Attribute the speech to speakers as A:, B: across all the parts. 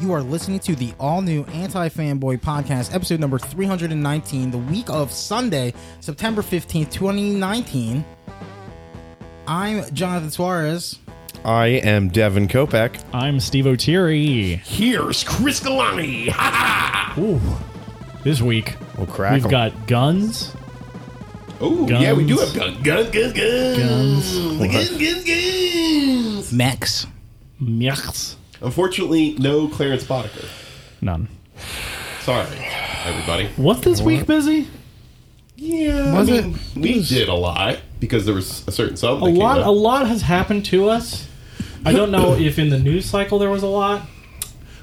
A: You are listening to the all new Anti Fanboy Podcast, episode number 319, the week of Sunday, September 15th, 2019. I'm Jonathan Suarez.
B: I am Devin Kopeck.
C: I'm Steve O'Teary.
B: Here's Chris Galani.
C: Ooh, this week
B: We'll crack
C: we've
B: 'em.
C: got guns.
B: Oh,
C: yeah, we do have
B: guns. Guns, guns, guns.
C: Guns.
B: Guns, guns, guns.
A: Max.
C: Yes.
D: Unfortunately, no Clarence Boddicker.
C: None.
D: Sorry, everybody.
C: What's this week busy?
D: Yeah,
A: Was
D: I mean, we did a lot because there was a certain song.
C: A lot. A lot has happened to us. I don't know if in the news cycle there was a lot.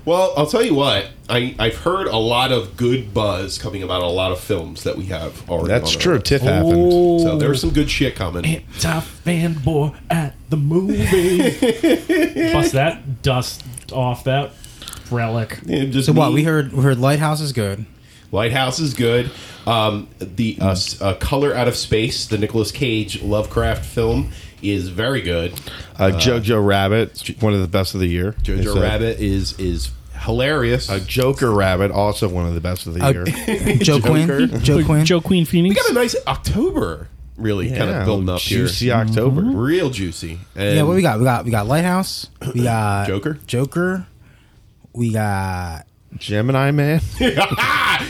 D: well, I'll tell you what. I I've heard a lot of good buzz coming about a lot of films that we have already.
B: That's
D: on our
B: true.
D: list.
B: Tiff happened.
D: So there's some good shit coming.
C: top fanboy at the movie. Bust that dust off that relic.
D: And just
A: So what?
D: me-
A: We heard we heard Lighthouse is good.
D: Lighthouse is good. Um, the uh, s- uh, Color Out of Space, the Nicolas Cage Lovecraft film, is very good.
B: Uh, Jojo Rabbit, one of the best of the year. It's
D: Jojo
B: a-
D: Rabbit is is hilarious.
B: A Joker Rabbit, also one of the best of the year.
A: Joe Quinn. Joe Quinn.
C: Joe Queen
D: we
C: Phoenix.
D: got a nice October, really kind of building up here.
B: Juicy October.
D: real juicy. And
A: Yeah, what we got? We got we got Lighthouse. We got
D: Joker?
A: Joker. We got
B: Gemini Man.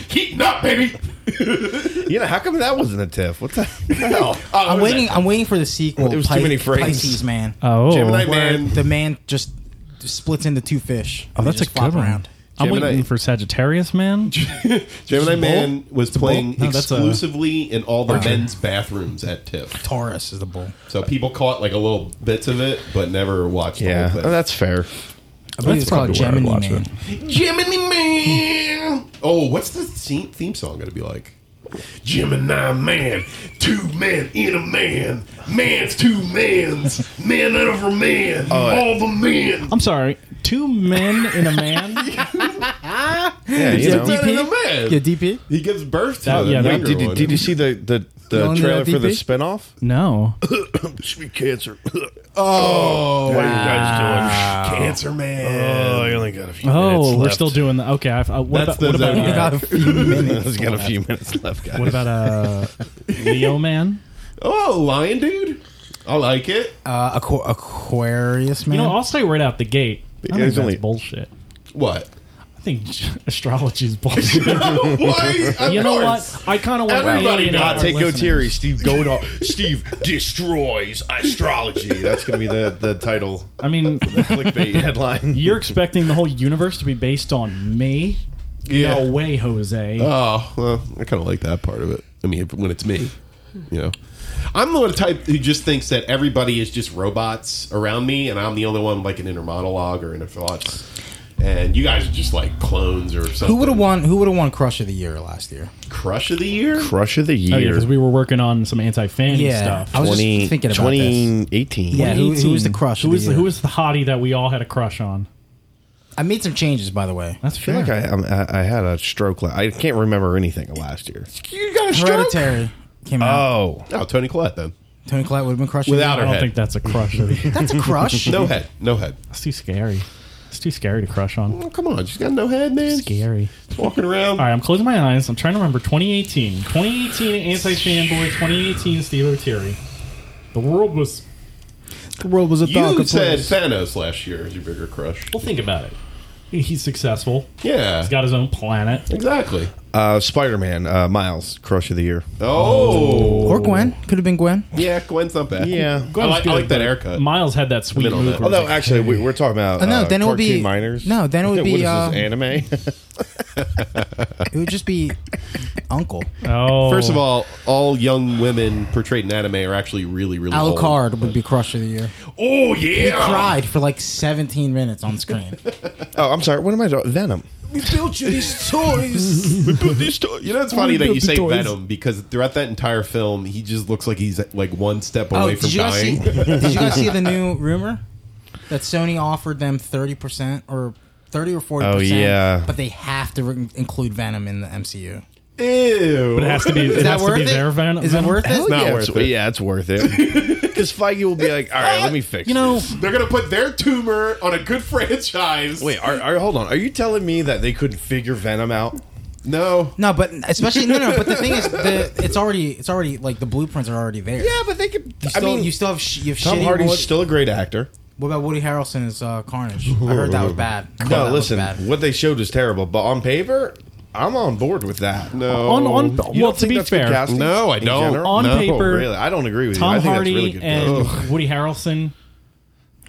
D: Heating up, baby.
B: you know, how come that wasn't a Tiff? What the hell?
D: Oh, oh,
A: I'm
D: what was
A: waiting.
D: that?
A: I'm waiting for the sequel.
B: It was too many frames.
A: Pisces man.
C: Oh,
D: Gemini
A: where
D: Man.
A: the man just splits into two fish. Oh,
C: that's a good one. I'm
D: Gemini-
C: waiting for Sagittarius, man.
D: Gemini Man was playing
C: No,
A: uh,
C: that's a-
D: exclusively in all the men's bathrooms at TIFF.
A: Taurus is the bull.
D: So people caught like a little bits of it, but never watched
B: yeah,
D: the whole
B: oh,
D: thing.
B: that's fair.
A: I believe it's called
C: probably where I'd
A: Gemini
C: watch
A: Man.
C: it.
D: Gemini Man. Oh, what's the theme, theme song going to be like? Gemini Man, two men in a man, man's two mans, man over man, all the men.
C: I'm sorry. Two men in a man.
B: Yeah, you know.
D: Man in a
A: DP?
D: man.
A: Yeah, DP.
D: He gives birth to
C: That-
D: the
C: yeah, that-
B: Wait,
D: younger
B: did, you,
D: one.
B: did you see the, the,
A: Lonely
B: the trailer
A: at
B: for the
A: DP?
B: spinoff?
C: No.
B: Sweet cancer.
D: Oh,
B: What are you guys
D: Cancer Man.
B: I only got a few
C: Oh, we're still doing that. Okay. I, I, what
D: That's
C: about, what
D: the
C: about,
D: Zodiac.
C: uh,
A: Got a few minutes.
B: He's got a few minutes left, guys.
C: what about uh, Leo Man?
D: Oh, Lion Dude. I like it.
A: Uh, Aqu- Aquarius Man.
C: You know, I'll say right out the gate. I think
B: There's
C: that's
B: only-
C: bullshit.
D: What?
C: I think astrology is bullshit.
D: Why? Of
C: you know
D: course.
C: what? I kind of want
D: Everybody
C: alien
D: not
C: our
B: Take
C: listeners.
B: O'Teary, Steve Godall. Steve destroys astrology. That's going to be the, the title,
C: I mean,
B: clickbait headline.
C: you're expecting the whole universe to be based on me?
D: Yeah.
C: No way, Jose.
D: Oh, well, I kind of like that part of it. I mean, if- when it's me, you know. I'm the one type who just thinks that everybody is just robots around me, and I'm the only one with, like an inner monologue or inner thoughts. And you guys are just like clones or something.
A: who would have won? Who would have won Crush of the Year last year?
D: Crush of the year?
B: Crush of the
C: oh, yeah,
B: year.
C: because we were working on some anti-fan
A: Yeah,
C: stuff.
A: I was just thinking about this.
B: 2018.
A: Yeah, who, who was the crush?
C: Who
A: of
C: was
A: the
C: the, who
A: year?
C: was the hottie that we all had a crush on?
A: I made some changes, by the way.
C: That's
B: I feel
C: fair.
B: like I, I'm- I, I had a stroke. la- I can't remember anything of last year.
D: You got a stroke?
A: Hereditary came out.
B: Oh.
D: No, Tony Collette then.
A: Tony Collette would have been crushed
D: Without
C: I
D: her
C: don't
D: head.
C: think that's a crush. Of the year.
A: That's a crush.
D: No head. No head.
C: It's too scary. It's too scary to crush on.
D: Oh, come on. She's got no head, man.
C: Scary.
D: She's walking around.
C: All right, I'm closing my eyes. I'm trying to remember 2018. 2018 anti fanboy. 2018 Steve O'Terry. The world was.
A: the world was a
D: You said Thanos last year is your bigger crush.
C: Well, think about it. He's successful.
D: Yeah.
C: He's got his own planet.
D: Exactly.
B: Uh, Spider Man, uh, Miles, Crush of the Year.
D: Oh.
A: or Gwen could have been Gwen.
D: Yeah, Gwen's not bad.
B: Yeah.
D: I like, I like that haircut.
C: Miles had that sweet
D: Middle of
C: move.
D: that.
C: where
B: Although,
C: he's like,
B: Oh, actually, we, we're talking about.
A: Uh, no,
B: uh,
A: then it would be-
B: cartoon minors.
A: no, then it would be,
B: What is
A: uh,
B: this, anime?
A: It would just be Uncle
C: oh,
D: First of all, all young women portrayed in anime are actually really, really old.
A: Alucard would be crush of the year.
D: Oh, yeah.
A: Cried for like 17 minutes on screen.
B: oh, I'm sorry. What am I doing? Venom.
D: We built you these toys. we built these toys. You know, it's funny that you say Venom because throughout that entire film, he just looks like he's like one step away from
A: Oh, did you, guys see,
D: dying.
A: did you guys see the new rumor that Sony offered them 30% or 30 or 40%?
B: Oh, yeah.
A: But they have to re- include Venom in the MCU.
D: Ew.
C: But it has to be.
A: Is
C: It
A: that
C: has to
A: worth
C: be
A: it?
C: their venom.
A: Is it worth it?
D: It's not
E: yeah,
D: worth
E: it's,
D: it.
E: yeah, it's worth it. Because Feige will be like, all right, let me fix.
C: You know,
E: this."
D: They're gonna put their tumor on a good franchise.
E: wait, are, are hold on. Are you telling me that they couldn't figure Venom out?
D: no.
A: No, but especially no, no. But the thing is, the, it's already it's already like the blueprints are already there.
E: Yeah, but they could.
A: You still,
E: I mean,
A: you still have sh- you have
E: Tom
A: shitty.
E: Hardy's
A: Wood-
E: still a great actor.
A: what about Woody Harrelson's uh, Carnage? I heard that was bad. I heard that
E: No,
A: was
E: listen,
A: bad.
E: what they showed was terrible, but on paper, I'm on board with that.
D: No.
C: on on
E: You
C: well,
E: don't
C: to
E: think
C: be
E: that's good
C: fair,
E: casting
D: No, I
E: in
D: don't.
E: general?
C: On
E: No,
C: paper,
E: really, I don't agree with you. I
C: Tom
E: think
C: Hardy
E: that's really good.
C: and
E: Ugh.
C: Woody Harrelson.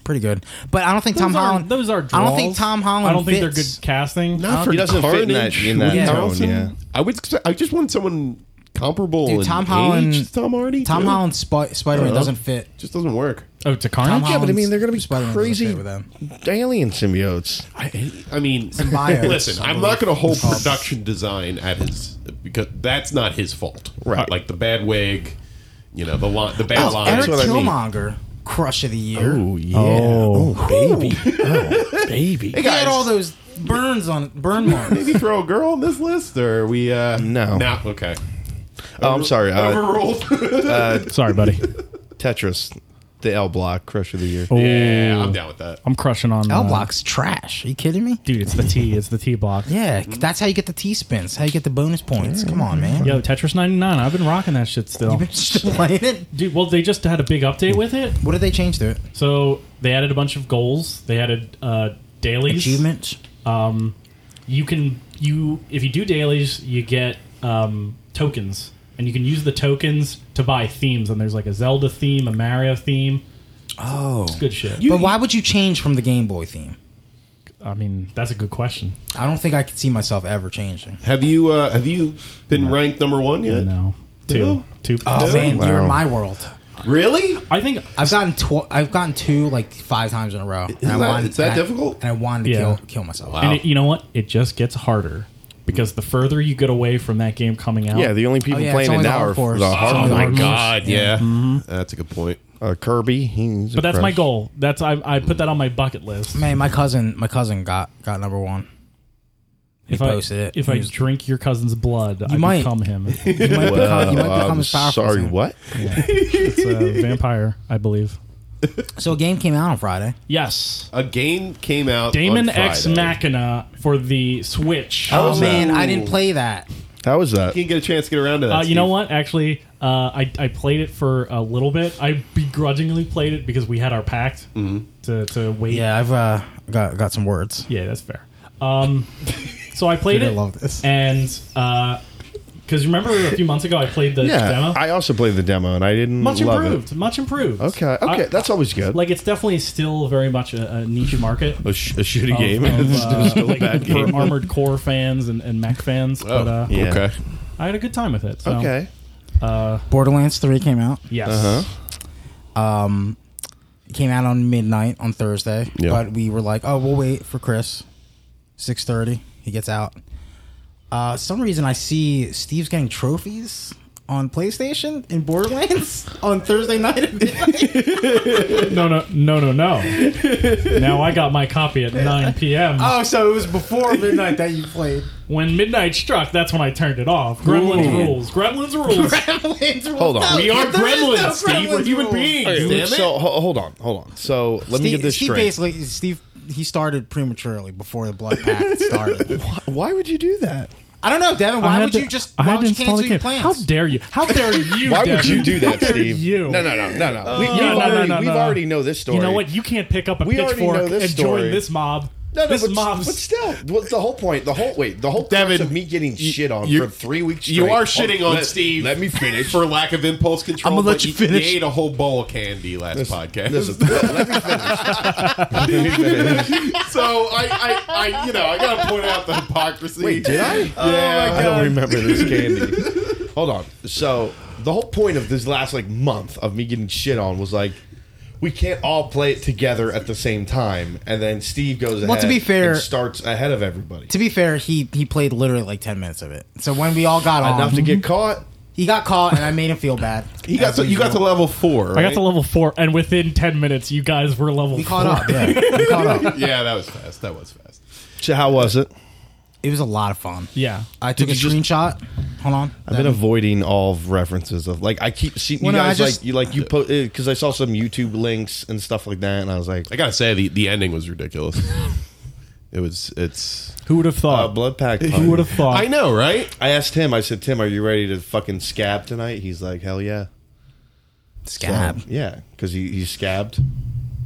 A: pretty good. But I don't think Tom
C: those are-
A: Holland.
C: those are.
A: I don't think
C: draws.
A: Tom Holland.
C: I don't think they're
A: fits.
C: good casting.
A: Oh,
D: Not for
E: he doesn't fit in that-
D: Carnage,
E: in that
D: Woody
A: tone,
D: Harrelson.
E: yeah.
D: I would. I just want someone comparable.
A: Dude,
D: in
A: Tom Holland-
D: age to Tom Hardy.
A: Tom
D: dude.
A: Holland's Sp- Spider Man
D: Uh-huh.
A: doesn't fit.
D: just doesn't work.
C: Oh, to
A: Tom
C: Carnage.
E: Yeah, but I
A: Holland's
E: mean, they're going to be
A: Spider-Man doesn't
E: crazy
A: fit with them.
E: alien symbiotes.
D: I, I mean,
A: Symbiotes.
D: listen, I'm not going to hold production design at his because that's not his fault,
E: Right.
D: Like the bad wig, you know, the li- the bad
A: Oh,
D: line.
A: Eric
E: what I mean.
A: Killmonger, crush of the year.
E: yeah.
C: Oh.
E: baby. Oh, baby.
A: He had all those burns on burn marks.
D: Did you throw a girl on this list, or are we? Uh,
E: No.
D: no, okay.
E: Oh, I'm sorry. Uh,
D: Overruled.
C: Sorry, buddy.
E: Tetris, the L Block Crush of the Year.
C: Oh,
D: yeah, I'm down with that.
C: I'm crushing on
A: L
C: uh,
A: block's trash. Are you kidding me?
C: dude. It's the T. It's the T block.
A: Yeah, that's how you get the T spins. How you get the bonus points. Come on, man.
C: Yo, Tetris 99. I've been rocking that shit still.
A: You've been just playing it.
C: Dude, well, they just had a big update with it.
A: What did they change to it?
C: So they added a bunch of goals. They added uh, dailies.
A: Achievements.
C: You can you if you do dailies, you get um, tokens, and you can use the tokens to buy themes. And there's like a Zelda theme, a Mario theme.
A: Oh,
C: It's good shit.
A: but why would you change from the Game Boy theme?
C: I mean, that's a good question.
A: I don't think I could see myself ever changing.
D: Have you uh, have you been ranked number one yet?
C: No, two,
D: No?
C: two.
A: Oh man,
E: Wow.
A: you're in my world.
D: Really?
C: I think
A: I've gotten tw- I've gotten two like five times in a row. And I
D: that-
A: wanted-
D: is that
A: and I-
D: difficult?
A: and I wanted to
C: Yeah.
A: kill kill myself.
C: And it, you know what? It just gets harder because the further you get away from that game coming out,
E: Yeah, the only people
A: Oh, yeah, it's
E: playing it
A: only the
E: now are
A: hardcores.
E: the
A: Oh,
E: hard
A: my
E: ones.
A: God, yeah.
D: That's a good point.
E: Uh, Kirby. He's
C: but that's my goal. That's I, I put that on my bucket list.
A: Man, my cousin my cousin got got number one. He
C: if I
A: posted it.
C: if
A: He
C: I
A: was-
C: drink your cousin's blood, I
A: might.
C: become him.
A: you might become, you might become
E: I'm
A: as powerful.
E: sorry,
A: soon.
E: what?
C: It's a uh, vampire, I believe.
A: So a game came out on Friday.
C: Yes,
D: A game came out.
C: Damon
D: on Friday.
C: X Machina for the Switch. Uh,
A: Oh
D: was
A: man,
D: that?
A: I didn't play that.
E: How was that?
D: You didn't get a chance to get around to that.
C: Uh, you know
D: Steve.
C: what? Actually, uh, I, I played it for a little bit. I begrudgingly played it because we had our pact to, to wait.
A: Yeah, I've uh, got got some words.
C: Yeah, that's fair. Um, so I played
A: Dude, I
C: it.
A: love this.
C: And because remember a few months ago I played the
E: Yeah,
C: demo.
E: I also played the demo and I didn't
C: much
E: love
C: improved. Much improved.
E: it. Okay, okay,
C: I-
E: that's always good.
C: like it's definitely still very much a, a niche market.
E: a, sh- a shitty
C: of-
E: game.
C: of,
E: It's
C: uh,
E: still a bad
C: for
E: game.
C: Armored Core fans and, and mech fans. But uh,
E: Yeah.
D: Okay.
C: I had a good time with it. So, uh,
E: Okay.
A: Borderlands Three came out.
C: Yes.
A: Uh-huh. Um, it came out on midnight on Thursday,
E: Yeah.
A: but we were like, oh, we'll wait for Chris. Six thirty, he gets out. Uh, some reason I see Steve's getting trophies on PlayStation in Borderlands on Thursday night. At midnight.
C: No, no, no, no, no. now I got my copy at 9 p.m.
A: oh, so it was before midnight that you played.
C: when midnight struck, that's when I turned it off. Gremlins
E: Ooh.
C: rules. Gremlins rules.
A: Gremlins.
E: Hold on.
A: No,
E: We
D: are
A: there is no
D: gremlins, Steve. We're
A: Gremlins
D: human
A: rules.
D: beings.
E: Dude,
D: Damn it.
E: so ho- hold on, hold on. So let me
A: Steve,
E: get this
A: Steve
E: straight.
A: basically Steve he started prematurely before the blood pact started.
E: Why would you do that?
A: I don't know, Devin.
C: I
A: Why
C: had
A: would
C: to-
A: you just
C: I
A: why
C: had
A: would
C: to
A: you
C: install
A: cancel
C: the
A: your
C: game.
A: plans?
C: How dare you? How dare you?
E: Why would
C: Devin?
E: you do that,
C: How dare
E: Steve?
C: You? Uh,
E: No, no, no, no, no. we, we've
C: no, no,
E: already,
C: no,
E: we've
C: no.
E: already know this story.
C: You know what? You can't pick up a
E: We already
C: pitchfork
E: know this
C: and
E: story.
C: join this mob.
E: No, no,
C: this
E: but,
C: mob's
E: but still, what's the whole point? The whole wait, the whole
D: Devin,
E: point of me getting shit on
D: you-
E: for three weeks.
D: You
E: straight- Oh,
D: are shitting on
E: Let-
D: Steve.
E: Let me finish.
D: for lack of impulse control.
A: I'ma let
D: but
A: you finish.
D: You ate a whole bowl of candy last podcast.
E: Listen, let me finish. Let me finish.
D: so I, I, I, you know, I gotta point out the hypocrisy.
E: Wait, did I?
D: Yeah.
E: I don't remember this candy. Hold on. So the whole point of this last like month of me getting shit on was like we can't all play it together at the same time, and then Steve goes ahead.
A: Well, to be fair-
E: and starts ahead of everybody
A: to be fair, he he played literally like ten minutes of it. So when we all got
E: enough
A: on,
E: to get caught.
A: he got caught, and I made him feel bad.
D: He got
A: As
D: to, you got to
A: usual.
D: level four.
C: I
D: Right?
C: got to level four, and within ten minutes, you guys were level
A: We
C: four.
A: caught up. Yeah, we caught up.
D: yeah, that was fast. That was fast.
E: So how was it?
A: It was a lot of fun.
C: Yeah.
A: I took a
E: you just-
A: screenshot. Hold on.
E: I've been avoiding all references of like I keep seeing
A: Well,
E: you
A: no, I
E: guys
A: just-
E: like you like you put because I saw some YouTube links and stuff like that, and I was like,
D: I gotta say the the ending was ridiculous. it was it's.
C: Who would have
E: uh,
C: thought?
E: blood pack.
C: Who would have thought?
D: I know, right?
E: I asked him. I said, Tim, are you ready to fucking scab tonight? He's like, hell yeah,
A: Scab.
E: yeah, because he, he scabbed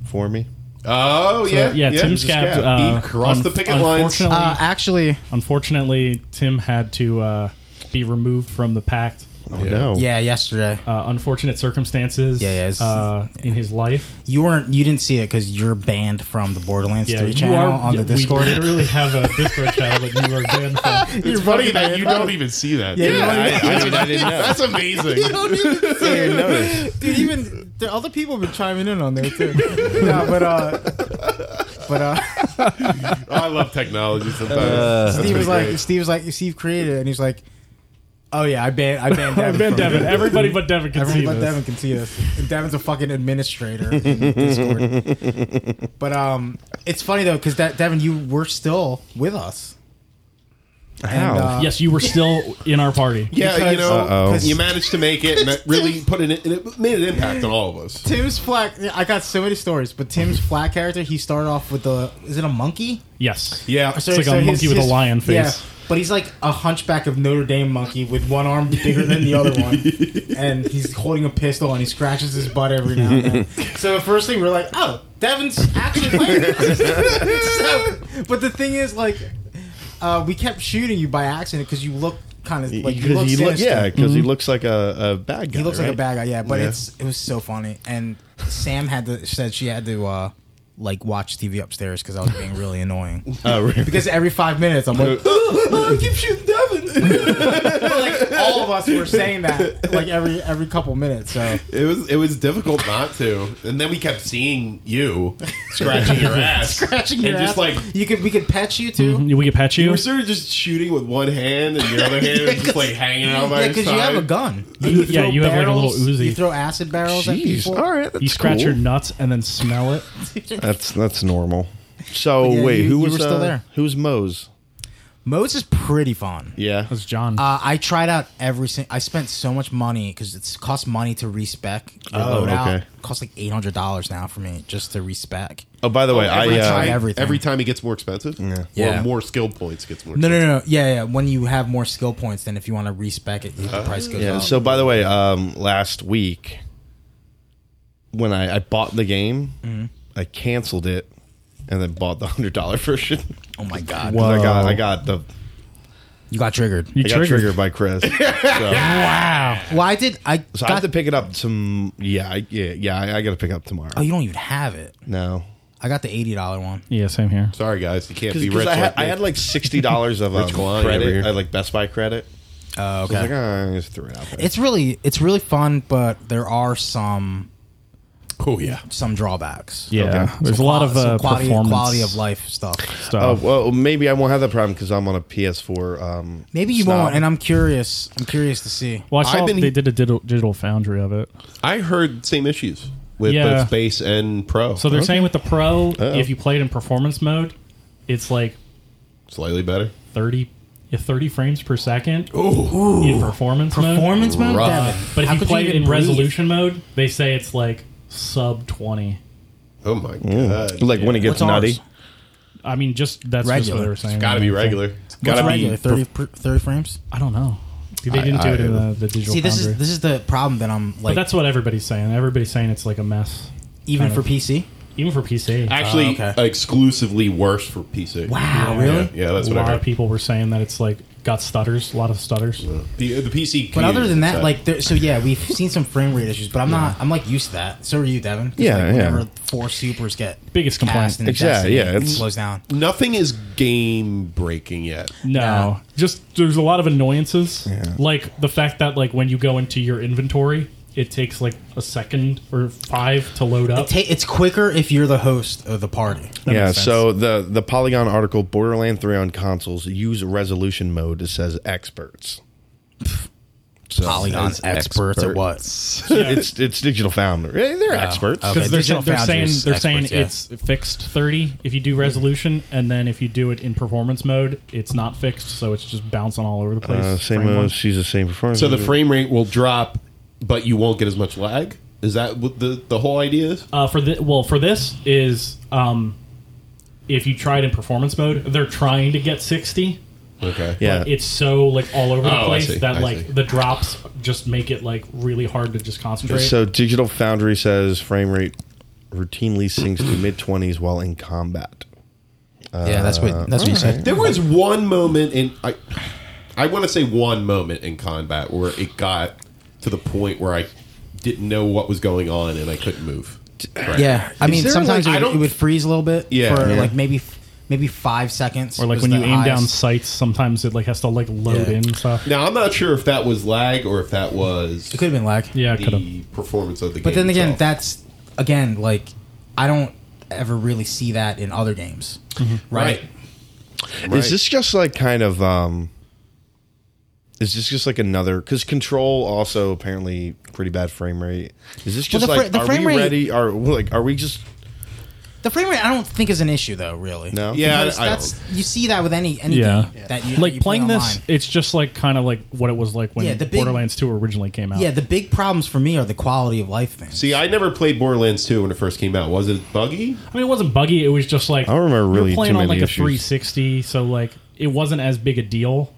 E: for me.
D: Oh yeah,
C: yeah, Tim
D: he's a
C: scabbed,
D: scab.
C: uh,
D: he crossed the
C: unf-
D: picket lines.
C: unfortunately-
A: Uh, actually,
C: Unfortunately, Tim had to uh, be removed from the pact.
E: Oh no,
A: yeah, yesterday
C: Uh, unfortunate circumstances
A: Yeah, yeah, it's-
C: uh, in his life.
A: you weren't. You didn't see it because you're banned from the Borderlands Three channel on the
C: yeah, We
A: Discord.
C: literally have a Discord channel that you are banned from.
D: It's funny that you don't even see that. Yeah,
E: I, I, mean, I didn't know.
D: that's amazing.
A: Dude, even the other people have been chiming in on there too. yeah, but uh, but uh,
D: I love technology sometimes. That's
A: Steve was
D: pretty
A: like,
D: great.
A: Steve was like, Steve created it, and he's like, oh yeah, I banned, I banned Devin.
C: Ban
A: from
C: Devin.
A: it.
C: Everybody but Devin can
A: Everyone
C: see
A: but
C: this.
A: Devin can see this. And Devin's a fucking administrator in Discord. but um, it's funny though because that Devin, you were still with us. uh,
E: How?
C: Yes, you were still in our party.
D: yeah, you know,
E: Uh-oh.
D: you managed to make it, and it really put an, and it made an impact on all of us.
A: Tim's flat. I got so many stories, but Tim's flat character. He started off with the. Is it a monkey?
C: Yes.
D: Yeah,
A: So-
C: like a
A: so his-
C: monkey with a
A: his-
C: lion face.
A: but he's like a hunchback of Notre Dame monkey with one arm bigger than the other one, and he's holding a pistol and he scratches his butt every now and then. So the first thing we're like, oh, Devin's actually playing. this." so, but the thing is, like, uh, we kept shooting you by accident because you look kind of like you look
E: he look,
A: sinister. Mm-hmm.
E: yeah, because he looks like a, a bad guy.
A: He looks like a
E: right?
A: bad guy, yeah. But
E: Yeah.
A: it's it was so funny. And Sam had to said she had to uh like watch TV upstairs because I was being really annoying.
E: Oh, really?
A: Because every five minutes I'm like,
D: keep shooting Devin.
A: like all of us were saying that like every every couple minutes. So
D: It was it was difficult not to, and then we kept seeing you scratching your ass,
A: scratching
D: and
A: your
D: just
A: ass.
D: like
A: you could we could pet you too.
E: Mm-hmm.
C: We could pat
D: you
C: you.
D: were sort of just shooting with one hand and the other hand was just like hanging out by
A: Yeah,
D: his
A: because
D: side.
A: you have a gun.
C: You- yeah,
A: throw
C: you have, like, a little
A: barrels-
C: Uzi.
A: You throw acid barrels at
E: Jeez,
A: people.
E: all right, that's
C: You scratch
E: cool.
C: your nuts and then smell it.
E: That's that's normal. So
A: But yeah,
E: wait,
A: you-
E: who
A: you
E: was
A: were still
E: uh,
A: there.
E: Who was Mose?
A: Moe's is pretty fun.
E: Yeah,
C: That's John.
A: Uh, I tried out every single. I spent so much money because it's cost money to respec. your
E: Oh,
A: load out.
E: okay.
A: Costs like eight hundred dollars now for me just to respec.
E: Oh, by the way, I
D: every,
E: uh,
A: try
D: time,
A: everything.
D: every time it gets more expensive, or
A: Yeah.
D: more skill points gets more.
A: No,
D: expensive.
A: no, no, no. Yeah, yeah. When you have more skill points, then if you want to respec it, the price goes
E: Uh, yeah.
A: up.
E: So by the way, um, last week when I, I bought the game,
A: Mm-hmm.
E: I canceled it and then bought the hundred dollar version. 'Cause
A: oh my god,
E: I got
C: Whoa.
E: I got the
A: you got triggered.
C: you
E: I got
C: triggered.
E: triggered by Chris. So,
A: Wow. Well, I did. I
E: so I
A: got
E: have to pick it up some. Yeah, I, yeah, yeah. I, I got to pick it up tomorrow.
A: Oh, you don't even have it.
E: no.
A: I got the eighty dollar one.
C: Yeah, same here.
D: Sorry guys, you can't be
E: Because
D: rich.
E: I, had-
D: like
E: I
D: me.
E: had like sixty dollars of um,
D: Rich Kalani over
E: credit,
D: here.
E: I like Best Buy credit.
A: Oh,
E: I was
A: okay.
E: like, ah, I just threw it out there.
A: it's really, it's really fun, but there are some
D: oh yeah,
A: some drawbacks.
C: Yeah,
E: Okay.
C: there's
A: Some
C: a lot
A: quali-
C: of
A: some
C: uh,
A: quality,
C: performance
A: quality of life stuff.
C: stuff.
E: Oh well, maybe I won't have that problem because I'm on a PS4. Um,
A: Maybe you
E: snob.
A: won't, and I'm curious. I'm curious to see.
C: well, I saw
D: I've been-
C: they did a digital, digital foundry of it.
D: I heard same issues with
C: Yeah.
D: both base and pro. Oh,
C: So they're saying with the pro,
E: Uh-oh.
C: if you play it in performance mode, it's like
D: slightly better.
C: 30, yeah, 30 frames per second
D: Ooh,
C: in performance, mode.
A: Performance mode,
D: Rough.
A: Devin.
C: But
A: How
C: if you
A: could
C: play it
A: even
C: in
A: breathe?
C: resolution mode, they say it's like sub 20.
D: oh my god,
E: like when it gets
A: What's ours?
E: nutty.
C: I mean, just that's just what
A: Regular.
C: they were saying.
D: it's got to be regular. It's
A: What's
D: got to be
A: regular? 30, per- 30 frames.
C: I don't know. They didn't do it in
D: I-
C: the, the digital
A: See, this
C: foundry.
A: is this is the problem that I'm
C: but
A: like,
C: that's what everybody's saying. Everybody's saying it's like a mess,
A: even
C: kind
A: for
C: of-
A: PC.
C: even for PC.
D: actually
A: Oh, okay.
D: exclusively worse for PC.
A: Wow,
C: Yeah.
A: really?
D: Yeah, yeah, that's
C: a
D: what I
C: lot of
D: heard.
C: people were saying that it's like got stutters, a lot of stutters.
D: The, the PC.
A: But other
D: community
A: than
D: is
A: that,
D: upset.
A: like, there, so yeah, we've seen some frame rate issues, but I'm not. I'm like used to that. So are you, Devin? 'Cause,
E: Yeah,
A: like,
E: yeah.
A: Whenever four supers get
C: Biggest complaint.
A: passed and Destiny,
E: Exactly, yeah,
A: it
E: it's-
A: slows down.
D: nothing is game breaking yet.
C: No,
A: Nah.
C: just there's a lot of annoyances, like the fact that like when you go into your inventory, it takes like a second or five to load up.
A: Ta- it's quicker if you're the host of the party.
C: That
E: yeah.
C: makes sense.
E: So the the Polygon article, Borderland Three on consoles, use resolution mode. It says experts. So
A: Polygon
E: it's
A: experts at what?
E: It's it's digital founder. Yeah, They're experts.
A: okay.
C: Because they're,
A: Digital
C: sa- they're saying
A: Foundry's
C: they're
A: experts,
C: saying
A: yeah.
C: it's fixed thirty if you do resolution, and then if you do it in performance mode, it's not fixed, so it's just bouncing all over the place.
E: Uh, same
C: frame one.
E: as she's the same performance.
D: So the frame rate will drop, but you won't get as much lag. Is that what the the whole idea is?
C: uh, for the well for this is um, if you try it in performance mode, they're trying to get sixty.
D: Okay.
E: yeah.
C: It's so like all over the
D: Oh, I
C: place
D: see,
C: that
D: I
C: like
D: see.
C: the drops just make it like really hard to just concentrate.
E: So Digital Foundry says frame rate routinely sinks to mid twenties while in combat.
A: yeah, that's what that's what you said.
D: There was one moment in I I want to say one moment in combat where it got to the point where I didn't know what was going on and I couldn't move. Right.
A: Yeah, I mean
D: there,
A: sometimes
D: like-
A: it,
D: I
A: would,
D: don't-
A: it would freeze a little bit
D: Yeah.
A: for
D: Yeah.
A: like maybe f- maybe five seconds,
C: or like
A: was
C: when
A: the
C: you aim down
A: highest.
C: sights, sometimes it like has to like load
A: Yeah.
C: in and stuff.
D: Now I'm not sure if that was lag or if that was
A: It could have been lag.
C: Yeah, could have.
D: the performance of the game.
A: But then again,
D: itself.
A: that's again like I don't ever really see that in other games, right?
D: right.
E: Is this just like kind of um is this just like another because control also apparently pretty bad frame rate is this just
A: the
E: like
A: fra- the
E: are
A: frame
E: we
A: rate-
E: ready are like are we just
A: The frame rate I don't think is an issue though, really.
E: no
D: Yeah.
A: Because
D: I- I
A: that's you see that with any any
C: Yeah.
A: game that you
C: like
A: you
C: playing
A: play
C: this,
A: online.
C: it's just like kind of like what it was like when
A: Yeah, the big-
C: Borderlands 2 originally came out.
A: Yeah, the big problems for me are the quality of life things.
D: See, I never played Borderlands 2 when it first came out. Was it buggy?
C: I mean, it wasn't buggy. It was just like
E: I don't remember
C: we
E: really
C: were playing
E: too
C: on like
E: many
C: a
E: issues.
C: 360, so like it wasn't as big a deal.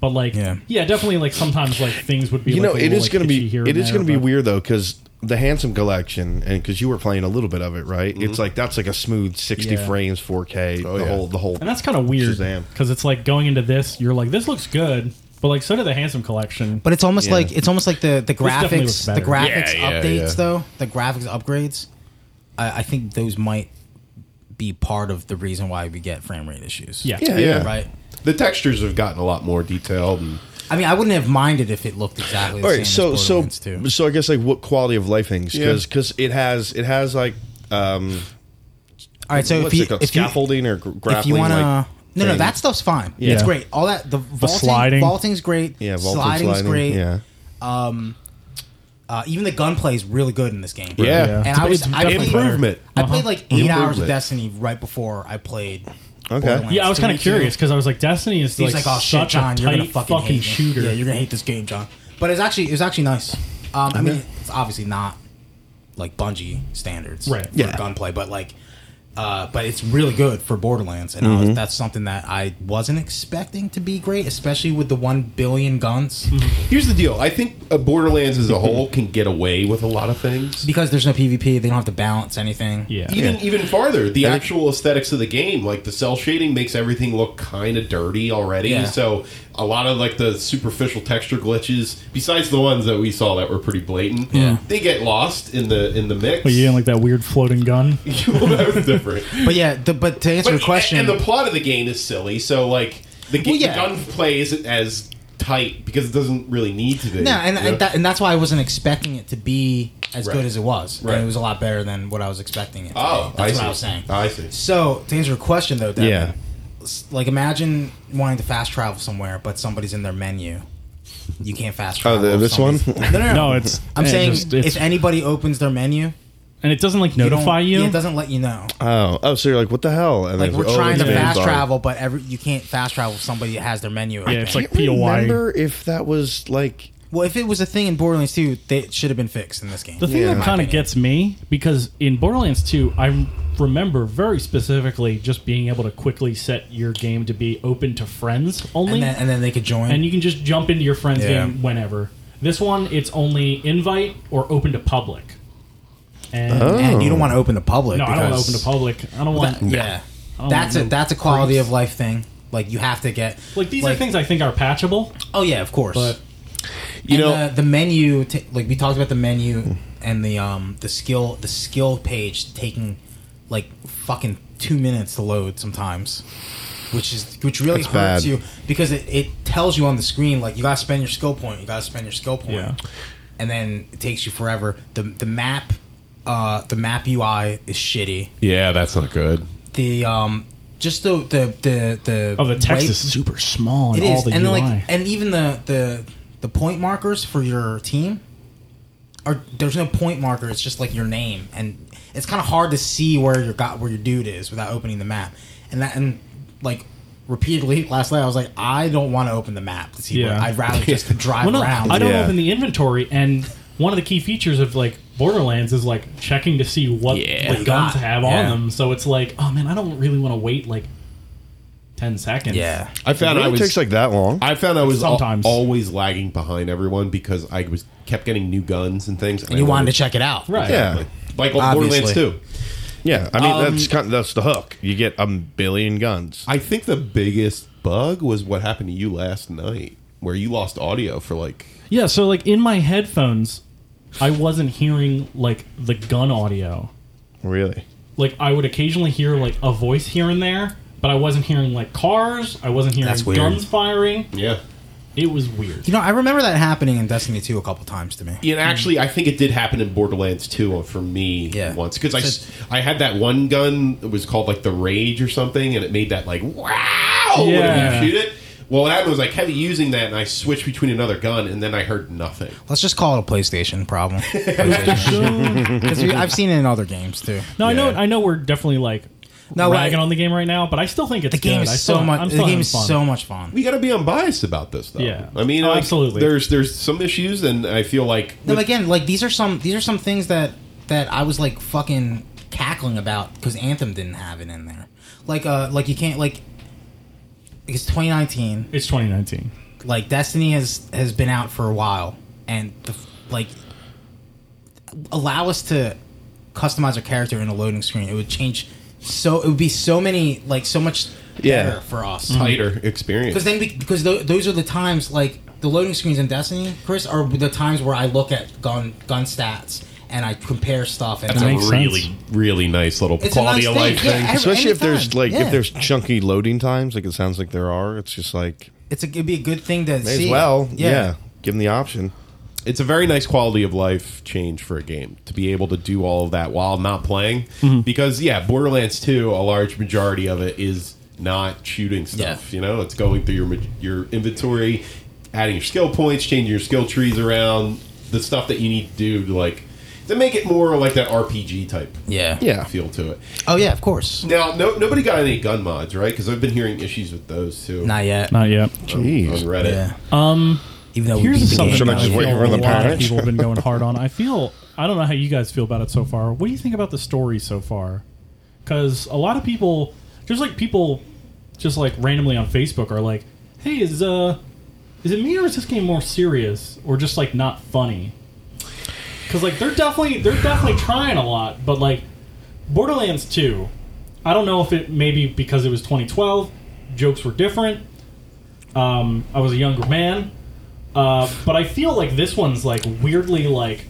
C: But like,
A: Mm. Yeah.
C: yeah. definitely like sometimes like things would be.
E: you
C: like,
E: know
C: a
E: it
C: little,
E: is
C: like,
E: gonna
C: itchy
E: be
C: here
E: it
C: and
E: is
C: there,
E: gonna be
C: but-
E: weird though because the handsome collection and because you were playing a little bit of it right it's like that's like a smooth 60
C: Mm-hmm. Yeah. Oh,
E: frames 4k the
D: yeah.
E: whole the whole
C: and that's kind of weird
E: Shazam.
C: because it's like going into this, you're like, this looks good, but like so did the handsome collection.
A: But it's almost
E: Yeah.
A: like it's almost like the the
C: definitely
A: graphics
C: looks
A: the
C: better.
A: graphics
D: Yeah, yeah,
A: updates
D: yeah.
A: though the graphics upgrades. I, I think those might be part of the reason why we get frame rate issues.
C: yeah,
E: yeah yeah
A: right.
D: The textures have gotten a lot more detailed. And
A: I mean, I wouldn't have minded if it looked exactly the
E: All
A: same.
E: right, so
A: as
E: so
A: Borderlands 2.
E: so I guess like what quality of life things
D: Yeah.
E: because it has it has like um
A: all right, so
E: what's
A: if you
E: it called
A: if you,
E: scaffolding or gr- grappling
A: if you want to.
E: like,
A: no, no,
E: thing.
A: that stuff's fine.
E: Yeah.
A: It's great. All that the, vaulting,
C: sliding.
A: vaulting's great.
E: yeah vaulted
A: sliding's
E: sliding,
A: great.
E: yeah
A: Uh, even the gunplay is really good in this game.
D: yeah.
C: Yeah.
A: and I was
C: It's
A: I played,
C: definitely better.
D: Improvement.
A: I played like eight hours of
D: Improvement.
A: Destiny right before I played.
E: Okay.
A: Borderlands
C: Yeah, I was
A: 2
C: kind of
A: too.
C: curious because I was like, Destiny is
A: He's
C: like,
A: like, oh shit,
C: such
A: John,
C: a
A: you're gonna
C: tight
A: fucking, hate me.
C: shooter.
A: Yeah, you're gonna hate this game, John. But it's actually it was actually nice. Um, I mean, it's obviously not like Bungie standards
C: Right.
A: for
E: Yeah.
A: gunplay, but like, uh, but it's really good for Borderlands, and I was, that's something that I wasn't expecting to be great, especially with the one billion guns,
D: Here's the deal. I think uh, Borderlands as a whole can get away with a lot of things.
A: because there's no PvP. They don't have to balance anything.
C: yeah.
D: Even even farther, the actual aesthetics of the game, like the cell shading, makes everything look kind of dirty already.
A: Yeah.
D: So a lot of like the superficial texture glitches, besides the ones that we saw that were pretty blatant,
A: Yeah.
D: they get lost in the in the mix.
C: But you didn't like that weird floating gun.
D: Well, that was different.
A: But yeah, the, but to answer
D: But-
A: your question,
D: And the plot of the game is silly. So like the, ga-
A: Well, yeah.
D: the gunplay isn't as tight because it doesn't really need to be.
A: No, and,
D: you know?
A: and, that, and that's why I wasn't expecting it to be as
D: Right.
A: good as it was.
D: Right.
A: And it was a lot better than what I was expecting it to
D: oh,
A: be.
D: I
A: That's
D: see.
A: what I was saying.
D: I see.
A: So, to answer your question, though, Devin,
E: Yeah.
A: s- like imagine wanting to fast travel somewhere, but somebody's in their menu. You can't fast
E: Oh,
A: travel.
E: the-
A: if
E: this one?
A: somebody's- No, no, no.
C: No, it's.
A: I'm
C: it
A: saying
C: just-
A: if
C: it's,
A: anybody opens their menu,
C: and it doesn't like
A: you don't-
C: notify you.
A: yeah, it doesn't let you know.
E: Oh, oh, so you're like, what the hell? And
A: Like
E: then
A: we're
E: oh,
A: trying
E: it's
A: to
E: banned
A: fast
E: by-
A: travel, but every you can't fast travel if somebody has their menu. open.
C: yeah, it's like
E: I don't
C: POI.
E: remember if that was like
A: well, if it was a thing in Borderlands 2, they- it should have been fixed in this game.
C: The thing
E: Yeah.
C: that kind of gets me because in Borderlands 2, I remember very specifically just being able to quickly set your game to be open to friends only,
A: and
C: and,
A: then, and then they could join.
C: you can just jump into your friend's
A: Yeah.
C: game whenever. This one, it's only invite or open to public. And
A: and you don't want to open to public.
C: no, I don't want
A: because
C: to open to public. I don't want.
A: that- yeah,
C: I don't
A: that's a
C: want no
A: that's a quality
C: creeps.
A: of life thing. Like you have to get
C: Like these are things I think are patchable.
A: Oh yeah, of course.
C: But-
E: you
A: And uh,
E: know
A: the, the menu, t- like we talked about the menu and the um the skill the skill page taking like fucking two minutes to load sometimes, which is which really
E: That's
A: hurts
E: bad.
A: you because it, it tells you on the screen like you gotta spend your skill point, you gotta spend your skill point,
C: Yeah.
A: and then it takes you forever. the The map, uh, the map UI is shitty.
D: Yeah, that's not good.
A: the um just the the the the
C: Oh, the text
A: way-
C: is super small
A: it
C: and all
A: is
C: the
A: and
C: UI.
A: like and even the the the point markers for your team are there's no point marker. It's just like your name, and it's kind of hard to see where your got where your dude is without opening the map. And that and like repeatedly last night, I was like, I don't want to open the map to see. Where,
C: Yeah.
A: I'd rather just drive
C: Well, no,
A: around.
C: I don't
E: Yeah.
C: open the inventory, and one of the key features of like Borderlands is like checking to see what
F: Yeah.
C: the guns
A: got.
C: have
A: Yeah.
C: on them. So it's like, oh man, I don't really want to wait like ten seconds.
A: yeah,
D: I found
E: It
D: I
E: really
D: was
E: takes like that long.
D: I found I was al-
C: Sometimes.
D: always lagging behind everyone because I was kept getting new guns and things.
A: and you wanted to check it out,
C: right.
E: Yeah.
D: like on
A: Obviously.
D: Borderlands 2.
E: Yeah, I mean that's
A: Um,
E: kind of, that's the hook. You get a billion guns.
D: I think the biggest bug was what happened to you last night, where you lost audio for like.
C: Yeah, so like in my headphones, I wasn't hearing like the gun audio.
E: Really?
C: Like I would occasionally hear like a voice here and there, but I wasn't hearing like cars. I wasn't hearing
A: That's weird.
C: guns firing.
D: Yeah.
C: It was weird.
A: You know, I remember that happening in Destiny 2 a couple times to me.
D: And actually, I think it did happen in Borderlands 2 for me
A: Yeah.
D: once because I, s- I had that one gun. It was called like the Rage or something, and it made that like wow
C: Yeah.
D: when you shoot it. Well, that was like heavy using that, and I switched between another gun, and then I heard nothing.
A: Let's just call it a PlayStation problem. Because I've seen it in other games too.
C: No, I know.
D: Yeah.
C: I know we're definitely like
A: No,
C: ragging
A: I-
C: on the game right now, but I still think it's
A: The game
C: good. I
A: is
C: still,
A: so
C: I'm
A: much. The
C: still
A: game
C: having
A: is
C: fun.
A: so much fun.
D: We got to be unbiased about this, though.
C: Yeah.
D: I mean,
C: Oh,
D: like,
C: absolutely.
D: There's there's some issues, and I feel like
A: No,
D: with-
A: again, like these are some these are some things that that I was like fucking cackling about because Anthem didn't have it in there. Like uh, like you can't like it's 2019.
C: It's 2019.
A: like Destiny has has been out for a while, and the, f- like allow us to customize our character in a loading screen. It would change so it would be so many like so much
E: Yeah.
A: better for us
D: tighter experience.
A: because then we, because th- those are the times like the loading screens in Destiny, Chris, are the times where I look at gun gun stats and I compare stuff and
C: That's
A: I-
C: amazing. Makes
D: really,
C: sense.
D: really nice little
A: It's a nice
D: quality of
A: thing,
D: life
A: yeah,
D: thing.
A: every-
E: Especially if there's
A: anytime,
E: like
A: yeah.
E: if there's chunky loading times, like it sounds like there are. It's just like
A: it's a, it'd be a good thing to
E: may
A: see.
E: as well. Yeah. give them the option.
D: It's a very nice quality of life change for a game to be able to do all of that while not playing.
C: Mm-hmm.
D: Because yeah, Borderlands 2, a large majority of it is not shooting stuff. You know, it's going through your ma- your inventory, adding your skill points, changing your skill trees around, the stuff that you need to do to like to make it more like that RPG type
A: yeah,
E: Yeah.
D: feel to it.
A: Oh yeah, of course.
D: Now, no, nobody got any gun mods, right? Because I've been hearing issues with those too
A: Not yet.
C: Not yet.
D: on
E: Jeez.
D: Reddit.
A: Yeah.
C: Um,
A: Even though we
C: here's
A: beat the
C: something
A: game.
E: Should I
C: that I
E: just
C: feel
E: wait
C: a
E: for the
C: lot of
E: patch?
C: people have been going hard on. I feel. I don't know how you guys feel about it so far. What do you think about the story so far? Because a lot of people, just like people, just like randomly on Facebook are like, "Hey, is uh, is it me or is this game more serious or just like not funny?" Because like they're definitely they're definitely trying a lot, but like Borderlands Two, I don't know if it maybe because it was 2012, jokes were different. Um, I was a younger man, uh, but I feel like this one's like weirdly like,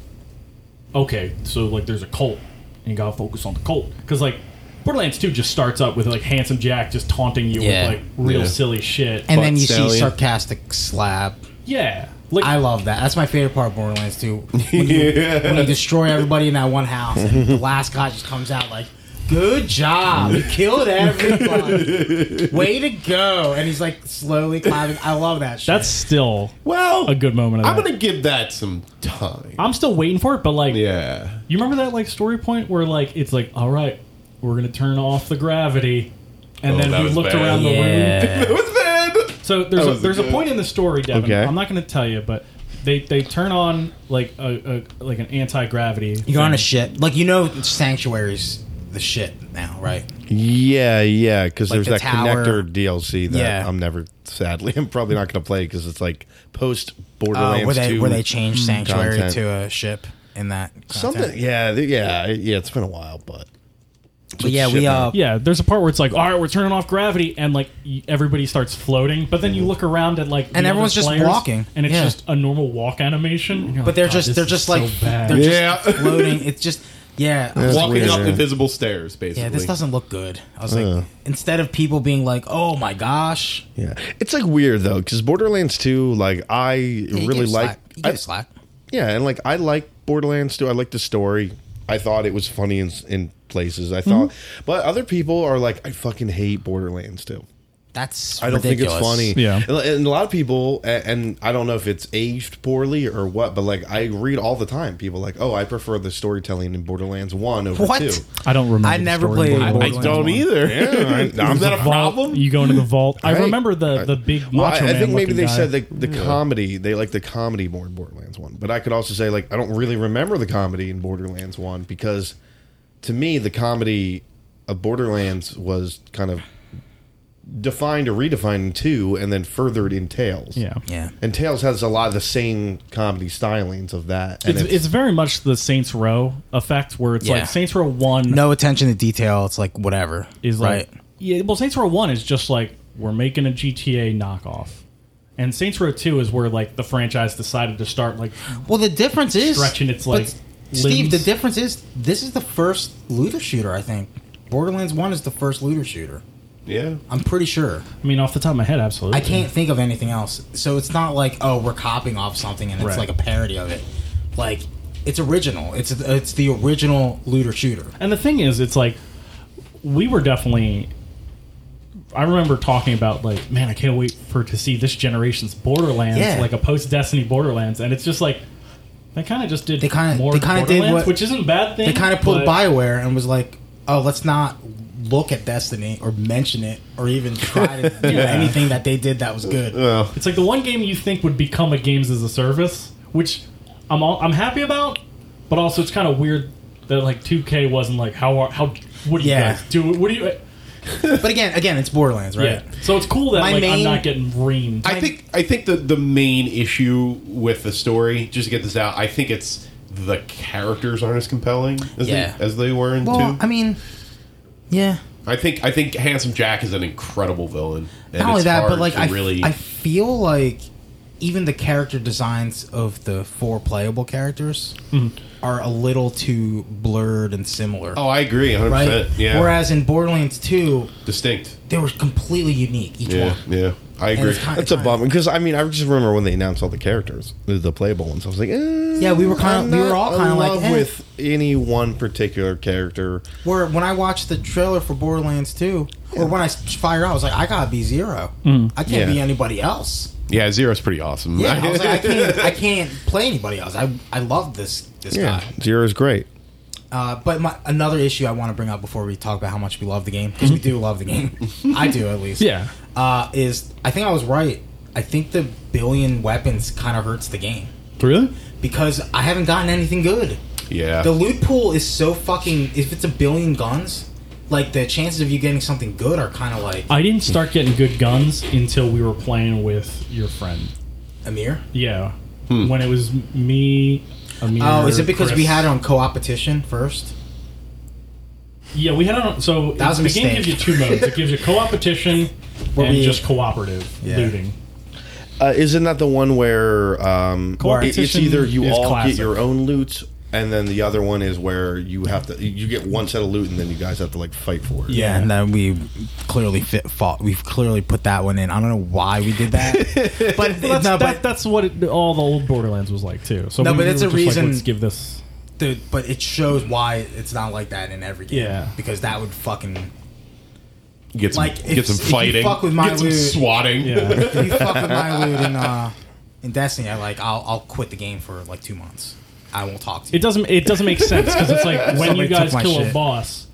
C: okay, so like there's a cult, and you gotta focus on the cult because like Borderlands Two just starts up with like handsome Jack just taunting you
A: Yeah.
C: with like real
D: Yeah.
C: silly shit.
A: and then you see
D: Stallion.
A: sarcastic slap.
C: yeah, like
A: I love that. That's my favorite part of Borderlands 2. When you, when you destroy everybody in that one house, and the last guy just comes out like, "Good job, you killed everybody. Way to go!" And he's like slowly climbing. I love that. Shit.
C: that's still
D: Well,
C: a good moment. Of
D: I'm
C: that.
D: gonna give that some time.
C: I'm still waiting for it, but like,
D: yeah.
C: you remember that like story point where like it's like, all right, we're gonna turn off the gravity, and
D: Oh,
C: then
D: that
C: we
D: was
C: looked
D: bad.
C: around the room.
D: It was bad.
C: So there's
D: That
C: a,
D: was
C: there's a
D: good.
C: point in the story, Devin.
E: Okay.
C: I'm not going to tell you, but they they turn on like a, a like an anti gravity.
A: You're on a shit. Like you know, Sanctuary's the shit now, right?
E: Yeah, yeah, because there's
A: the
E: that
A: tower.
E: connector DLC that
A: Yeah.
E: I'm never. Sadly, I'm probably not going to play because it's like post
A: Uh,
E: Borderlands
A: where they
E: 2.
A: where they changed Sanctuary
E: content.
A: to a ship in that content.
E: something. Yeah, th- yeah, yeah. It's been a while, but
A: But yeah,
E: shit,
A: we uh,
C: Yeah, there's a part where it's like, all right, we're turning off gravity, and like y- everybody starts floating, but then you look around at like the
A: Mm-hmm. And everyone's just
C: other players,
A: walking.
C: and it's
A: Yeah.
C: just a normal walk animation. and you're
A: but
C: like,
A: they're
C: "God,
A: just
C: this
A: they're
C: is
A: just
C: so
A: like
C: bad.
A: they're
D: Yeah.
A: just floating. It's just yeah.
E: That's
D: walking
E: weird,
D: up
E: yeah.
D: invisible stairs, basically.
A: Yeah, this doesn't look good. I was like, instead of people being like, "Oh my gosh,"
E: Yeah, it's like weird though because Borderlands 2, like I
A: Yeah, you
E: really
A: give
E: like.
A: slack. You
E: I-
A: give slack.
E: yeah, and like I like Borderlands 2. I like the story. I thought it was funny
A: Mm-hmm.
E: in in places. I thought, but other people are like, I fucking hate Borderlands 2.
A: That's
E: I don't
A: ridiculous.
E: think it's funny.
C: Yeah.
E: and, and a lot of people, and, and I don't know if it's aged poorly or what, but like I read all the time, people like, oh, I prefer the storytelling in Borderlands One over
A: What?
E: two.
C: I don't remember.
A: I
C: the
A: never
C: story
A: played
C: in Borderlands
A: Borderlands
C: one.
A: one.
D: either.
E: Yeah,
D: Is that a
C: Vault-
D: problem?
C: You go into the vault. I
E: Right.
C: remember the the big macho
E: Well, I, I
C: man
E: think maybe
C: looking
E: they
C: guy.
E: said the, the comedy. They like the comedy more in Borderlands One, but I could also say like I don't really remember the comedy in Borderlands One because to me the comedy of Borderlands was kind of defined or redefined in two, and then furthered in Tales.
C: yeah.
A: Yeah.
E: And Tales has a lot of the same comedy stylings of that. And
C: It's, it's very much the Saints Row effect, where it's
A: Yeah.
C: like Saints Row One
A: No attention to detail. It's like whatever.
C: is like
A: right.
C: yeah. Well, Saints Row One is just like we're making a GTA knockoff, and Saints Row Two is where like the franchise decided to start like
A: Well, the difference is
C: Stretching its,
A: but
C: like,
A: Steve,
C: limbs.
A: the difference is this is the first looter shooter. I think Borderlands One is the first looter shooter.
D: Yeah.
A: I'm pretty sure.
C: I mean off the top of my head, absolutely.
A: I can't think of anything else. So it's not like oh we're copying off something and it's
C: Right.
A: like a parody of it. Like it's original. It's it's the original looter shooter.
C: And the thing is, it's like we were definitely. I remember talking about like, man, I can't wait for to see this generation's Borderlands,
A: Yeah.
C: like a post Destiny Borderlands, and it's just like they kind of just did
A: They kinda-
C: more
A: they kinda did
C: Borderlands,
A: what-
C: which isn't a bad thing.
A: They kind of pulled
C: but-
A: Bioware and was like, oh let's not look at Destiny or mention it or even try to do anything that they did that was good.
C: It's like the one game you think would become a games as a service, which I'm all, I'm happy about, but also it's kind of weird that like 2K wasn't like how are, how what do
A: Yeah.
C: you guys do? What do you?
A: But again, again it's Borderlands, right?
C: Yeah. So it's cool that
A: My
C: like
A: main-
C: I'm not getting reamed.
D: I think I think the the main issue with the story, just to get this out, I think it's the characters aren't as compelling as,
A: Yeah.
D: they, as they were in
A: Well,
D: two.
A: I mean, yeah.
D: I think I think Handsome Jack is an incredible villain. And
A: Not only
D: it's
A: that, but
D: hard
A: like
D: to
A: I f-
D: really
A: I feel like even the character designs of the four playable characters
C: Hmm.
A: are a little too blurred and similar.
D: Oh, I agree, 100.
A: right.
D: percent Yeah,
A: Whereas in Borderlands Two,
D: distinct.
A: they were completely unique. Each
D: Yeah,
A: one.
D: yeah, I
A: And
D: agree.
A: it's kind
E: That's a bummer because I mean I just remember when they announced all the characters, the- the playable ones. I was like, eh,
A: Yeah, we were kinda-
E: I'm
A: we were
E: not
A: all kinda
E: in
A: like,
E: love
A: eh.
E: with any one particular character.
A: Where when I watched the trailer for Borderlands Two, or when I s- fired out, I was like, I gotta be Zero. I can't
E: Yeah.
A: be anybody else.
D: Yeah, Zero's pretty awesome.
A: Yeah, I was like, I can't, I can't play anybody else. I, I love this this
E: Yeah,
A: guy.
E: Zero is great.
A: Uh, but my, another issue I want to bring up before we talk about how much we love the game, because we do love the game, I do at least.
C: Yeah.
A: Uh, is I think I was right. I think the billion weapons kind of hurts the game
C: really.
A: because I haven't gotten anything good.
D: yeah.
A: The loot pool is so fucking. If it's a billion guns, like the chances of you getting something good are kind of like
C: I didn't start getting good guns until we were playing with your friend.
A: a mere.
C: Yeah. When it was me, Amir.
A: Oh, is it because we
C: Chris.
A: had it on co-opetition first?
C: Yeah, we had it on. So
A: That was a
C: the game
A: mistake.
C: gives you two modes. It gives you co-opetition
A: Where
C: and
A: we-
C: just cooperative
A: Yeah.
C: looting.
E: Uh, isn't that the one where um,
C: Or
E: it- it's either you
C: is
E: all
C: classic.
E: get your own loot, and then the other one is where you have to you get one set of loot, and then you guys have to like fight for it.
A: Yeah, and then we clearly fit, fought. We've clearly put that one in. I don't know why we did that, but
C: That's,
A: no, but
C: that, that's what it, all the old Borderlands was like too. So
A: No,
C: we
A: but
C: were
A: it's a
C: just
A: reason-
C: Like, Let's give this.
A: Dude, but it shows why it's not like that in every game.
C: Yeah.
A: Because that would fucking
D: get some,
A: like, if-
D: get some
A: if you
D: fighting.
A: fuck with my
D: get some
A: loot-
D: swatting.
C: Yeah.
A: if you fuck with my loot in uh in Destiny, I like I'll I'll quit the game for like two months. I won't talk to you.
C: it doesn't. It doesn't make sense because it's like when
A: Somebody
C: you guys
A: took my
C: kill
A: shit.
C: a boss,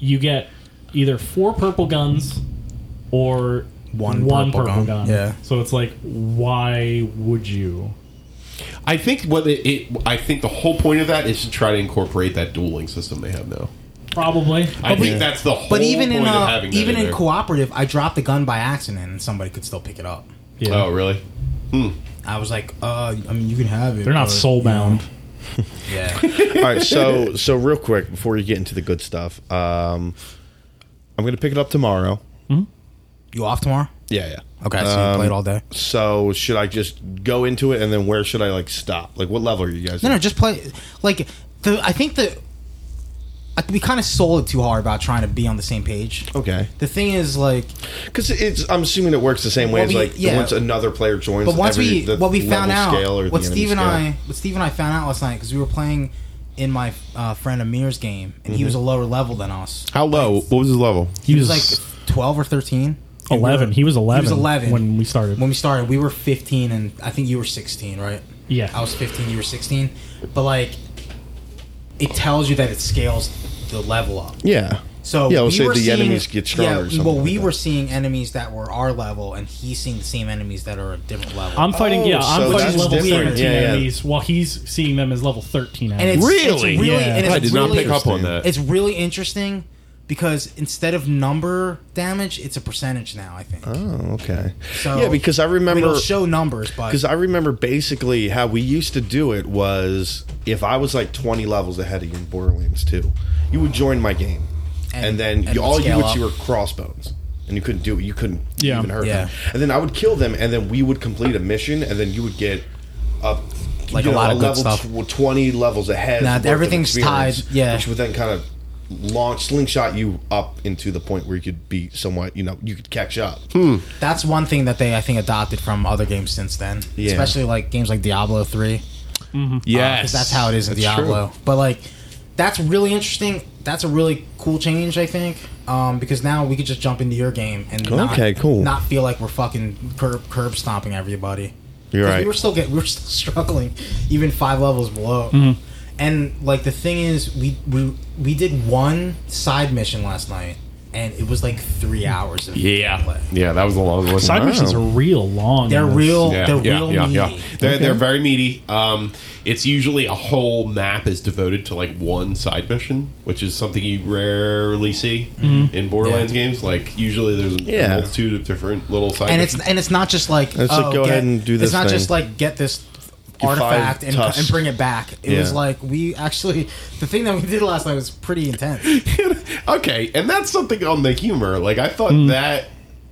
C: you get either four purple guns or
A: One purple gun. Yeah.
C: So it's like, why would you?
D: I think what it, it. I think the whole point of that is to try to incorporate that dueling system they have now.
C: Probably.
D: I think that's the whole
A: but even
D: point
A: in
D: of
A: uh,
D: having that
A: even in
D: there.
A: cooperative, I dropped the gun by accident and somebody could still pick it up.
C: Yeah.
D: Oh, really?
A: I was like, uh, I mean, you can have it.
C: They're not
A: but,
C: soul bound.
A: you know, yeah.
E: All right, so so real quick before you get into the good stuff, um, I'm gonna pick it up tomorrow.
A: You off tomorrow?
E: Yeah, yeah.
A: Okay, so
E: Um,
A: you play it all day.
E: So should I just go into it, and then where should I like stop? Like, what level are you guys?
A: No, no,
E: at?
A: just play. Like the, I think the, I, we kind of sold it too hard about trying to be on the same page.
E: okay.
A: The thing is, like,
E: Because it's, I'm assuming it works the same way
A: Well,
E: as
A: we-
E: like
A: yeah.
E: once another player joins.
A: But once
E: every-
A: we
E: the
A: what we found
E: level
A: out,
E: scale or
A: what
E: the enemy
A: Steve and
E: scale.
A: I what Steve and I found out last night because we were playing in my uh, friend Amir's
E: Mm-hmm.
A: game and he was a lower level than us.
D: How low? What was his level?
A: He, was, like twelve or thirteen.
C: eleven. He was eleven.
A: He was 11
C: when we started.
A: when we started, we were 15, and I think you were 16, right?
C: Yeah.
A: I was 15, you were 16. But, like, it tells you that it scales the level up.
E: Yeah.
A: So
E: yeah, we'll
A: we
E: say
A: were
E: the
A: seeing-
E: enemies get stronger. or something
A: well,
E: like
A: we
E: that.
A: were seeing enemies that were our level, and he's seeing the same enemies that are a different level.
C: I'm fighting.
E: Oh,
C: yeah, I'm
E: so
C: fighting
E: that's
C: level
E: different.
C: thirteen
E: Yeah, yeah.
C: enemies, while he's seeing them as level thirteen
A: and
C: enemies.
A: it's it's
D: Really?
A: really,
D: Yeah.
A: and it's
D: I did
A: really
D: not pick up on that.
A: It's really interesting because instead of number damage, it's a percentage now. I think.
E: Oh, okay.
A: So
E: yeah, because I
A: I mean,
E: remember
A: it'll show numbers, but
E: because I remember basically how we used to do it was if I was like 20 levels ahead of you in Borderlands 2, you would join my game,
A: And-
E: and, then
A: and
E: you, all you
A: scale
E: would
A: up.
E: see were crossbones, and you couldn't do it. You couldn't
C: Yeah.
E: even hurt
A: Yeah.
E: them. And then I would kill them, and then we would complete a mission, and then you would get up.
A: Like
E: you
A: a lot of good
E: level
A: stuff.
E: tw- twenty levels ahead.
A: Nah,
E: worth of
A: everything's
E: experience,
A: tied, yeah.
E: which would then kind of launch slingshot you up into the point where you could be somewhat, you know, you could catch up.
A: that's one thing that they I think adopted from other games since then,
E: Yeah.
A: especially like games like Diablo three.
D: Yes,
A: because uh, that's how it is in
E: That's
A: Diablo. But like, that's really interesting. That's a really cool change, I think, um, because now we could just jump into your game and not,
E: Okay, cool.
A: not feel like we're fucking curb curb stomping everybody.
E: You're
A: 'Cause
E: right.
A: We were still get we were still struggling, even five levels below. And like the thing is, we we we did one side mission last night, and it was like three hours of
D: Yeah,
A: play.
D: yeah, that was a long one.
C: Side missions are real long.
A: They're
C: in this.
A: real. Oh, they're real meaty.
D: They're, they're very meaty. Um, it's usually a whole map is devoted to like one side mission, which is something you rarely see
A: Mm-hmm.
D: in Borderlands games. Like usually there's a
E: Yeah.
D: multitude of different little side
A: and it's
D: missions.
A: and it's not just like
E: It's like,
A: oh,
E: go
A: get-
E: ahead and do
A: It's
E: this
A: not just
E: thing.
A: like get this
E: five
A: artifact and,
E: tusks.
A: and bring it back. It was
E: Yeah.
A: like we actually the thing that we did last night was pretty intense.
D: okay, and that's something on the humor. Like I thought
A: Mm.
D: that.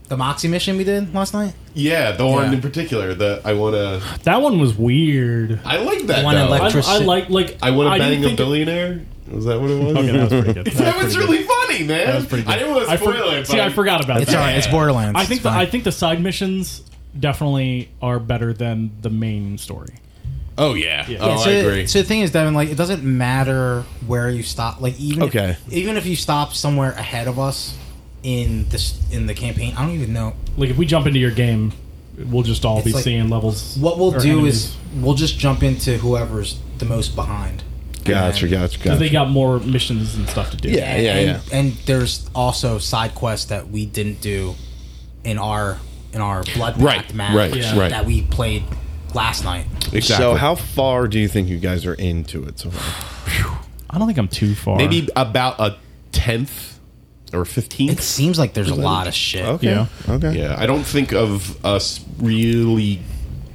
A: The Moxie mission we did last night.
D: Yeah, the one
A: Yeah.
D: in particular that I want to.
C: That one was weird.
D: I like that.
A: One
D: though.
C: I,
A: electric-
D: I,
C: I like like
D: I want to
C: didn't
D: bang a
C: think it-
D: billionaire. Was that what it was?
C: Okay, that was pretty good.
D: That was
C: pretty
D: really funny, man.
C: That was pretty good.
D: I didn't want to
C: I for-
D: spoil it.
C: See,
D: but
C: I forgot about
A: It's
C: that.
A: all right. It's Borderlands.
C: I think
A: It's
C: the, I
A: fine.
C: think the side missions definitely are better than the main story.
D: Oh yeah. Oh,
A: Yeah, so,
D: I agree.
A: so the thing is, Devin, like it doesn't matter where you stop. Like even
E: Okay.
A: even if you stop somewhere ahead of us in this in the campaign, I don't even know.
C: Like if we jump into your game, we'll just all be
A: like-
C: seeing levels.
A: What we'll
C: or
A: do
C: enemies.
A: is we'll just jump into whoever's the most behind.
E: Gotcha,
A: And-
E: gotcha, gotcha.
C: 'Cause they got more missions and stuff to do.
E: Yeah.
A: and, and, and there's also side quests that we didn't do in our in our blood pact
D: Right,
A: match
D: right,
C: Yeah. right.
A: that we played last night.
E: So how far do you think you guys are into it so far?
C: I don't think I'm too far.
D: maybe about a tenth or
A: It
D: fifteenth.
A: seems like there's a lot of shit.
C: Yeah.
E: Okay.
D: Yeah, I don't think of us really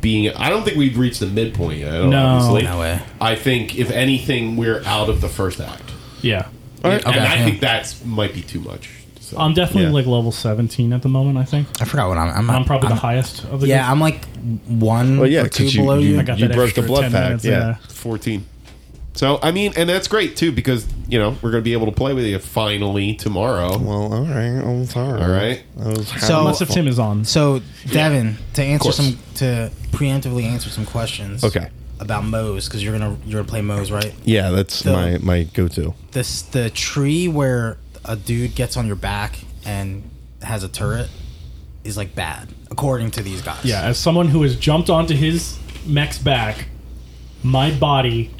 D: being. I don't think we've reached the midpoint yet.
C: No.
D: obviously.
A: No way.
D: I think if anything, we're out of the first act,
C: Yeah.
D: and I
A: yeah.
D: think that's might be too much. So.
C: I'm definitely
E: Yeah.
C: like level 17 at the moment. I think
A: I forgot what I'm. I'm,
C: I'm probably the highest of the.
A: Yeah, I'm like one
E: Well, yeah,
A: or two
E: 'cause you-
A: below you.
E: you-
C: I got that
E: broke
C: extra
E: the blood
C: 10
E: pact,
C: minutes in
E: yeah.
C: there.
D: 14. So I mean, and that's great too because you know we're going to be able to play with you finally tomorrow.
E: Well, all right. I'm sorry.
D: All right.
E: That was
A: So-
E: how-
C: Unless if Tim is on.
A: So, Devin, to answer
D: course.
A: some to preemptively answer some questions.
E: Okay.
A: About Moe's because you're gonna you're gonna play Moe's right?
E: yeah, that's
A: So-
E: my my go-to.
A: This the tree where a dude gets on your back and has a turret is like bad according to these guys.
C: Yeah, as someone who has jumped onto his mech's back, my body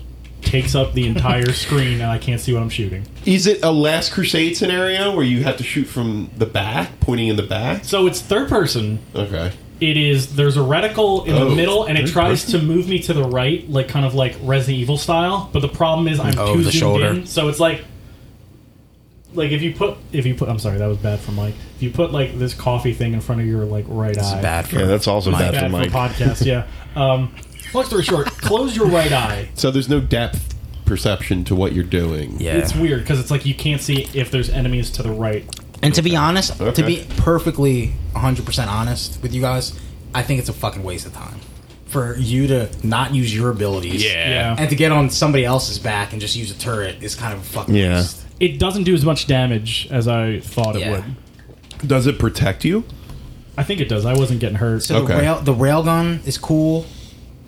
C: takes up the entire screen and I can't see what I'm shooting.
D: Is it a Last Crusade scenario where you have to shoot from the back, pointing in the back?
C: So it's third person.
D: Okay.
C: It is there's a reticle in
D: Oh,
C: the middle and it
D: third
C: tries to move me to the right, like kind of like Resident Evil style. But the problem is I'm
A: Oh,
C: too
A: the
C: zoomed
A: shoulder.
C: in, so it's like like if you put if you put I'm sorry that was bad for Mike. If you put like this coffee thing in front of your like right
A: This
C: eye,
A: is bad for
E: Yeah, that's also
A: Mike.
E: bad,
C: bad
E: for Mike.
C: for podcast. Yeah. Um, long story short, close your right eye.
D: So there's no depth perception to what you're doing.
A: Yeah.
C: It's weird because it's like you can't see if there's enemies to the right.
A: and to be honest,
D: Okay.
A: to be perfectly 100% honest with you guys, I think it's a fucking waste of time for you to not use your abilities.
C: Yeah.
A: And to get on somebody else's back and just use a turret is kind of a fucking
E: Yeah.
A: waste.
C: It doesn't do as much damage as I thought it
A: Yeah.
C: would.
D: Does it protect you?
C: I think it does. I wasn't getting hurt.
A: So
D: Okay.
A: the rail the rail gun is cool,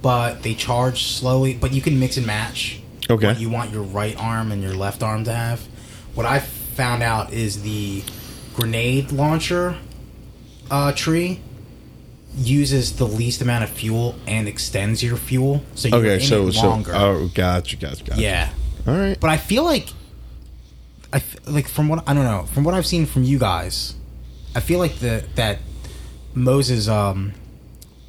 A: but they charge slowly. But you can mix and match.
E: Okay.
A: What you want your right arm and your left arm to have. What I found out is the grenade launcher uh, tree uses the least amount of fuel and extends your fuel, so you're
E: Okay,
A: in
E: so
A: it
E: so
A: longer.
E: oh, gotcha, gotcha, gotcha.
A: yeah,
E: All right.
A: but I feel like I f- like from what I don't know from what I've seen from you guys, I feel like the that Moses um,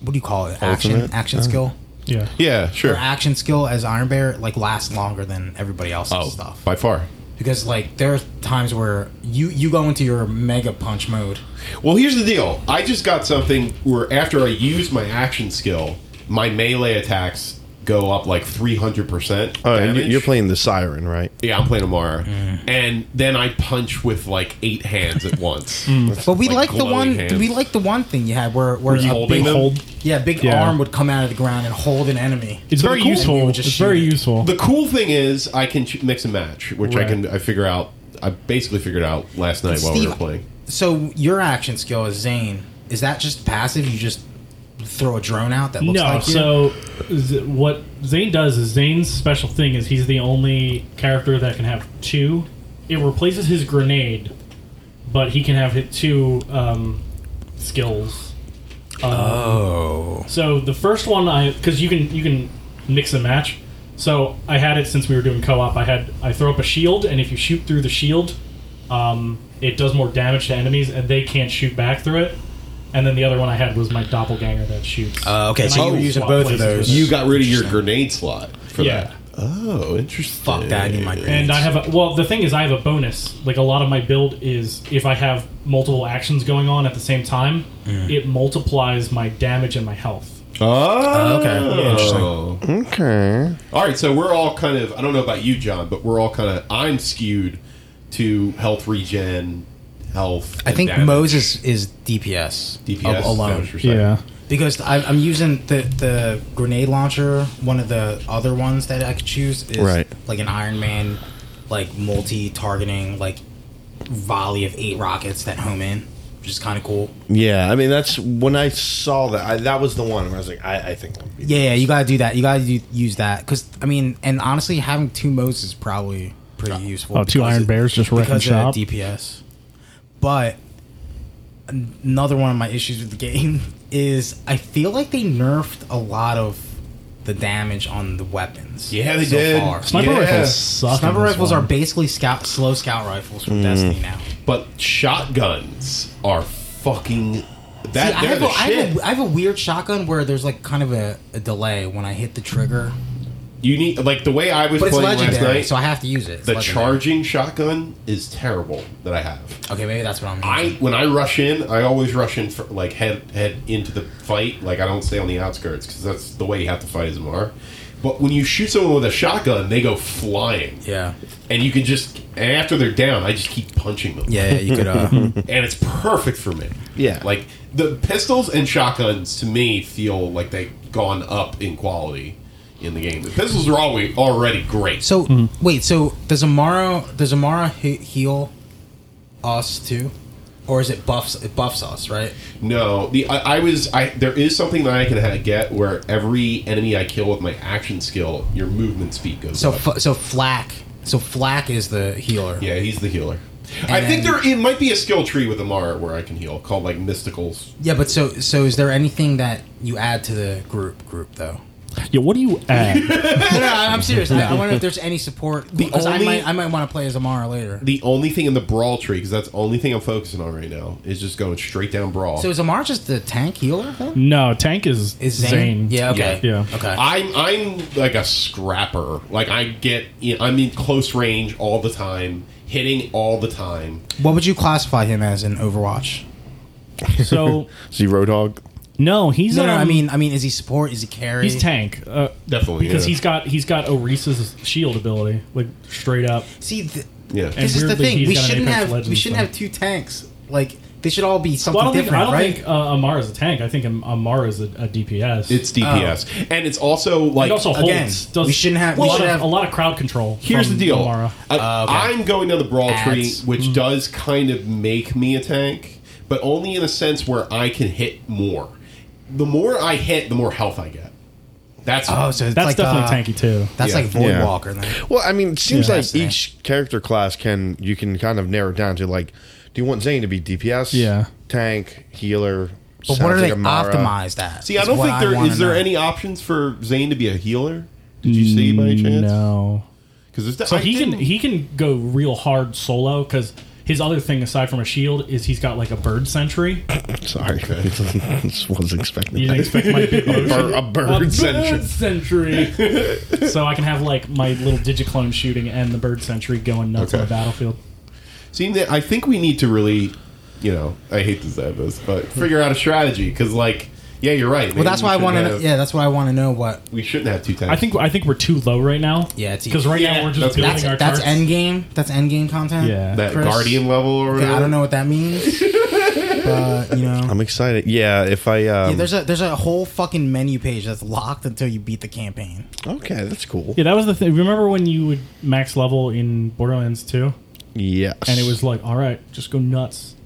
A: what do you call it? Action
E: Ultimate? Uh-huh.
A: action skill.
C: Yeah.
D: Yeah,
A: Her
D: sure.
A: action skill as Iron Bear like lasts longer than everybody else's
E: Oh,
A: stuff
D: by far.
A: because like there are times where you you go into your mega punch mode.
D: Well, here's the deal. I just got something where after I use my action skill, my melee attacks go up like 300%.
E: Oh, and you-
D: damage.
E: you're playing the siren, right?
D: Yeah, I'm playing Amara.
A: Mm.
D: And then I punch with like eight hands at once.
E: Mm.
A: But we
D: Like
A: like, the
D: glowing
A: one
D: hands.
A: we like the one thing you had where where
D: you
A: a
D: holding
A: big,
D: them?
C: Hold.
A: yeah a big
C: Yeah.
A: arm would come out of the ground and hold an enemy.
C: It's very
D: Cool.
A: You
C: useful.
A: would just
C: It's very
A: shoot it.
C: useful.
D: The cool thing is I can ch- mix and match, which
C: Right.
D: I can I figure out. I basically figured out last night while we were playing.
A: So your action skill as Zane is that just passive? You just throw a drone out that looks
C: no,
A: like you?
C: so Z- what Zane does is Zane's special thing is he's the only character that can have two. It replaces his grenade, but he can have hit two um, skills. oh. So the first one I because you can you can mix and match. So I had it since we were doing co-op. I had I throw up a shield, and if you shoot through the shield, um, it does more damage to enemies, and they can't shoot back through it. And then the other one I had was my doppelganger that shoots.
A: Uh, okay,
C: And
A: so
C: I
A: you were
C: can
A: using
C: swap
A: both of
C: places with
A: those.
C: it.
D: You got rid of your grenade slot for
C: Yeah.
D: that. Oh, interesting.
A: fuck that. I need my grenades.
C: And I have a well. The thing is, I have a bonus. Like a lot of my build is if I have multiple actions going on at the same time, it multiplies my damage and my health.
D: Oh,
A: okay. Interesting.
E: Okay.
D: All right, so we're all kind of I don't know about you, John, but we're all kind of I'm skewed to health regen, health.
A: I
D: and
A: think
D: damage.
A: Moses is DPS,
D: DPS
A: al- alone
D: damage percent.
A: because I, I'm using the the grenade launcher. One of the other ones that I could choose is
E: Right.
A: like an Iron Man, like multi targeting like volley of eight rockets that home in, which is kind of cool.
E: Yeah, I mean that's when I saw that. I, that was the one where I was like, I, I think. I'm beat.
A: Yeah, yeah, you gotta do that. You gotta do, use that because I mean, and honestly, having two Moses is probably
E: Uh,
A: pretty useful.
C: Oh, two
A: because
C: Iron
A: it-
C: Bears just wrecking
A: because
C: shop.
A: of that DPS. But an- another one of my issues with the game is I feel like they nerfed a lot of the damage on the weapons.
D: Yeah, they did.
A: Sniper,
C: Sniper
D: Yeah.
C: rifles suck. in this
A: rifles
C: one.
A: are basically scout slow scout rifles from Destiny now.
D: But shotguns are fucking
A: See,
D: that.
A: I,
D: they're
A: have a,
D: the
A: I, have
D: shit.
A: a, I have a weird shotgun where there's like kind of a, a delay when I hit the trigger,
D: you need like the way I was
A: but it's
D: playing last
A: legendary,
D: night.
A: so I have to use it. It's
D: the
A: legendary.
D: charging shotgun is terrible that I have.
A: Okay, maybe that's what I'm.
D: I when I rush in, I always rush in for, like head head into the fight. Like I don't stay on the outskirts because that's the way you have to fight as a Mar. But when you shoot someone with a shotgun, they go flying,
A: Yeah.
D: and you can just and after they're down, I just keep punching them.
A: Yeah, yeah, you could. Uh,
D: and it's perfect for me.
E: Yeah.
D: like the pistols and shotguns to me feel like they've gone up in quality in the game. The pistols are always already great.
A: so
C: Mm-hmm.
A: wait, so does Amara does Amara he- heal us too, or is it buffs it buffs us right?
D: No, the I, I was I. There is something that I can ha- get where every enemy I kill with my action skill, your movement speed goes
A: So
D: up.
A: f- so Flack so Flack is the healer.
D: yeah, he's the healer. I think
A: then-
D: there it might be a skill tree with Amara where I can heal called like mysticals.
A: Yeah, but so so is there anything that you add to the group group though?
C: Yeah. What do you add?
A: No, no, I'm serious. I, I wonder if there's any support. because I
D: only-
A: might I might want to play as Amara later.
D: The only thing in the brawl tree because that's the only thing I'm focusing on right now is just going straight down brawl.
A: So is Amara just the tank healer then?
C: no, tank is
A: Is Zane? Yeah. Okay.
C: Yeah. Yeah.
A: Okay.
D: I'm I'm like a scrapper. Like I get I'm in close range all the time, hitting all the time.
A: what would you classify him as in Overwatch?
C: So
E: Zero dog.
C: no, he's
A: No, no, I
C: um,
A: mean Oh, I mean is he support? Is he carry?
C: he's tank. Uh,
D: Definitely
C: because
D: yeah.
C: he's got he's got Orissa's shield ability, like straight up.
A: See, th-
D: Yeah. And
A: this is the
C: weirdly,
A: thing.
C: he's
A: We
C: got an
A: shouldn't
C: Apex
A: have we
C: Legends
A: shouldn't
C: thing.
A: have two tanks. Like they should all be something
C: Well, I don't think
A: different,
C: I don't
A: right?
C: think uh, Amar is a tank. I think Am- Amar is a, a DPS.
D: It's
A: Oh.
D: DPS, and it's also like
C: it also holds.
A: again,
C: does,
A: we shouldn't have-
C: a
A: we
C: lot
A: should
C: of-
A: have-
C: a lot of crowd control.
D: Here's the
C: from
D: deal.
C: Amara.
D: I, I'm going down the brawl
A: Uh, Ads. Mm-hmm.
D: tree, which does kind of make me a tank, but only in a sense where I can hit more. The more I hit, the more health I get. That's
A: oh, so it's
C: That's
A: like,
C: definitely
A: uh,
C: tanky too.
A: That's
D: Yeah.
A: like Void
E: Yeah.
A: Walker. Then.
E: Well, I mean, it seems
C: Yeah.
E: like each character class can you can kind of narrow it down to like, do you want Zane to be DPS?
C: Yeah.
E: tank, healer.
A: But what
E: sounds
A: are they
E: like Amara.
A: optimized at?
D: See, I
A: is
D: don't
A: what
D: think there
A: wanna
D: is there
A: know.
D: any options for Zane to be a healer. Did you see by any chance?
C: Mm, No.
D: Because
C: So he can he can go real hard solo because his other thing aside from a shield is he's got like a bird sentry.
E: Sorry, I just wasn't expecting
C: You
E: that.
C: didn't expect my big motion.
E: Bir- a bird, sentry.
C: sentry. so I can have like my little digiclone shooting and the bird sentry going nuts on
D: Okay.
C: the battlefield.
D: See, that I think we need to really, you know, I hate to say this, but figure out a strategy because, like, yeah, you're right.
A: Well, that's why I want to.
D: to.
A: Yeah, that's why I want to know what.
D: we shouldn't have two tanks.
C: I think I think we're too low right now.
A: Yeah, it's-
C: because right
D: Yeah,
C: now we're just
D: okay.
C: building
A: That's
C: our
A: that's
C: charts.
A: end game. That's end game content.
C: Yeah.
D: that
A: Chris?
D: guardian level or
A: Okay,
D: whatever.
A: I don't know what that means, but you know,
E: I'm excited. Yeah, if I um,
A: Yeah, there's a there's a whole fucking menu page that's locked until you beat the campaign.
E: okay, that's cool.
C: Yeah, that was the thing. Remember when you would max level in Borderlands 2?
E: Yes,
C: And it was like, all right, just go nuts.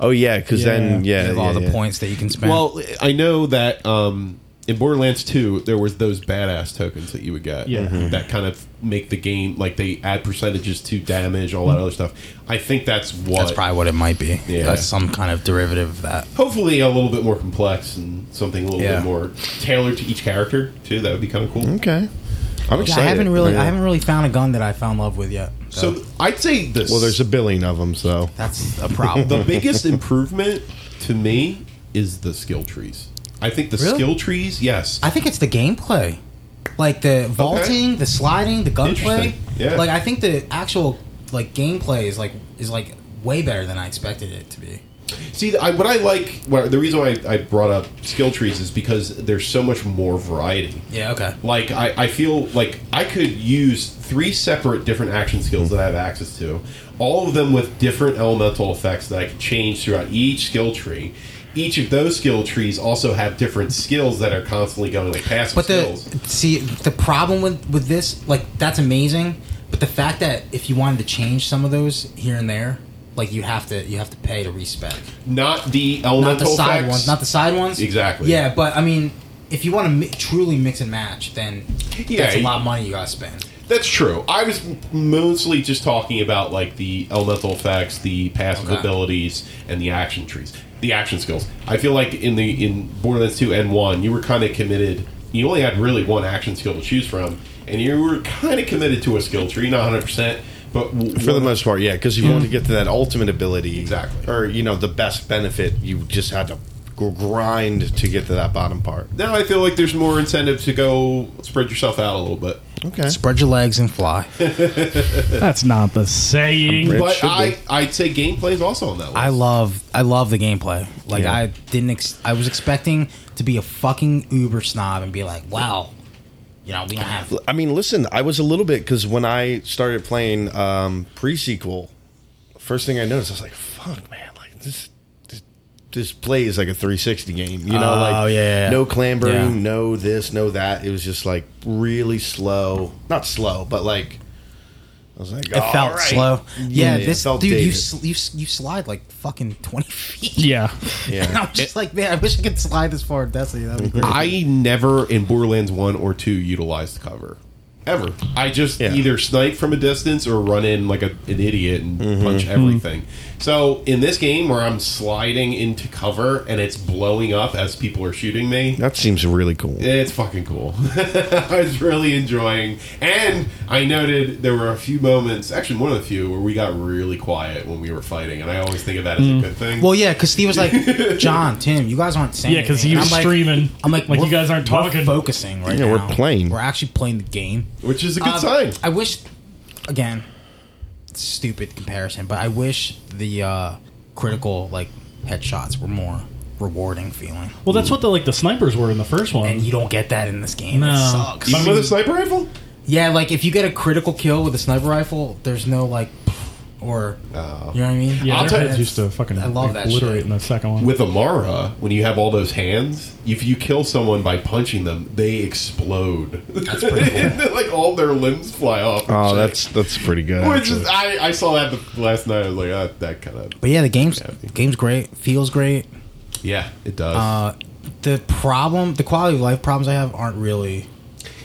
E: oh yeah, because then
A: You
E: yeah,
A: have all
E: yeah,
A: the
E: yeah.
A: points that you can spend.
D: Well, I know that um, in Borderlands 2, there was those badass tokens that you would get.
C: Yeah.
A: Mm-hmm.
C: Mhm.
D: That kind of make the game, like, they add percentages to damage, all that other stuff. I think that's what.
A: that's probably what it might be.
D: Yeah.
A: That's some kind of derivative of that.
D: Hopefully, a little bit more complex and something a little
A: Yeah. Mm-hmm.
D: bit more tailored to each character too. That would be kind of cool.
E: Okay, I'm
A: Yeah,
E: excited.
A: I haven't really I
E: Yeah.
A: haven't really found a gun that I found love with yet.
D: So I'd say this.
E: Well, there's a billion of them, so
A: that's a
D: the
A: problem.
D: biggest improvement to me is the skill trees. I think the
A: Really?
D: skill trees, yes.
A: I think it's the gameplay. Like the vaulting, the sliding, the gunplay.
D: Interesting. Yeah.
A: Like I think the actual like gameplay is like is like way better than I expected it to be.
D: See, I, what I like, what, the reason why I, I brought up skill trees is because there's so much more variety.
A: Yeah, okay.
D: Like I, I feel like I could use three separate different action skills that I have access to, all of them with different elemental effects that I can change throughout each skill tree. Each of those skill trees also have different skills that are constantly going like passive
A: But the
D: skills.
A: see the problem with with this like that's amazing, but the fact that if you wanted to change some of those here and there, like you have to you have to pay to respec.
D: Not the
A: Not the
D: elemental
A: side
D: effects.
A: ones, not the side ones.
D: Exactly.
A: Yeah, but I mean, if you want to mi- truly mix and match, then
D: Yeah,
A: that's a
D: you-
A: lot of money you gotta spend.
D: That's true. I was mostly just talking about like the elemental effects, the passive
A: Okay.
D: abilities, and the action trees, the action skills. I feel like in the in Borderlands two and one, you were kind of committed. You only had really one action skill to choose from, and you were kind of committed to a skill tree, not hundred percent, but w-
E: for the
D: one-
E: most part, yeah, because you want to get to that ultimate ability,
D: Exactly.
E: or you know the best benefit, you just had to gr- grind to get to that bottom part.
D: Now I feel like there's more incentive to go spread yourself out a little bit.
E: Okay,
A: Spread your legs and fly.
C: That's not the saying.
E: It
D: But
E: should be.
D: I, I'd say gameplay is also on that list.
A: I love I love the gameplay. Like
E: Yeah.
A: I didn't ex- I was expecting to be a fucking uber snob and be like, wow, you know we don't have
E: I mean, listen, I was a little bit because when I started playing um, pre sequel, first thing I noticed, I was like, "Fuck, man! Like this, this, this plays like a 360 game." You know,
A: Oh,
E: like
A: yeah.
E: no clambering,
A: Yeah.
E: no this, no that. It was just like really slow. Not slow, but like I was like,
A: It
E: "All
A: felt
E: right."
A: slow. Yeah,
E: Yeah, it
A: this
E: felt
A: dude, you,
E: dated.
A: sl- you s- you slide like fucking twenty feet.
C: Yeah.
A: and
E: Yeah.
A: I'm just like, man, I wish I could slide this far in Destiny. That'd be great.
D: I never in Borderlands one or two utilized cover. Ever. I just
E: Yeah.
D: either snipe from a distance or run in like a, an idiot and
A: Mm-hmm.
D: punch everything. So in this game where I'm sliding into cover and it's blowing up as people are shooting me,
E: That seems really cool.
D: it's fucking cool. I was really enjoying, and I noted there were a few moments, actually more than a few, where we got really quiet when we were fighting, and I always think of that as a good thing.
A: Mm. well, yeah, because Steve was like, John, Tim, you guys aren't saying.
C: Yeah, because
A: anything."
C: he
A: And
C: was
A: I'm like-
C: streaming.
A: I'm like,
C: like you
A: we're-
C: guys aren't
A: we're
C: talking.
A: focusing right
E: Yeah,
A: now.
E: we're playing.
A: We're actually playing the game.
D: which is a good
A: Uh,
D: sign.
A: I wish, again, stupid comparison, but I wish the uh, critical like headshots were more rewarding feeling,
C: Well, that's what the like the snipers were in the first one.
A: and you don't get that in this game. It
C: No.
A: sucks.
D: Even with a sniper rifle?
A: Yeah, like if you get a critical kill with a sniper rifle, there's no like, or you know what I mean?
C: yeah,
D: I'll
C: their
D: tell you-
C: heads used to fucking
A: I love that
C: obliterate
A: shit.
C: in the second one.
D: with Amara, when you have all those hands, if you kill someone by punching them, they explode. That's
A: pretty cool.
D: like all their limbs fly off. and
E: Oh,
D: shit.
E: that's that's pretty good.
D: Which is,
E: actually.
D: I, I saw that the- last night. I was like, ah, that kind of.
A: But yeah, the game's the game's great, feels great.
D: Yeah, it does.
A: Uh, the problem, the quality of life problems I have aren't really.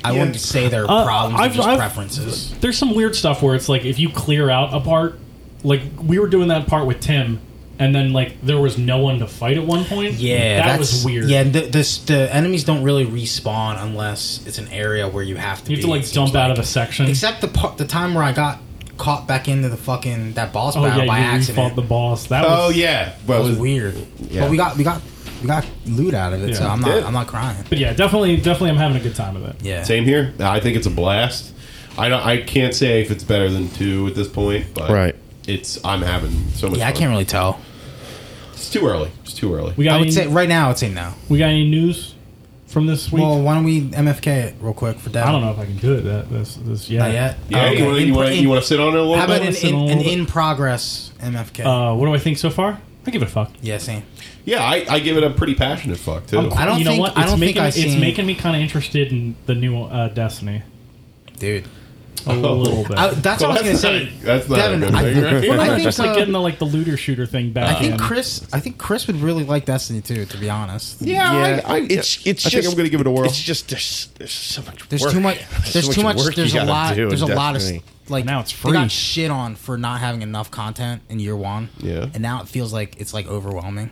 A: I
D: Yeah.
A: wouldn't say they're
C: Uh,
A: problems, they're
C: I've-
A: just
C: I've-
A: preferences.
C: There's some weird stuff where it's like if you clear out a part, like we were doing that part with Tim, and then like there was no one to fight at one point.
A: Yeah,
C: that
A: that's,
C: was weird.
A: Yeah, the, this the enemies don't really respawn unless it's an area where you have to.
C: you have to
A: be,
C: like
A: it
C: jump
A: seems
C: out
A: like.
C: of a section.
A: Except the part, the time where I got caught back into the fucking that boss
C: oh
A: battle
C: yeah,
A: by
C: you
A: accident.
C: fought the boss. That
D: Oh
C: was,
D: yeah,
A: that
D: well,
A: was
D: it was-
A: weird.
D: yeah.
A: But we got we got we got loot out of it, so
C: Yeah.
A: I'm not
D: Did.
A: I'm not crying.
C: But yeah, definitely, definitely, I'm having a good time with it.
A: Yeah.
D: same here. I think it's a blast. I don't. I can't say if it's better than two at this point, but
E: Right.
D: It's. I'm having so much.
A: Yeah, I
D: fun.
A: can't really tell.
D: It's too early. It's too early.
C: We got
A: I would
C: any,
A: say right now I'd say no.
C: we got any news from this week?
A: Well, why don't we MFK it real quick for Dev?
C: I don't know if I can do it. That this this yeah.
A: Not yet.
D: yeah,
A: Okay.
D: you want to
A: In-
D: you want to
A: in-
D: you want to sit on it a little
A: How about
D: bit?
A: an
C: Let's sit
A: in,
C: on a
A: an
C: little bit.
A: in progress MFK?
C: Uh, what do I think so far? I give it a fuck.
A: yeah, same.
D: yeah, I, I give it a pretty passionate fuck too.
A: I don't
C: you know
A: think-
C: what?
A: I
C: It's
A: don't think
C: making,
A: I've
C: it's
A: seen-
C: making me kind of interested in the new uh, Destiny
A: Dude,
C: uh, a little bit.
A: Oh. I, that's
D: Well,
A: what I was gonna
D: that's
A: say.
D: not- that's not a
A: Devin,
D: good
A: I-
D: thing, right?
A: well, I think,
C: just like
A: uh,
C: getting the like the looter shooter thing back.
A: I think
C: in.
A: Chris. I think Chris would really like Destiny too. To be honest,
E: Yeah, I, it's it's
D: I
E: just
D: think I'm gonna give it a whirl.
E: It's just there's, there's so much.
A: there's
E: work.
A: too much. There's
E: so
A: too much.
E: work
A: there's
E: you
A: a
E: gotta
A: lot.
E: do in
A: There's a lot of
E: Destiny.
A: s- like
C: Now it's
A: They
C: free.
A: got shit on for not having enough content in year one.
D: Yeah.
A: and now it feels like it's like overwhelming.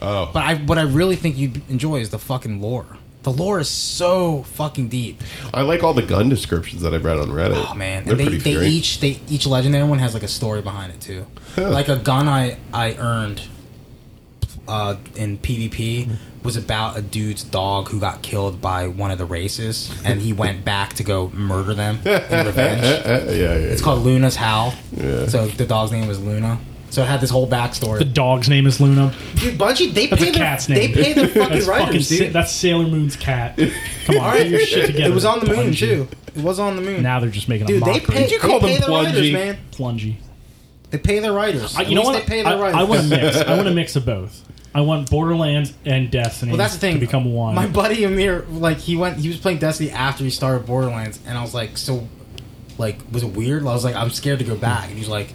D: Oh.
A: But I what I really think you enjoy is the fucking lore. The lore is so fucking deep.
D: I like all the gun descriptions that I've read on Reddit.
A: Oh man,
D: they're
A: and they,
D: pretty
A: they
D: great.
A: each they each legendary one has like a story behind it too.
D: Huh.
A: Like a gun I I earned uh, in PvP was about a dude's dog who got killed by one of the races, and he went back to go murder them in revenge.
D: Uh, yeah, yeah.
A: It's called Luna's Howl. So the dog's name was Luna. So it had this whole backstory.
C: the dog's name is Luna.
A: dude, Bungie they
C: That's
A: pay
C: a
A: their
C: cat's
A: they
C: name.
A: pay their fucking
C: That's fucking
A: writers,
C: Sa-
A: dude.
C: that's Sailor Moon's cat. Come on, get your shit together.
A: It was on the moon
C: Bungie.
A: too. It was on the moon.
C: Now they're just making
A: dude,
C: a
A: they
C: mockery.
A: pay,
D: you
A: they
D: call
A: pay
D: them
A: their writers,
D: Bungie?
A: man.
C: Plungy.
A: They pay their writers.
C: I,
A: At
C: you know
A: least
C: what?
A: They pay their
C: I,
A: writers.
C: I want to mix. I want to mix of both. I want Borderlands and Destiny.
A: well, that's the thing.
C: To become one.
A: My buddy Amir, like he went, he was playing Destiny after he started Borderlands, and I was like, so, like, was it weird? I was like, I'm scared to go back, and he's like,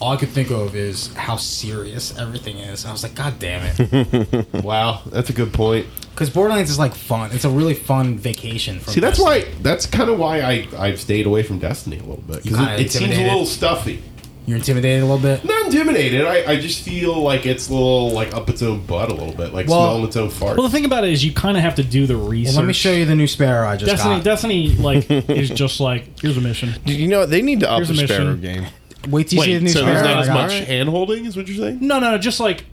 A: all I could think of is how serious everything is. And I was like, God damn it,
D: Wow, that's a good point.
A: because Borderlands is like fun. It's a really fun vacation. From
D: See, that's
A: Destiny.
D: why. That's kind of why I I've stayed away from Destiny a little bit
A: You
D: because
A: kinda
D: it, it seems a
A: intimidated.
D: little stuffy.
A: you're intimidated a little bit.
D: Not intimidated. I, I just feel like it's a little like up its own butt a little bit, like
A: Well-
D: smelling its own fart.
C: well, the thing about it is, you kind of have to do the research.
A: Well, let me show you the new Sparrow I just
C: Destiny,
A: got.
C: Destiny, like is just like here's a mission.
E: You know what? They need to up
C: Here's
E: the
C: a mission.
E: Sparrow game.
A: Wait till you see the new
D: so
A: Sparrow.
D: there's
A: I
D: not as
A: got.
D: much hand holding, is what you're saying?
C: No, no, just like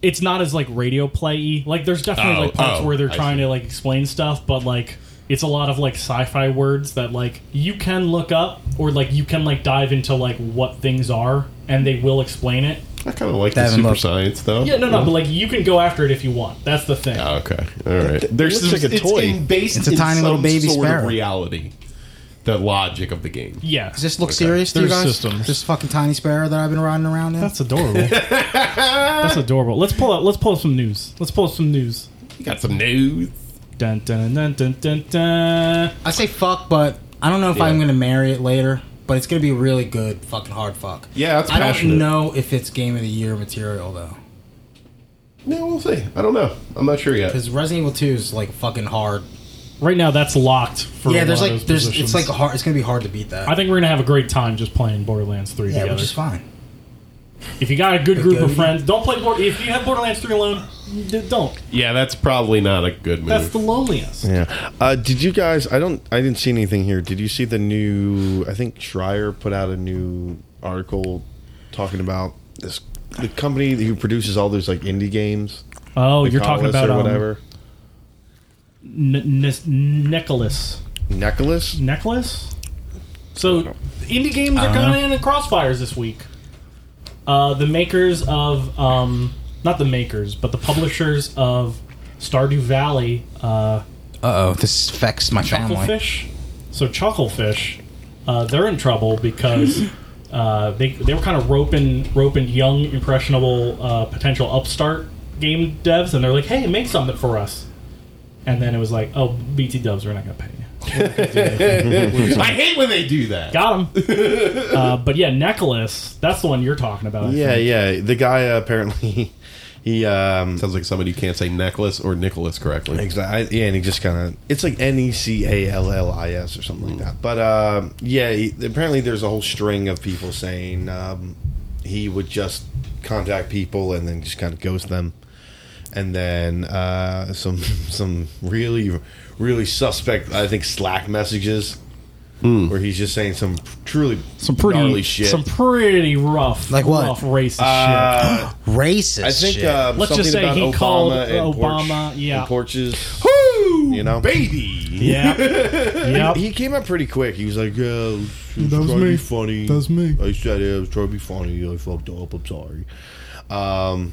C: it's not as like radio play. Like there's definitely
D: Oh,
C: like parts
D: oh,
C: where they're
D: I
C: trying
D: see.
C: to like explain stuff, but like it's a lot of like sci-fi words that like you can look up or like you can like dive into like what things are and they will explain it.
D: I kind of like the
A: Devin,
D: super
A: look.
D: science though.
C: Yeah, no, no, but like you can go after it if you want. That's the thing.
D: Oh, okay, all right. There's
E: looks like a
D: it's
E: toy.
D: in- based
A: It's a
D: in
A: tiny little
D: some
A: baby
D: sort
A: sparrow.
D: of reality. The logic of the game.
C: Yeah.
A: Does this look serious to you
C: There's
A: guys?
C: systems.
A: This fucking tiny sparrow that I've been riding around in.
C: That's adorable. That's adorable. Let's pull out. Let's pull up some news. Let's pull up some news.
D: You got some news.
C: Dun dun dun dun dun dun.
A: I say fuck, but I don't know if
D: Yeah.
A: I'm gonna marry it later. But it's gonna be a really good fucking hard fuck.
D: Yeah, that's
A: I don't
D: passionate.
A: know if it's game of the year material though,
D: No, we'll see. I don't know. I'm not sure yet.
A: because Resident Evil Two is like fucking hard.
C: Right now, that's locked for.
A: yeah,
C: a
A: there's
C: lot
A: like
C: of those
A: there's
C: positions.
A: it's like hard. It's gonna be hard to beat that.
C: I think we're gonna have a great time just playing Borderlands Three
A: yeah,
C: together.
A: which is fine.
C: If you got a good group
A: Goody.
C: of friends, don't play Border. If you have Borderlands Three alone, d- don't.
D: Yeah, that's probably not a good move.
C: That's the loneliest.
E: Yeah. Uh, did you guys? I don't. I didn't see anything here. Did you see the new? I think Schreier put out a new article talking about this the company who produces all those like indie games.
C: Oh, you're
E: Nicolas
C: talking about
E: or
C: um,
E: whatever.
C: N- N- Nicholas.
E: Necklace.
C: Necklace. So, indie games are kind of in the crossfires this week. Uh, the makers of um, not the makers, but the publishers of Stardew Valley. Uh,
A: Uh oh, this affects my family.
C: Chucklefish. So Chucklefish, uh, they're in trouble because uh, they they were kind of roping roping young impressionable uh, potential upstart game devs, and they're like, "Hey, make something for us." And then it was like, "Oh, BT Dubs, we're not gonna pay you."
D: I hate when they do that.
C: Got him. uh, but yeah, Necklace, that's the one you're talking about. I
E: Yeah,
C: think.
E: yeah. The guy uh, apparently he um
D: Sounds like somebody who can't say necklace or Nicholas correctly.
E: Exactly. Yeah, and he just kind of it's like N E C A L L I S or something like that. But um, yeah, he, apparently there's a whole string of people saying um, he would just contact people and then just kind of ghost them. And then uh, some some really really suspect I think Slack messages where he's just saying some truly
C: Some pretty
E: gnarly shit.
C: Some pretty rough,
A: Like what?
C: rough racist shit.
A: Racist.
E: Uh, I think
A: shit.
D: uh,
E: um,
C: Let's
E: something
C: just say
E: about
C: he
E: Obama
C: called
E: and porch-
C: Obama, yeah.
E: and porches.
B: Woo,
E: You know?
B: baby.
C: Yeah.
E: Oh.
C: yep.
E: He came up pretty quick. He was like, "Yeah, I was, I was
F: That was
E: trying to
F: me.
E: be funny.
F: That was me.
E: I said it. I was trying to be funny. I fucked up. I'm sorry." Um,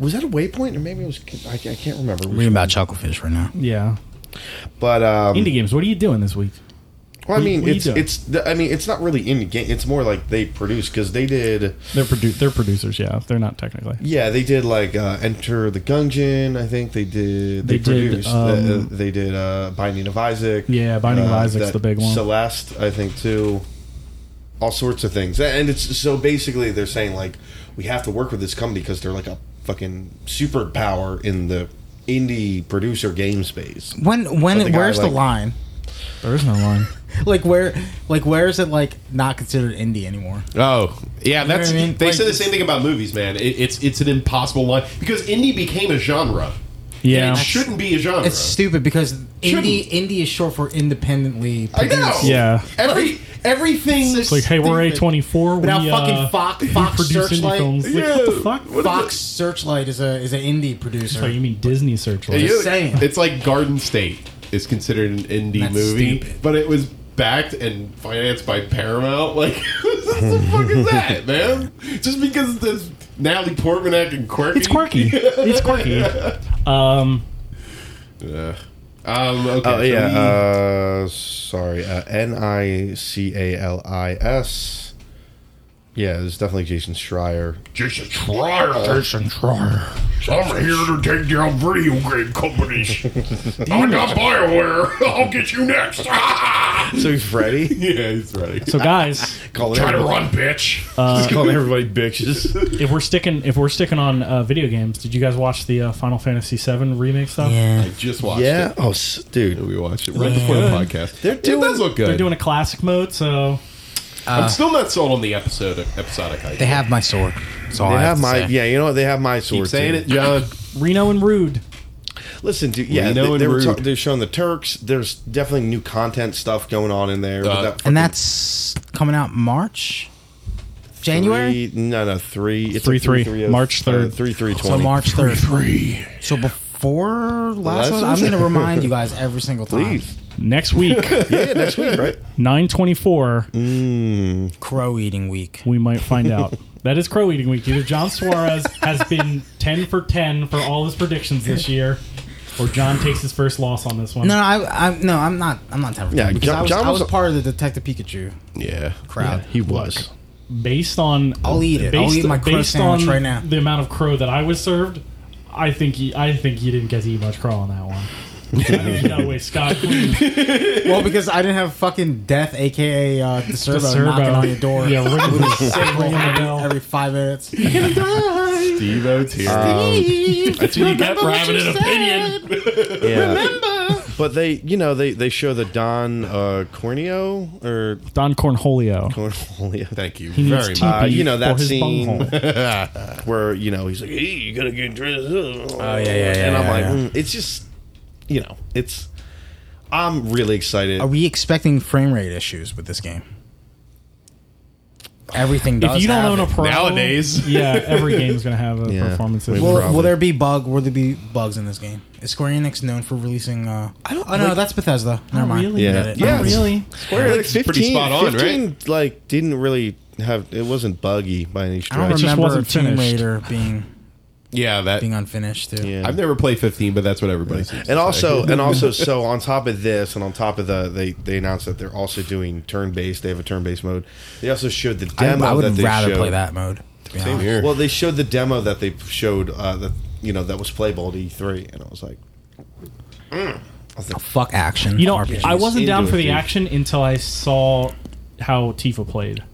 E: was that a waypoint or maybe it was? I, I can't remember.
A: reading about chucklefish right now.
C: Yeah.
E: But um,
C: Indie games, what are you doing this week?
E: well, I
C: What-
E: mean,
C: what you
E: it's
C: doing?
E: it's. the- I mean, it's not really indie game. It's more like they produce because they did.
C: They're produ- they're producers, yeah. They're not technically.
E: Yeah, they did like uh, Enter the Gungeon. I think they did. They,
C: They did,
E: produced.
C: um,
E: uh, they did uh, Binding of Isaac. Uh,
C: Yeah, Binding of Isaac's
E: that
C: the big one.
E: Celeste, I think too. All sorts of things, and it's so basically they're saying like we have to work with this company because they're like a fucking superpower in the indie producer game space.
A: When when
E: But the guy,
A: where's
E: like-
A: the line?
C: There is no line.
A: Like where like where is it like not considered indie anymore?
D: Oh, yeah.
A: know
D: That's
A: what I mean?
D: they
A: Like-
D: say the same thing about movies, man. It, it's it's an impossible line because indie became a genre.
C: Yeah.
D: and it shouldn't be a genre.
A: It's stupid because indie
D: Shouldn't.
A: indie is short for independently.
D: I know.
A: produced.
C: Yeah.
D: Every everything.
C: It's like, hey, we're A24. We,
A: Now
C: uh,
A: fucking Fox Fox
C: produce indie
A: Searchlight.
C: films. Like, what the fuck?
A: Fox Searchlight is a is an indie producer.
C: Oh, you mean Disney Searchlight?
A: Just saying.
D: It's like Garden State is considered an indie
A: That's
D: movie,
A: stupid.
D: but it was backed and financed by Paramount. Like, what the fuck is that, man? Just because there's Natalie Portman acting quirky.
C: It's quirky. it's quirky. Um,
D: Ugh. um, okay.
E: Oh
D: so
E: yeah,
D: we-
E: uh, sorry, uh, N I C A L I S. Yeah, it's definitely Jason Schreier.
B: Just a trial. Just a trial. I'm here to take down video game companies. I got Bioware. I'll get you next. Try
E: So Freddy,
D: yeah, he's right.
C: so guys,
E: calling
B: to
E: everybody,
B: run, bitch.
E: just calling everybody bitches.
C: if we're sticking if we're sticking on uh, video games, did you guys watch the uh, Final Fantasy VII remake stuff?
A: yeah.
D: I just watched
E: yeah,
D: it.
E: oh s- dude,
D: We watched it right before the podcast. They're
E: doing-
D: it does look good.
C: They're doing a classic mode, so
D: I'm still not sold on the episode episodic idea.
A: They have my sword. That's all
E: they
A: I have,
E: have my
A: to say.
E: yeah. You know what? They have my sword.
D: Keep saying
E: too.
D: it, John.
C: Reno and Rude.
E: Listen, dude. Yeah,
D: Reno
E: they,
D: and
E: they were
D: Rude.
E: talk- they're showing the Turks. There's definitely new content stuff going on in there.
D: Uh,
A: And that's coming out March, January.
E: Three, no, no, three. It's
C: Three,
E: a
C: three.
E: oh-
C: March
E: Uh,
C: third.
E: three, three,
A: So
E: twenty.
A: March third. So before last,
E: Last
A: one, I'm
E: one?
A: going to remind you guys every single time.
E: Please.
C: Next week,
E: Yeah, next week, right?
C: nine twenty four,
A: Crow eating week.
C: we might find out. That is crow eating week. Either John Suarez has been ten for ten for all his predictions this year, or John takes his first loss on this one.
A: No, no, I, I, no, I'm not. I'm not telling.
E: Yeah,
A: Yeah, because
E: John-
A: I, was,
E: John
A: I was
E: was-
A: part of the Detective Pikachu
D: Yeah.
A: crowd.
E: He was.
C: Based on
A: I'll eat it. I'll eat my crow
C: based
A: sandwich
C: on
A: right now.
C: The amount of crow that I was served, I think he, I think you didn't get to eat much crow on that one. I think you got away scot free.
A: Well, because I didn't have fucking death, aka uh, the servo
C: servo.
A: knocking on your door.
C: Yeah, ringing the-
A: Every-
C: ringing the bell.
A: every five minutes.
D: Steve O's here. That's what you get for having an opinion.
E: Yeah. But they, you know, they they show the Don uh, Corneo or
C: Don Cornholio.
E: Cornelio,
D: Thank you
C: He needs
D: very much.
C: TP
E: Uh, you know, that
C: for his
E: scene-
C: bunghole.
E: where you know he's like, "Hey, you gotta get dressed." Oh
A: yeah, yeah, yeah,
E: And I'm
A: yeah,
E: like,
A: yeah.
E: "Mm, it's just, you know, it's. I'm really excited.
A: Are we expecting frame rate issues with this game? Everything does.
C: If you don't
A: have
C: own a
A: it.
C: pro
D: Nowadays.
C: yeah, every game's gonna have a
E: Yeah.
C: performance
E: We have
C: issue.
E: a
A: Will,
E: problem.
A: will there be bug? Will there be bugs in this game? Is Square Enix known for releasing? Uh, I don't. Oh no, that's Bethesda. Never mind.
C: really?
E: Yeah.
A: Get it.
E: Yeah.
C: Not really.
E: We're like
D: pretty spot on, right?
E: right? Like, didn't really have. It wasn't buggy by any
A: I don't
E: stretch.
C: just
A: remember
C: wasn't
A: Tomb
C: finished.
A: Raider being
D: Yeah, that.
A: being unfinished too.
E: Yeah.
D: I've never played 15, but that's what everybody seems to
E: and
D: say.
E: also, and also, so on top of this, and on top of the, they they announced that they're also doing turn based. They have a turn based mode. They also showed the
A: I,
E: demo
A: I
E: that
A: would
E: they
A: rather
E: showed.
A: play that mode. To be honest.
D: here.
E: Well, they showed the demo that they showed uh, that you know that was playable at E3, and I was like,
A: Fuck action.
C: You know,
A: RPGs.
C: I wasn't down
E: Into
C: for
E: it,
C: the
E: dude.
C: action until I saw how Tifa played.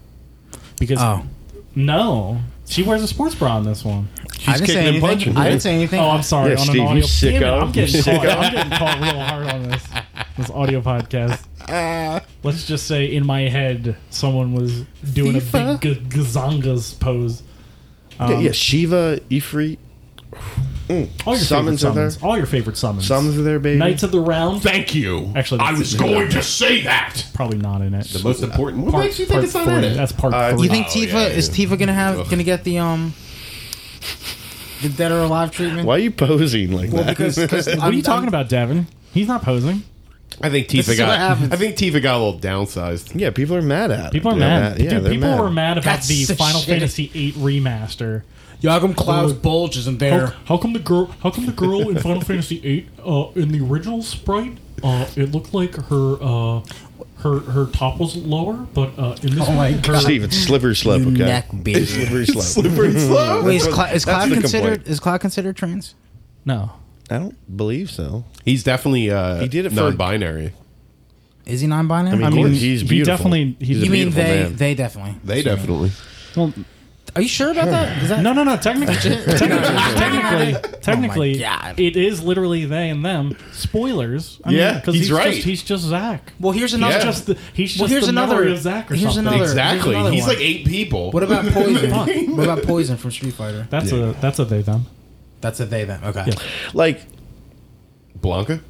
C: Because
A: Oh,
C: no, she wears a sports bra on this one.
A: I didn't say
D: kicking and
A: anything.
D: punching,
A: I
D: dude.
A: didn't say anything.
C: Oh, I'm sorry.
E: Yeah,
C: on
E: Steve,
C: an
E: you
C: audio, Damn it,
E: sicko.
C: I'm getting
E: You
C: caught.
E: sicko.
C: I'm getting caught real hard on this this audio podcast.
D: "Ah,
C: Let's just say in my head, someone was doing a big g- gazongas pose.
A: Um,
E: yeah, yeah, Shiva, Ifrit,
C: All your
E: Summons are
C: favorite
E: there?
C: summons. All your favorite summons.
E: Summons are there, baby.
C: Knights of the Round.
B: Thank you.
C: Actually,
B: I
C: that's
B: was
C: it.
B: going to say that.
C: Probably not in it.
D: The most important. What makes you think it's not in
C: three.
D: it?
C: That's part
E: Uh,
C: three.
A: You think
D: Oh,
A: Tifa
D: yeah,
A: is Tifa gonna have gonna get the um the dead or alive treatment?
E: Why are you posing like
A: Well,
E: that?
A: because cause
C: what are you talking about, Davin? He's not posing.
D: I think
A: This
D: Tifa
A: is what
D: got.
A: happens.
D: I think Tifa got a little downsized.
E: yeah, people are mad at.
C: People are
E: it. They're
C: mad.
E: Yeah,
C: Dude,
E: they're
C: people
E: mad.
C: were mad about
A: That's
C: the
A: so
C: Final
A: shitty.
C: Fantasy VIII remaster.
A: Yagam Cloud's bulge isn't
C: How,
A: there?
C: how come the girl? How come the girl in Final Fantasy VIII, uh, in the original sprite, uh, it looked like her uh, her her top was lower, but uh, in this
A: Oh
C: one,
A: my
C: her,
A: God.
E: Steve, it's slippery slope.
A: You
E: Okay,
A: neck bitch.
E: slippery slope.
D: Slippery slow.
A: Wait, is, Cla- is
E: That's
A: Cloud
E: the
A: considered
E: complaint.
A: is Cloud considered trans?
C: no,
E: I don't believe so.
D: He's definitely uh,
E: He did it for-
D: non-binary.
A: Is he non-binary?
E: I mean, he's
C: he
E: beautiful.
C: definitely- he-
E: he's a
A: you mean
E: beautiful
A: they?
E: man.
A: They definitely.
D: They definitely.
C: well,
A: Are you sure about that? Is that
C: no, no, no. Technically,
A: Oh
C: technically, technically, technically
A: God.
C: it is literally they and them. Spoilers. I mean,
D: Yeah,
C: 'cause
D: he's
C: just-
D: right.
C: he's just Zach.
A: Well, here's another.
D: Yeah.
C: Just the, he's just
A: Well, here's
C: the
A: another-
C: memory of Zach or
A: here's
C: something.
A: another-
D: Exactly.
A: another
D: He's
A: one.
D: like eight people.
A: What about poison? what about poison from Street Fighter?
C: That's a that's a they them.
A: That's a they then. Okay.
C: Yeah.
E: like
D: Blanca?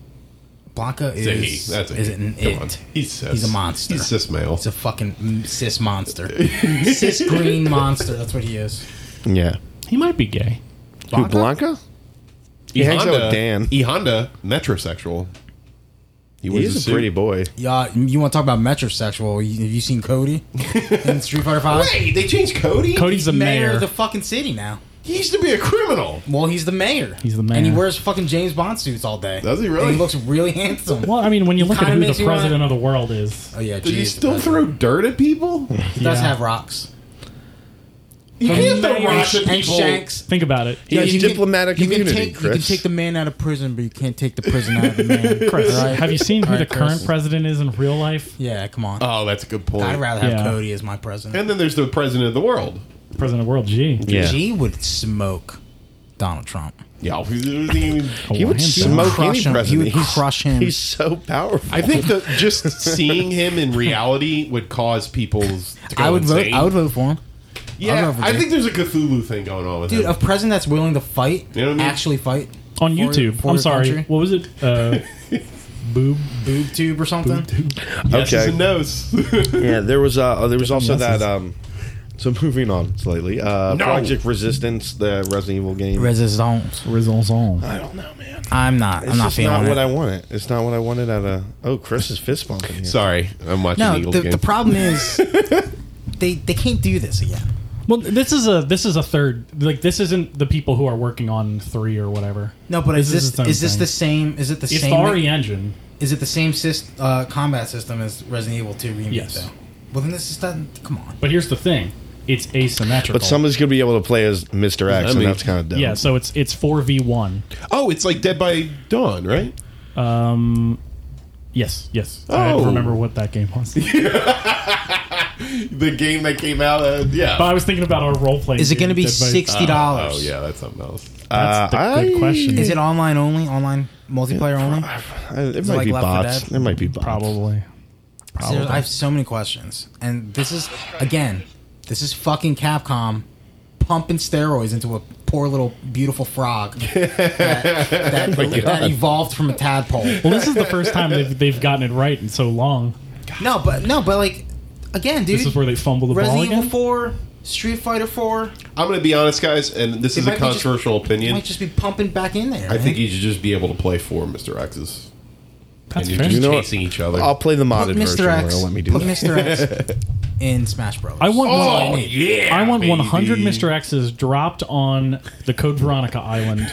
A: Blanca is.
D: It's a he. That's a
A: is
D: he.
A: an
D: Come
A: it.
D: on. He's cis.
A: He's a monster.
D: He's cis male.
A: It's a fucking cis monster. cis green monster. That's what he is.
E: yeah,
C: He might be gay.
E: Who, Blanca. He hangs out with Dan.
D: E Honda, metrosexual.
E: He
D: wears
E: is a
D: suit.
E: pretty boy.
A: Yeah, you want to talk about metrosexual? You, have you seen Cody in Street Fighter Five?
D: Wait, they changed Cody?
C: Cody's the mayor.
A: of the fucking city now.
D: He used to be a criminal.
A: Well, he's the mayor.
C: He's the
A: and he
C: mayor.
A: wears fucking James Bond suits all day.
D: Does he
A: And
D: really?
A: he looks really handsome.
C: well, I mean, when you look at
A: kinda
C: who the
A: makes me
C: president
A: wanna-
C: of the world is,
A: Oh yeah,
D: Did he
A: geez,
D: still
A: but
D: throw dirt at people?
A: He does
C: Yeah.
A: have rocks.
D: You can't throw
A: And
D: rocks at
A: and
D: people.
A: shanks.
C: think about it.
E: has diplomatic
A: you Can
E: immunity,
A: take, You can
E: Chris.
A: take the man out of prison, but you can't take the prison out of the man.
C: Chris,
A: Right?
C: have you seen who
A: All
C: the
A: right, Chris.
C: current president is in real life?
A: Yeah, come on.
D: Oh, that's a good
A: I'd
D: point.
A: rather have
C: Yeah.
A: Cody as my president.
D: and then there's the president of the world.
C: President of the world, G.
E: Yeah,
A: G would smoke Donald Trump.
D: Yeah.
E: he would
C: Hawaiian
E: smoke
A: Crush him. He
E: any president.
A: would
E: He's-
A: crush him.
E: He's so powerful.
D: I think that just seeing him in reality would cause people's. To go
A: I would
D: insane.
A: vote. I would vote for him. I'd
D: Yeah,
A: vote for
D: I,
A: Jake.
D: think there's a Cthulhu thing going on with
A: Dude,
D: him.
A: a president that's willing to fight,
D: You know what I mean?
A: actually fight,
C: on
A: For-
C: YouTube.
A: for
C: I'm
A: the
C: sorry.
A: country?
C: What was it? Uh, boob.
A: boob tube or something.
D: Yeses
E: okay.
D: and nos.
E: Yeah, there was uh, oh, there was also
C: messes.
E: that. Um, so moving on slightly, uh,
D: No.
E: Project Resistance, the Resident Evil game.
A: Resistance.
E: I don't know, man.
A: I'm not.
E: It's
A: I'm not
E: just
A: feeling
E: not
A: it.
E: what I wanted. It's not what I wanted at a. Oh, Chris is fist bumping. Here.
D: Sorry, I'm watching
A: no,
D: Eagles
A: the,
D: game.
A: the problem is they they can't do this again.
C: well, this is a this is a third. Like this isn't the people who are working on three or whatever.
A: No, but is
C: is
A: this
C: its own
A: is this
C: thing.
A: the same? Is it the
C: It's
A: same?
C: the RE engine.
A: Is it the same syst, uh, combat system as Resident Evil Two remake?
C: Yes.
A: Though? Well, then this is done. Come on.
C: But here's the thing: it's asymmetrical.
E: But someone's gonna be able to play as Mr. X,
D: I mean-
E: and that's kind of dumb.
C: yeah. So it's it's four v one.
D: oh, it's like Dead by Dawn, right?
C: Um. Yes. Yes. I
D: Oh.
C: remember what that game was.
D: The game that came out. Uh, yeah.
C: But I was thinking about our role playing.
A: Is it going to
C: game,
A: be
C: Dead by-
A: sixty dollars?
D: Oh yeah, that's something else.
C: That's the
E: Uh,
C: good
E: I-
C: question.
A: Is it online only? Online multiplayer only?
E: I- Uh, it might
A: like
E: be
A: Left 4
E: bots.
A: Dead?
E: It might be bots.
C: Probably.
A: There- I have so many questions, and this is again, this is fucking Capcom pumping steroids into a poor little beautiful frog that, that, that evolved from a tadpole.
C: Well, this is the first time they've, they've gotten it right in so long.
A: No, but no, but like again, dude.
C: This is where they fumble the
A: Resident
C: ball
A: Evil
C: again.
A: Four, Street Fighter Four
D: I'm going to be honest, guys, and this is
A: might
D: a
A: be just-
D: controversial opinion.
A: might just be pumping back in there.
D: I think
A: man.
D: you should just be able to play four Mr. X's.
C: That's
D: and
C: fair.
D: you're just
E: You know what?
D: chasing each other.
E: I'll play the modded
A: put Mr.
E: version. where
A: X.
E: it'll Let me do
A: put
E: that.
A: Mr. X in Smash Bros.
C: I want one-
D: oh yeah!
C: I want 100
D: baby.
C: Mr. X's dropped on the Code Veronica Island.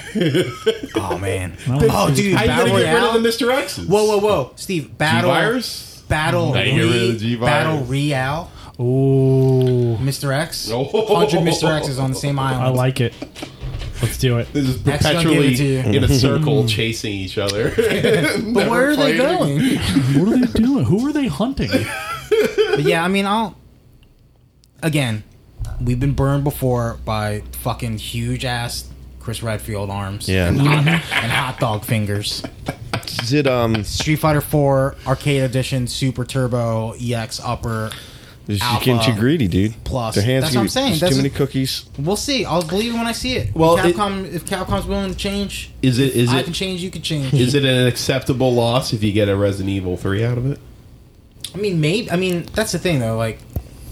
A: Oh man.
C: don't
A: oh dude,
D: How you
A: battle
D: going to get rid of
A: royale.
D: the Mr. X's?
A: Whoa, whoa, whoa, Steve. Battle
D: G-Virus?
A: Battle.
D: Now you get rid of
A: Re-
D: the G-Virus.
A: battle Real.
C: Ooh,
A: Mr. X.
D: Oh.
A: Hundred Mr. X's on the same island.
C: I like it. Let's do it.
D: This is
A: X gonna give it to
D: perpetually
A: you.
D: in a circle chasing each other.
A: but where are they going?
D: fighting.
C: What are they doing? Who are they hunting?
A: But yeah, I mean, I'll. Again, we've been burned before by fucking huge ass Chris Redfield arms
E: Yeah.
A: and hot dog fingers.
E: Is it um?
A: Street Fighter 4 Arcade Edition Super Turbo EX E Upper
E: It's just
A: alpha.
E: getting too greedy, dude.
A: plus.
E: their hands
A: That's what I'm
E: get-
A: saying.
E: there's
A: That's-
E: too many cookies.
A: We'll see. I'll believe it when I see it.
D: Well,
A: if
D: it-
A: Capcom, if Capcom's willing to change,
D: Is it is
A: I
D: it
A: can change. You can change.
D: is it an acceptable loss if you get a Resident Evil three out of it?
A: I mean, maybe. I mean, that's the thing though. Like,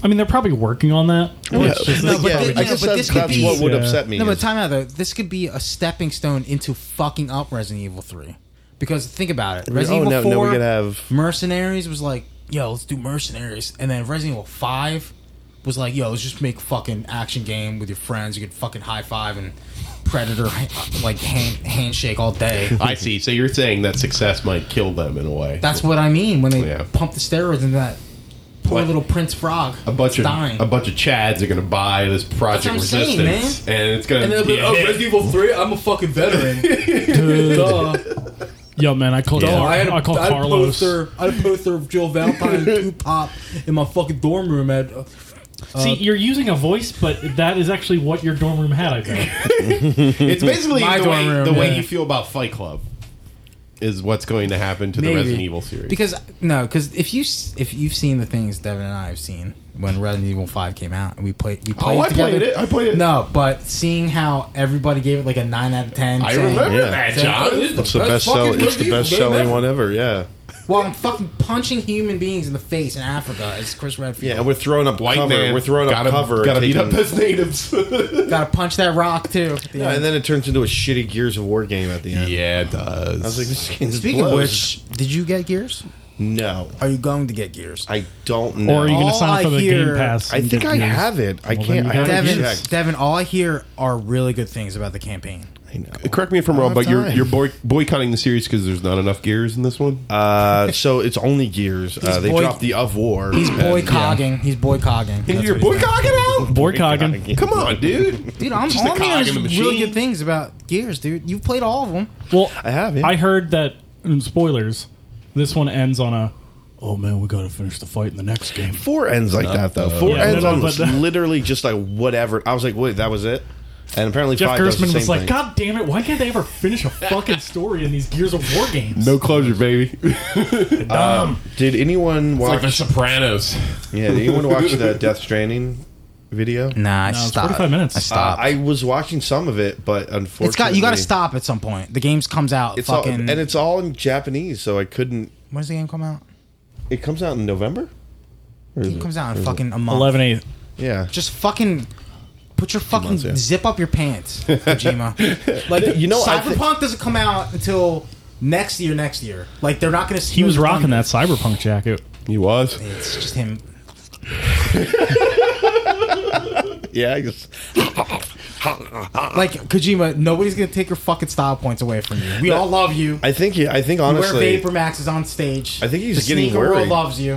C: I mean, they're probably working on that. It's just-
A: No, but
E: yeah,
A: thi-
E: I
A: no,
E: guess
A: but
E: that's,
A: this could
E: that's
A: be-
E: what would
C: Yeah.
E: upset me.
A: no, but
E: is-
A: time out though. This could be a stepping stone into fucking up Resident Evil Three. Because think about it, Resident
E: oh
A: Evil
E: no,
A: Four,
E: no, we could have
A: Mercenaries was like, yo, let's do Mercenaries, and then Resident Evil Five was like, yo, let's just make a fucking action game with your friends. You could fucking high five and Predator like hand, handshake all day.
D: I see. So you're saying that success might kill them in a way.
A: That's what I mean when they
D: Yeah.
A: pump the steroids into that poor
D: What?
A: little Prince Frog.
D: a bunch of
A: dying.
D: a bunch of chads are going to buy this Project
A: That's what I'm
D: Resistance,
A: saying,
D: and it's going
A: and
D: to
A: they'll
D: be
A: be
D: a
A: oh,
D: hit.
A: Resident Evil Three. I'm a fucking veteran. Duh.
C: Yo, man, I called. Car-
A: I
C: I,
A: had a,
C: called
A: I had a
C: Carlos.
A: poster. I had a poster of Jill Valentine and Tupac in my fucking dorm room at. Uh,
C: See, you're using a voice, but that is actually what your dorm room had. I think.
D: It's basically
A: My
D: the,
A: dorm
D: way,
A: room,
D: the way
A: yeah.
D: you feel about Fight Club is what's going to happen to
A: Maybe.
D: the Resident Evil series.
A: Because no, because if you s- if you've seen the things Devin and I have seen when Resident Evil Five came out, and we played we played
D: oh, I
A: together.
D: played it. I played it.
A: No, but seeing how everybody gave it like a nine out of ten.
D: I
A: saying-
D: remember
E: Yeah.
D: that,
A: saying, "Oh,
D: John.
A: this is
E: it's the best sell.
A: fucking
E: It's the
A: Resident
E: best
A: Evil game
E: selling
A: ever."
E: one ever. Yeah,
A: Well, I'm fucking punching human beings in the face in Africa. It's Chris Redfield.
E: yeah. And we're throwing up
D: White
E: cover.
D: man,
E: We're throwing
D: gotta,
E: up cover.
D: Gotta beat up
E: taking-
D: his natives.
A: Gotta punch that rock too.
E: Yeah, and then it turns into a shitty Gears of War game at the end.
D: yeah, it does.
E: I was like, this game's
A: Speaking of
E: blows.
A: which, did you get Gears?
E: no,
A: Are you going to get Gears?
E: I don't know.
C: Or are you going
A: All
C: to sign up for
A: I
C: the
A: hear-
C: Game Pass?
E: I
C: and
E: think
C: get
E: I
C: yours?
E: have it. I
C: Well,
E: can't.
C: then
E: I
C: you got
E: haven't
C: it.
A: Devin,
E: checked.
A: Devin, all I hear are really good things about the campaign.
E: I know.
D: Correct me if I'm
E: I
D: wrong,
E: don't
D: but
E: have
D: you're
E: time.
D: you're boy, boycotting the series because there's not enough gears in this one.
E: Uh, so it's only Gears. Uh, they
A: boy-
E: dropped the of war.
A: He's
D: Uh,
A: boycogging. He's boycogging. That's
D: you're
A: what he's doing.
D: boycotting out.
C: Boycogging.
D: Come on, dude.
A: Dude, I'm
D: Just a
A: all I'm hearing
D: cog in the
A: is really
D: machine.
A: good things about Gears, dude. You've played all of them.
C: Well,
E: I have. Yeah.
C: I heard that. And spoilers. This one ends on a. Oh man, we got to finish the fight in the next game.
E: Four ends like that though. Four
C: Yeah,
E: ends
C: no, no,
E: on
C: but-
E: literally just like whatever. I was like, wait, that was it. And apparently,
C: Jeff
E: five does the
C: Gerstmann
E: same
C: was like,
E: thing.
C: "God damn it! Why can't they ever finish a fucking story in these Gears of War games?"
D: No closure, baby.
E: Did anyone watch?
D: Sopranos.
E: yeah, did anyone watch the Death Stranding video?
A: Nah, I
C: No, it's
A: stopped.
C: 45 minutes.
A: I
E: Uh,
A: stopped.
E: I was watching some of it, but unfortunately,
A: it's got you got to stop at some point. The game's comes out
E: It's all,
A: fucking.
E: and it's all in Japanese, so I couldn't.
A: when does the game come out?
E: It comes out in November. Or is
A: It
E: it-
A: comes out in fucking a month.
C: 11 8.
E: Yeah,
A: Just fucking put your fucking
E: months, yeah.
A: zip up your pants, Kojima. like
E: You know, I
A: Cyberpunk
E: thi-
A: doesn't come out until next year. Next year, like they're not gonna.
C: He was rocking that cyberpunk jacket.
D: He was.
A: It's just him.
E: yeah. I guess.
A: Like Kojima, nobody's gonna take your fucking style points away from you. We all love you.
E: I think. he- I think
A: Where
E: honestly,
A: Vapor Max is on stage.
E: I think he's
A: the
E: getting
A: sneaker
E: worried.
A: world loves you.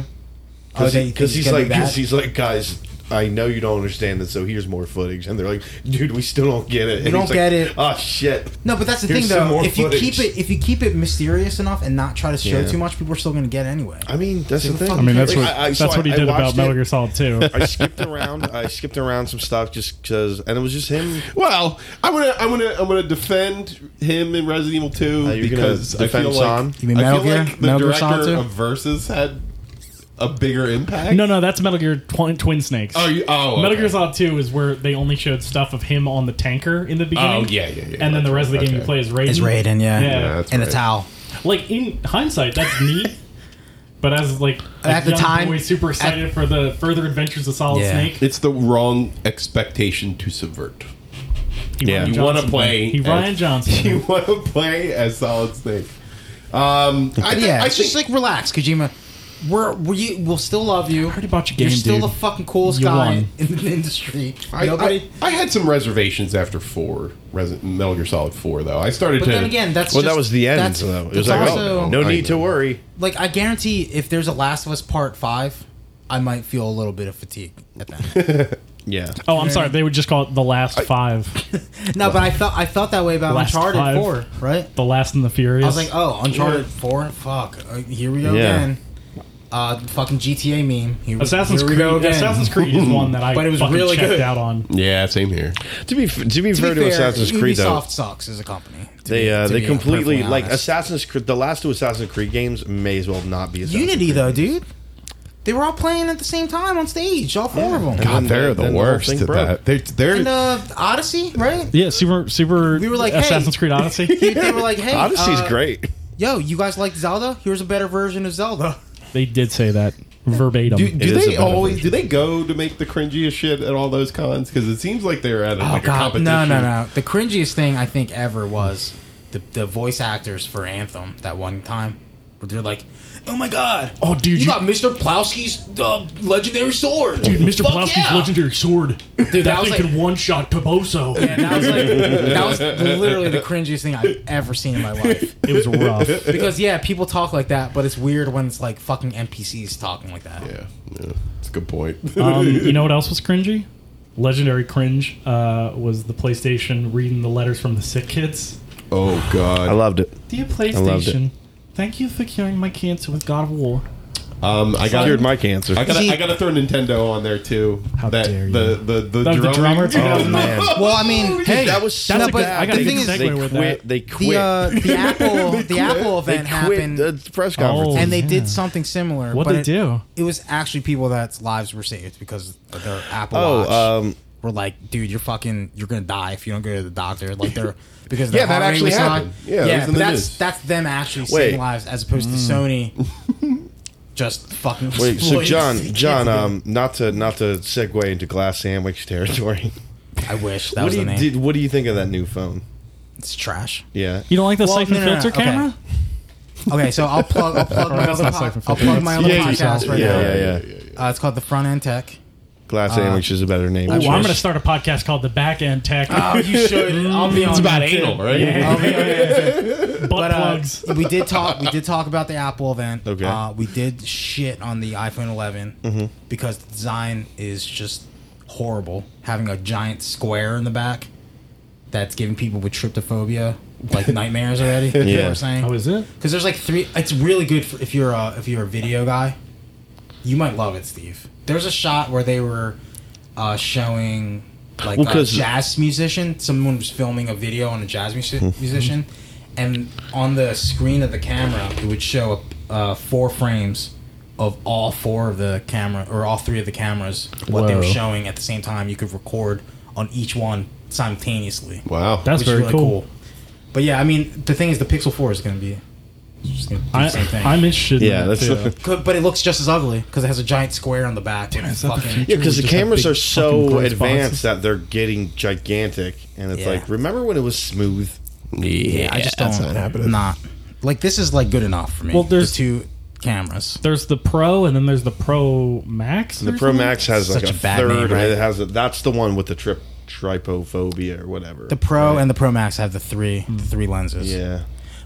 A: Oh,
E: because
A: they- he's
E: he's
A: gonna do
E: like, cause
A: that?
E: he's like, guys. I know you don't understand this, so here's more footage. And they're like, dude, we still don't get it. And
A: don't
E: he's like,
A: get it.
E: Oh shit.
A: No, but that's the
E: Here's
A: thing,
E: some
A: though.
E: more
A: If you
E: footage.
A: keep it, if you keep it mysterious enough and not try to show
E: Yeah.
A: too much, people are still going to get it anyway.
E: I mean, that's the thing.
A: fucking
C: I mean, that's what,
E: I- I-
C: that's
E: so
C: what he
E: I- I
C: did about
E: watched
C: Metal
E: it.
C: Gear Solid 2.
E: I skipped around. I skipped around some stuff just because, and it was just him.
D: Well, I'm gonna I'm gonna I'm gonna defend him in Resident Evil Two
E: Uh, you're gonna
D: because I
E: defend
D: feel
E: Son?
D: like
A: You mean
D: I
A: Metal
D: feel
A: Gear?
D: like the
A: Metal Gear Solid
D: director
A: 2?
D: of Versus had a bigger impact.
C: No, no, that's Metal Gear Twin, Twin Snakes.
D: Oh, you, oh,
C: Metal
D: okay.
C: Gear Solid 2 is where they only showed stuff of him on the tanker in the beginning.
D: Oh, yeah, yeah, yeah.
C: And then the rest of the game you
D: Okay.
C: play is Raiden.
A: Is Raiden, yeah,
C: Yeah.
D: Yeah, that's
A: and
D: right.
A: a towel.
C: Like, in hindsight, that's neat. But as like a
A: At the
C: young
A: time-
C: boy, super excited for the further adventures of Solid
A: Yeah.
C: Snake.
D: It's the wrong expectation to subvert.
C: He
E: Yeah.
C: Ryan
D: You want to
C: Johnson.
D: play?
C: He
D: as-
C: Ryan Johnson.
D: You want to play as Solid Snake? Um, I, thi-
A: Yeah,
D: I
A: it's
D: think
A: just like relax, Kojima. We're we will still love you.
C: already bought your game,
A: You're still
C: dude.
A: the fucking coolest
C: You
A: guy
C: won.
A: in the industry.
D: I,
A: Nobody.
D: I, I had some reservations after four Resident, Metal Gear Solid Four, though. I started
A: but
D: to
A: then again, that's
E: Well,
A: just-
E: that was the end,
A: that's-
E: though. It
A: that's
E: was like,
A: also-
E: oh, no need to worry.
A: like I guarantee, if there's a Last of Us Part Five, I might feel a little bit of fatigue at that.
E: Yeah.
C: Oh, I'm sorry. They would just call it the last five,
A: no, but I felt I felt that way about
C: Last
A: Uncharted
C: five.
A: Four, right?
C: the last and the furious.
A: I was like, oh, Uncharted 4? Fuck. Uh, here we go
E: Yeah.
A: again. Uh, fucking GTA meme. Here, we-
C: Assassin's
A: here we
C: Creed.
A: go again.
C: Assassin's Creed is one that I
A: But it was
C: fucking
A: really
C: checked
A: good.
C: out on.
D: yeah, same here.
E: To be f- to be
A: To
E: fair
A: be
E: to Assassin's Creed
A: Ubisoft
E: though,
A: sucks as a company. to
E: they
A: be-
E: uh,
A: to
E: they
A: be
E: completely
A: perfectly
E: like
A: honest.
E: Assassin's Creed. The last two Assassin's Creed games may as well not be Assassin's
A: Unity
E: Creed.
A: though, dude. They were all playing at the same time on stage, all four of them.
E: then
F: God, they're
E: the-
F: the,
E: then the whole
F: worst
E: thing
F: at
E: broke.
F: that. They, they're
A: And uh, Odyssey, right?
C: Yeah, Super Super.
A: We were like, hey.
C: Assassin's Creed Odyssey.
A: They were like, "Hey,
E: Odyssey's
A: uh,
E: great.
A: Yo, you guys like Zelda? Here's a better version of Zelda.
C: they did say that verbatim.
D: Do, do
F: It is a
D: they
F: better
D: always do they go to make the cringiest shit at all those cons? Because it seems like they're at a, like a competition.
A: Oh, no, no, no! The cringiest thing I think ever was the the voice actors for Anthem that one time. Where they're like, "Oh my god!
C: Oh, dude,
A: you,
C: you- Oh,
A: got Mr. Plowski's uh, legendary sword,
C: Dude, Mr.
A: Fuck
C: Pulaski's
A: yeah!"
C: legendary sword.
A: Dude, that
C: that
A: was
C: thing
A: like-
C: can one shot Toboso.
A: Yeah, that was like that was literally the cringiest thing I've ever seen in my life.
C: It was rough.
A: Because yeah, people talk like that, but it's weird when it's like fucking NPCs talking like that.
D: Yeah, yeah, it's a good point.
C: Um, you know what else was cringy? Legendary cringe uh, was the PlayStation reading the letters from the sick kids.
D: oh god,
E: I loved it.
C: Dear
E: loved it.
C: PlayStation, thank you for curing my cancer with God of War.
D: um, I got
E: Cured my cancer.
D: I gotta,
A: See-
D: I gotta throw Nintendo on there too.
C: How
D: that,
C: dare you.
D: The the the,
C: That- the drummer?
E: oh man,
A: Well, I mean, hey,
E: that was so
A: no, but
E: bad.
C: I gotta
A: the
C: get
A: thing
C: a
A: is,
C: segue
E: they
C: with
E: quit.
C: that.
E: They
A: the
E: quit.
A: uh, the Apple the Apple
E: they
A: event
E: quit
A: happened,
E: the press conference.
C: Oh.
A: and they
C: Yeah.
A: did something similar.
C: What'd
A: but
C: they
A: it-
C: do?
A: It was actually people that's lives were saved because of their Apple Watch.
C: uh,
E: Oh, um,
A: were like, dude, you're fucking, you're gonna die if you don't go to the doctor. Like they're because
E: Yeah,
A: their heart
E: that
A: rate
E: actually
A: was high.
E: happened. Yeah, it was in
A: but
E: the
A: that's
E: news.
A: that's them actually
E: Wait. Hmm.
A: saving lives as opposed to Sony just fucking.
E: Wait, so
A: exploiting
E: John,
A: kids.
E: John, um, not to not to segue into glass sandwich territory.
A: I wish that
E: what
A: was the
E: do you
A: name.
E: did, What do you think of that new phone?
A: It's trash.
E: Yeah,
C: You don't like the
A: Well,
C: siphon
A: no, no, no,
C: filter
A: okay.
C: camera?
A: Okay, so I'll plug, I'll plug my other,
C: not
A: po-
C: siphon
A: I'll
C: filter.
A: plug my other
E: Yeah,
A: podcast right now.
E: yeah, yeah, yeah.
A: Uh, it's called the Front End Tech.
E: Glass sandwich is a better name.
C: Uh, Ooh, I'm gonna start a podcast called The Back End Tech.
A: Oh, you should. I'll be on. It's
F: about anal, right?
A: I'll be on it.
C: butt
A: But uh,
C: plugs.
A: we did talk. We did talk about the Apple event.
E: Okay.
A: Uh, we did shit on the iPhone 11 because the design is just horrible. Having a giant square in the back that's giving people with tryptophobia like nightmares already. yeah. You know what I'm saying?
C: How is it?
A: Because there's like three. It's really good for, if you're a if you're a video guy. You might love it, Steve. There's a shot where they were uh, showing like
E: Well,
A: a
E: 'cause-
A: jazz musician. Someone was filming a video on a jazz music- musician, and on the screen of the camera, it would show uh, four frames of all four of the camera or all three of the cameras what they were
C: Whoa.
A: showing at the same time. You could record on each one simultaneously.
D: wow,
C: That's
A: Which is
C: very
A: really
C: cool.
A: But yeah, I mean, the thing is, the Pixel Four is going to be it's just gonna do the
C: I,
A: same thing.
C: I'm interested. in
E: Yeah,
C: that,
E: that's-
C: too.
A: Could- but it looks just as ugly because it has a giant square on the back. and
C: is that the
A: fucking,
E: Yeah, because
C: Just
E: the
C: have
E: cameras
C: big
E: are so
C: fucking glass
E: advanced
C: boxes.
E: that they're getting gigantic, and it's
A: Yeah.
E: like, remember when it was smooth?
A: yeah, I just don't. not Not like this is like good enough for me.
C: Well,
A: Well,
C: there's-
A: there's two cameras.
C: There's the Pro, and then there's the Pro Max.
E: The
C: or
E: Pro
C: something?
E: Max has like
A: Such
E: a
A: a bad name,
E: third.
A: right?
E: It has a, that's the one with the trip tripophobia or whatever.
A: The Pro and the Pro Max have the three the three lenses.
E: yeah,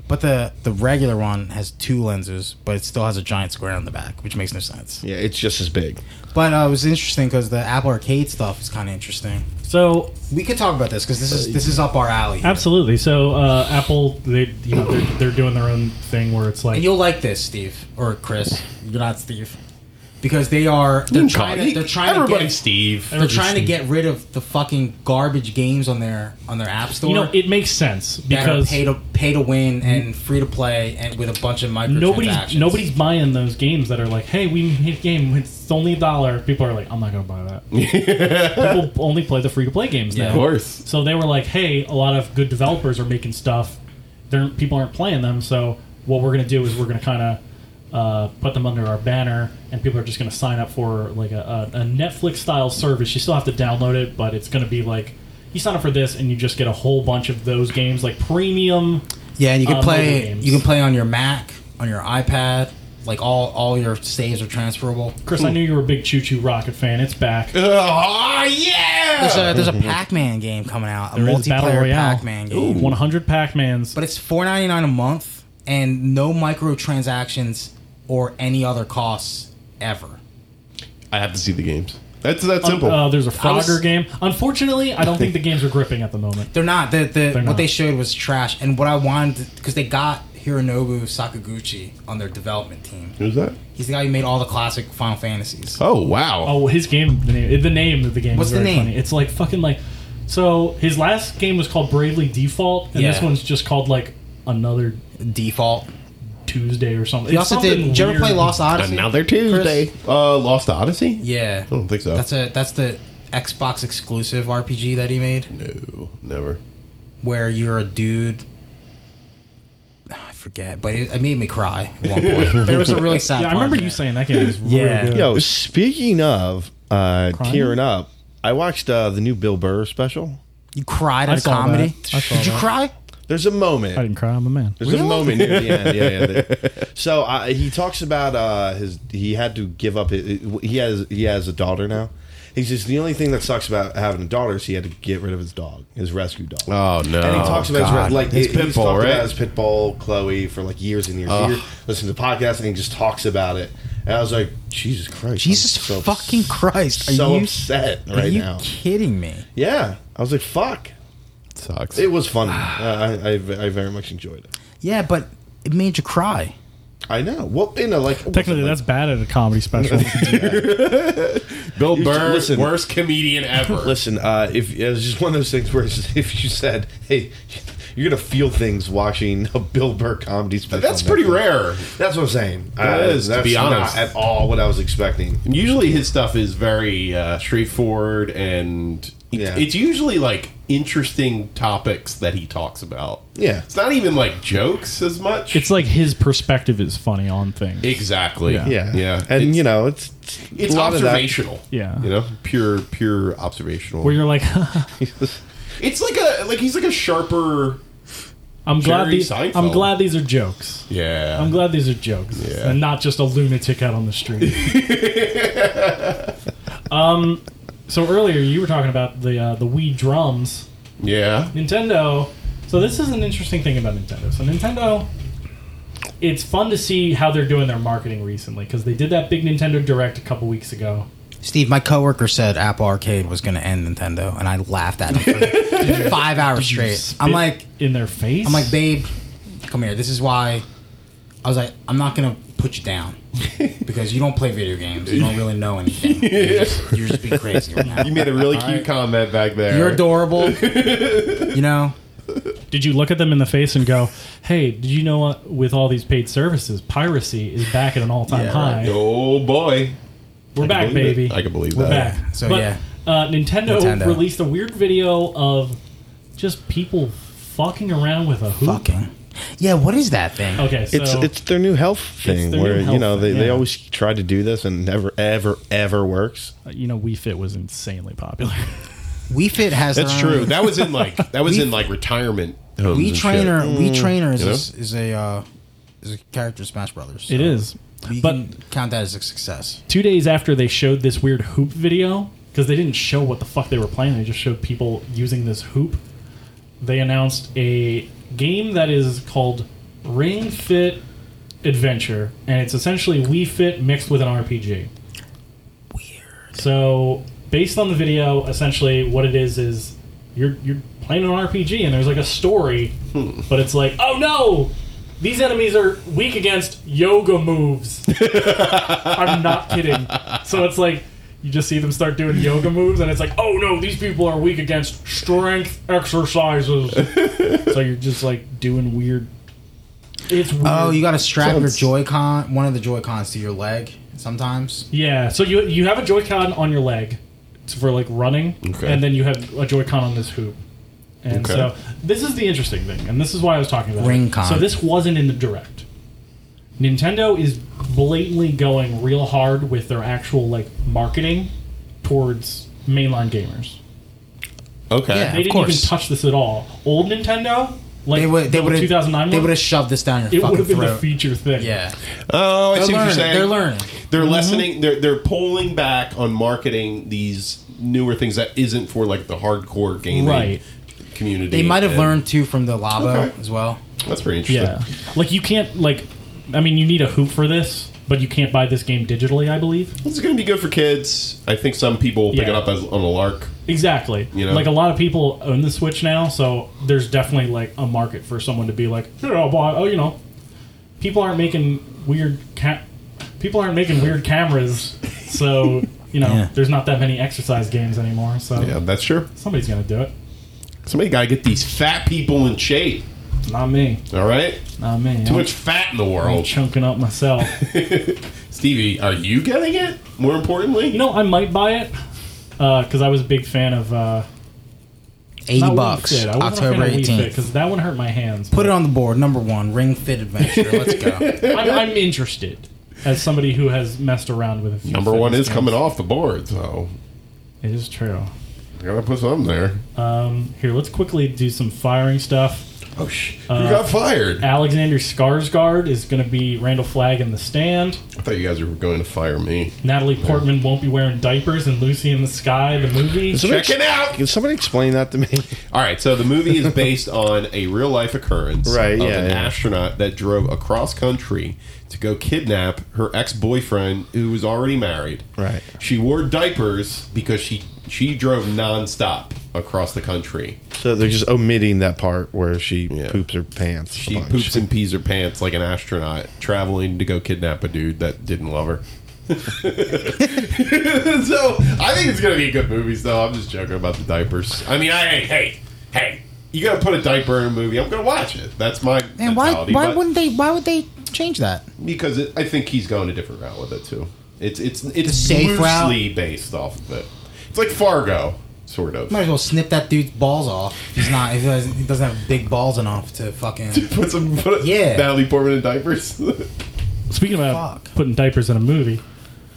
A: But the the regular one has two lenses, but it still has a giant square on the back, which makes no sense.
E: yeah, it's just as big.
A: But uh, it was interesting because the Apple Arcade stuff is kind of interesting.
C: So
A: We could talk about this because this is this is up our alley. here.
C: absolutely. So uh, Apple, they you know they're, they're doing their own thing where it's like
A: And you'll like this, Steve or Chris. You're not Steve because they are they're trying to, they're trying to
F: Everybody's
A: get,
F: Steve.
A: they're trying to
C: Steve.
A: get rid of the fucking garbage games on their on their app store.
C: you know it makes sense
A: that are
C: because
A: pay to pay to win and free to play and with a bunch of microtransactions.
C: nobody's nobody's buying those games that are like, hey, we made a game. It's only a dollar. People are like, I'm not gonna buy that. People only play the free to play games
A: Yeah.
C: now.
A: Of
D: course.
C: So they were like, hey, a lot of good developers are making stuff. They're, people aren't playing them. So what we're gonna do is we're gonna kind of. Uh, put them under our banner, and people are just going to sign up for like a, a, a Netflix style service. You still have to download it, but it's going to be like you sign up for this, and you just get a whole bunch of those games, like premium.
A: yeah, and you can
C: uh, mobile
A: play
C: games.
A: you can play on your Mac, on your iPad. Like all all your saves are transferable.
C: Chris, I knew you were a big Choo Choo Rocket fan. It's back.
D: oh yeah.
A: There's a, there's a Pac-Man game coming out, a
C: There is Battle
A: multiplayer
C: Royale.
A: Pac-Man game.
C: 100 Pac-Mans.
A: but it's four ninety nine a month and no microtransactions or any other costs ever.
D: I have to see the games. That's that simple.
C: Uh, there's a Frogger
A: was-
C: game. Unfortunately, I don't think the games are gripping at the moment.
A: They're not. The, the what
C: not.
A: they showed was trash. And what I wanted because they got Hironobu Sakaguchi on their development team.
D: Who's that?
A: He's the guy who made all the classic Final Fantasies.
D: Oh wow.
C: Oh, his game, the name, the name of the game.
A: What's
C: is
A: the
C: very
A: name?
C: Funny. It's like fucking like. So his last game was called Bravely Default, and this
A: Yeah.
C: one's just called like another
A: Default.
C: Too Tuesday or something.
A: He
C: It's
A: also
C: something
A: did. Did you ever
C: weird.
A: play Lost Odyssey?
D: Another Tuesday. Oh.
A: Chris?
D: Uh, Lost Odyssey?
A: Yeah, I
D: don't think so.
A: That's a that's the Xbox exclusive RPG that he made,
D: No, never.
A: where you're a dude. Ah, I forget, but it, it made me cry. At one point. there was a really sad.
C: Yeah, I
A: part
C: remember
A: in
C: you
A: it.
C: saying that game is
A: Yeah.
C: really good.
E: Yo, speaking of uh,
C: Crime?
E: tearing up, I watched uh, the new Bill Burr special.
A: you cried
C: I
A: at a
C: saw
A: comedy.
C: that. I saw
A: Did you
C: that.
A: cry?
E: There's a moment.
C: I didn't cry. I'm a man.
E: There's a moment near the end. Yeah, yeah. that- so uh, he talks about uh, his. He had to give up. His, he has. He has a daughter now. He says the only thing that sucks about having a daughter is he had to get rid of his dog, his rescue dog.
D: Oh, no.
E: And he talks about his,
D: God.
E: re- like
D: his
E: he- he's
D: pit bull,
E: talked
D: right?
E: About his pit bull, Chloe, for like years and years. and years. Listen to podcasts and he just talks about it. And I was like, Jesus Christ, I'm
A: Jesus
E: so
A: fucking Christ! Are
E: so
A: you
E: upset
A: are
E: right
A: you
E: now.
A: kidding me?
E: Yeah, I was like, fuck.
D: Sucks.
E: It was funny. uh, I, I I very much enjoyed it.
A: Yeah, but it made you cry.
E: I know. Well, in a like
C: Technically, that's bad at a comedy special.
D: Bill Burr,
E: listen.
D: worst comedian ever.
E: Listen, uh, if it was just one of those things where it's- if you said, "Hey, you're gonna feel things watching a Bill Burr comedy special,"
D: That's pretty
E: Netflix.
D: rare.
E: That's what I'm saying. Uh,
D: That is, to
E: that's
D: be honest.
E: not at all what I was expecting.
D: And usually his stuff is very uh, straightforward and it-
E: Yeah.
D: it's usually like interesting topics that he talks about.
E: Yeah.
D: It's not even like jokes as much.
C: it's like his perspective is funny on things.
D: exactly.
C: Yeah.
E: Yeah,
D: Yeah.
E: and
D: it's,
E: you know, it's
D: it's observational.
C: Yeah.
D: You know, pure pure observational.
C: Where you're like,
D: it's like a like he's like a sharper
C: I'm glad
D: Jerry
C: these. I'm
D: Seinfeld.
C: glad these are jokes.
D: Yeah.
C: I'm glad these are jokes
D: Yeah.
C: and not just a lunatic out on the street. um, so earlier you were talking about the uh, the Wii drums.
D: yeah.
C: Nintendo. So this is an interesting thing about Nintendo. So Nintendo, it's fun to see how they're doing their marketing recently because they did that big Nintendo Direct a couple weeks ago.
A: Steve, my coworker said Apple Arcade was going to end Nintendo, and I laughed at him for five hours straight. I'm
C: Spit
A: like,
C: in their face.
A: I'm like, babe, come here. This is why I was like, I'm not gonna put you down because you don't play video games. You don't really know anything. You're just, you're just being crazy right now.
D: You made a really cute
A: Alright.
D: comment back there.
A: You're adorable. You know,
C: Did you look at them in the face and go, "Hey, did you know what? With all these paid services, piracy is back at an all-time high.
D: Oh boy.
C: We're
D: I
C: back,
D: can believe it.
C: baby.
D: I can believe
C: We're
D: that.
C: back."
A: So,
C: But,
A: yeah.
C: uh, Nintendo,
A: Nintendo.
C: released a weird video of just people fucking around with a hoop.
A: fucking. Yeah, what is that thing?
C: Okay, so
E: It's it's their new health thing
C: their
E: where
C: new
E: you know
C: health
E: they,
C: thing,
E: they
C: yeah.
E: always try to do this and never ever ever works.
C: Uh, you know, Wii Fit was insanely popular.
A: We Fit has. their
D: That's
A: own-
D: true. That was in like that was
A: We-
D: in like retirement homes.
A: We
D: and shit. Mm.
A: Trainer. We Trainer is
D: You know?
A: a, is a uh, is a character in Smash Brothers. so
C: it is,
A: We
C: but
A: can count that as a success.
C: two days after they showed this weird hoop video because they didn't show what the fuck they were playing they just showed people using this hoop they announced a game that is called ring fit adventure and it's essentially wii fit mixed with an rpg weird so based on the video essentially what it is is you're you're playing an rpg and there's like a story but it's like oh no these enemies are weak against yoga moves I'm not kidding. So it's like you just see them start doing yoga moves, and it's like, oh no, these people are weak against strength exercises. so you're just like doing weird. It's weird.
A: Oh, you got to strap your
E: Sounds-
A: Joy-Con, one of the Joy-Cons, to your leg sometimes.
C: yeah. So you you have a Joy-Con on your leg it's for like running,
D: Okay.
C: and then you have a Joy-Con on this hoop. And
D: Okay.
C: so this is the interesting thing, and this is why I was talking about it.
A: Ring-Con.
C: So this wasn't in the direct. Nintendo is blatantly going real hard with their actual like marketing towards mainline gamers.
D: Okay.
A: Yeah.
C: They
A: Of
C: didn't
A: course.
C: even touch this at all. Old Nintendo, like
A: They would. They
C: the
A: would.
C: 2009
A: They
C: one,
A: would have shoved this down your
C: it would
A: fucking
C: have been
A: throat.
C: the feature thing.
A: Yeah.
D: Oh, I
A: They're
D: see what you're
A: learning.
D: saying.
A: They're learning. Mm-hmm.
D: They're lessening. They're they're pulling back on marketing these newer things that isn't for like the hardcore gaming
C: Right.
D: community.
A: They might have
D: and-
A: learned too from the lava
D: Okay.
A: as well.
D: That's pretty interesting.
C: Yeah. Like you can't like I mean you need a hoop for this, but you can't buy this game digitally, I believe.
D: This is going to be good for kids. I think some people will pick it
C: Yeah.
D: up as, on a lark.
C: Exactly.
D: You know?
C: Like a lot of people own the Switch now, so there's definitely like a market for someone to be like, you know, buy, oh, you know, people aren't making weird ca- people aren't making weird cameras, so you know,
A: Yeah.
C: there's not that many exercise games anymore. So
D: Yeah, that's true.
C: somebody's gonna do it.
D: Somebody got to get these fat people in shape.
C: Not me.
D: All right?
C: Not me.
A: Uh-huh.
D: Too
C: I'm
D: much fat in the world.
C: chunking up myself.
D: Stevie, are you getting it? More importantly?
C: you know, I might buy it because I was a big fan of uh,
A: Eighty
C: not
A: bucks.
C: Wii Fit. I wasn't
A: October
C: a fan of
A: eighteenth.
C: because that one hurt my hands.
A: Put it on the board. Number one, Ring Fit Adventure. Let's go.
C: I'm, I'm interested as somebody who has messed around with a few.
D: Number one
C: fitness
D: is coming off the board, so
C: games. It is true.
D: I gotta put something there.
C: Um, here, let's quickly do some firing stuff.
D: Oh, sh- you got fired.
C: Alexander Skarsgård is going to be Randall Flagg in The Stand.
D: I thought you guys were going to fire me.
C: Natalie Portman won't be wearing diapers in Lucy in the Sky, the movie.
D: Check it out.
E: Can somebody explain that to me?
D: All right, so the movie is based on a real life occurrence
E: Right,
D: of
E: yeah,
D: an
E: yeah.
D: astronaut that drove across country to go kidnap her ex boyfriend who was already married.
E: Right.
D: She wore diapers because she she drove nonstop across the country.
E: So they're just omitting that part where she
D: Yeah.
E: poops her pants. a
D: She
E: bunch.
D: poops and pees her pants like an astronaut traveling to go kidnap a dude that didn't love her. so I think it's gonna be a good movie. Though I'm just joking about the diapers. I mean, I hey hey hey, you gotta put a diaper in a movie. I'm gonna watch it. That's my
A: And why?
D: mentality.
A: Why
D: but-
A: wouldn't they? Why would they change that?
D: because it, I think he's going a different route with it too. It's it's it's
A: safe
D: loosely based off of it. It's like Fargo, sort of.
A: Might as well snip that dude's balls off. He's not. He doesn't, he doesn't have big balls enough to fucking.
D: Put some put
A: Yeah.
D: Natalie Portman in diapers.
C: Speaking about
A: Fuck.
C: putting diapers in a movie,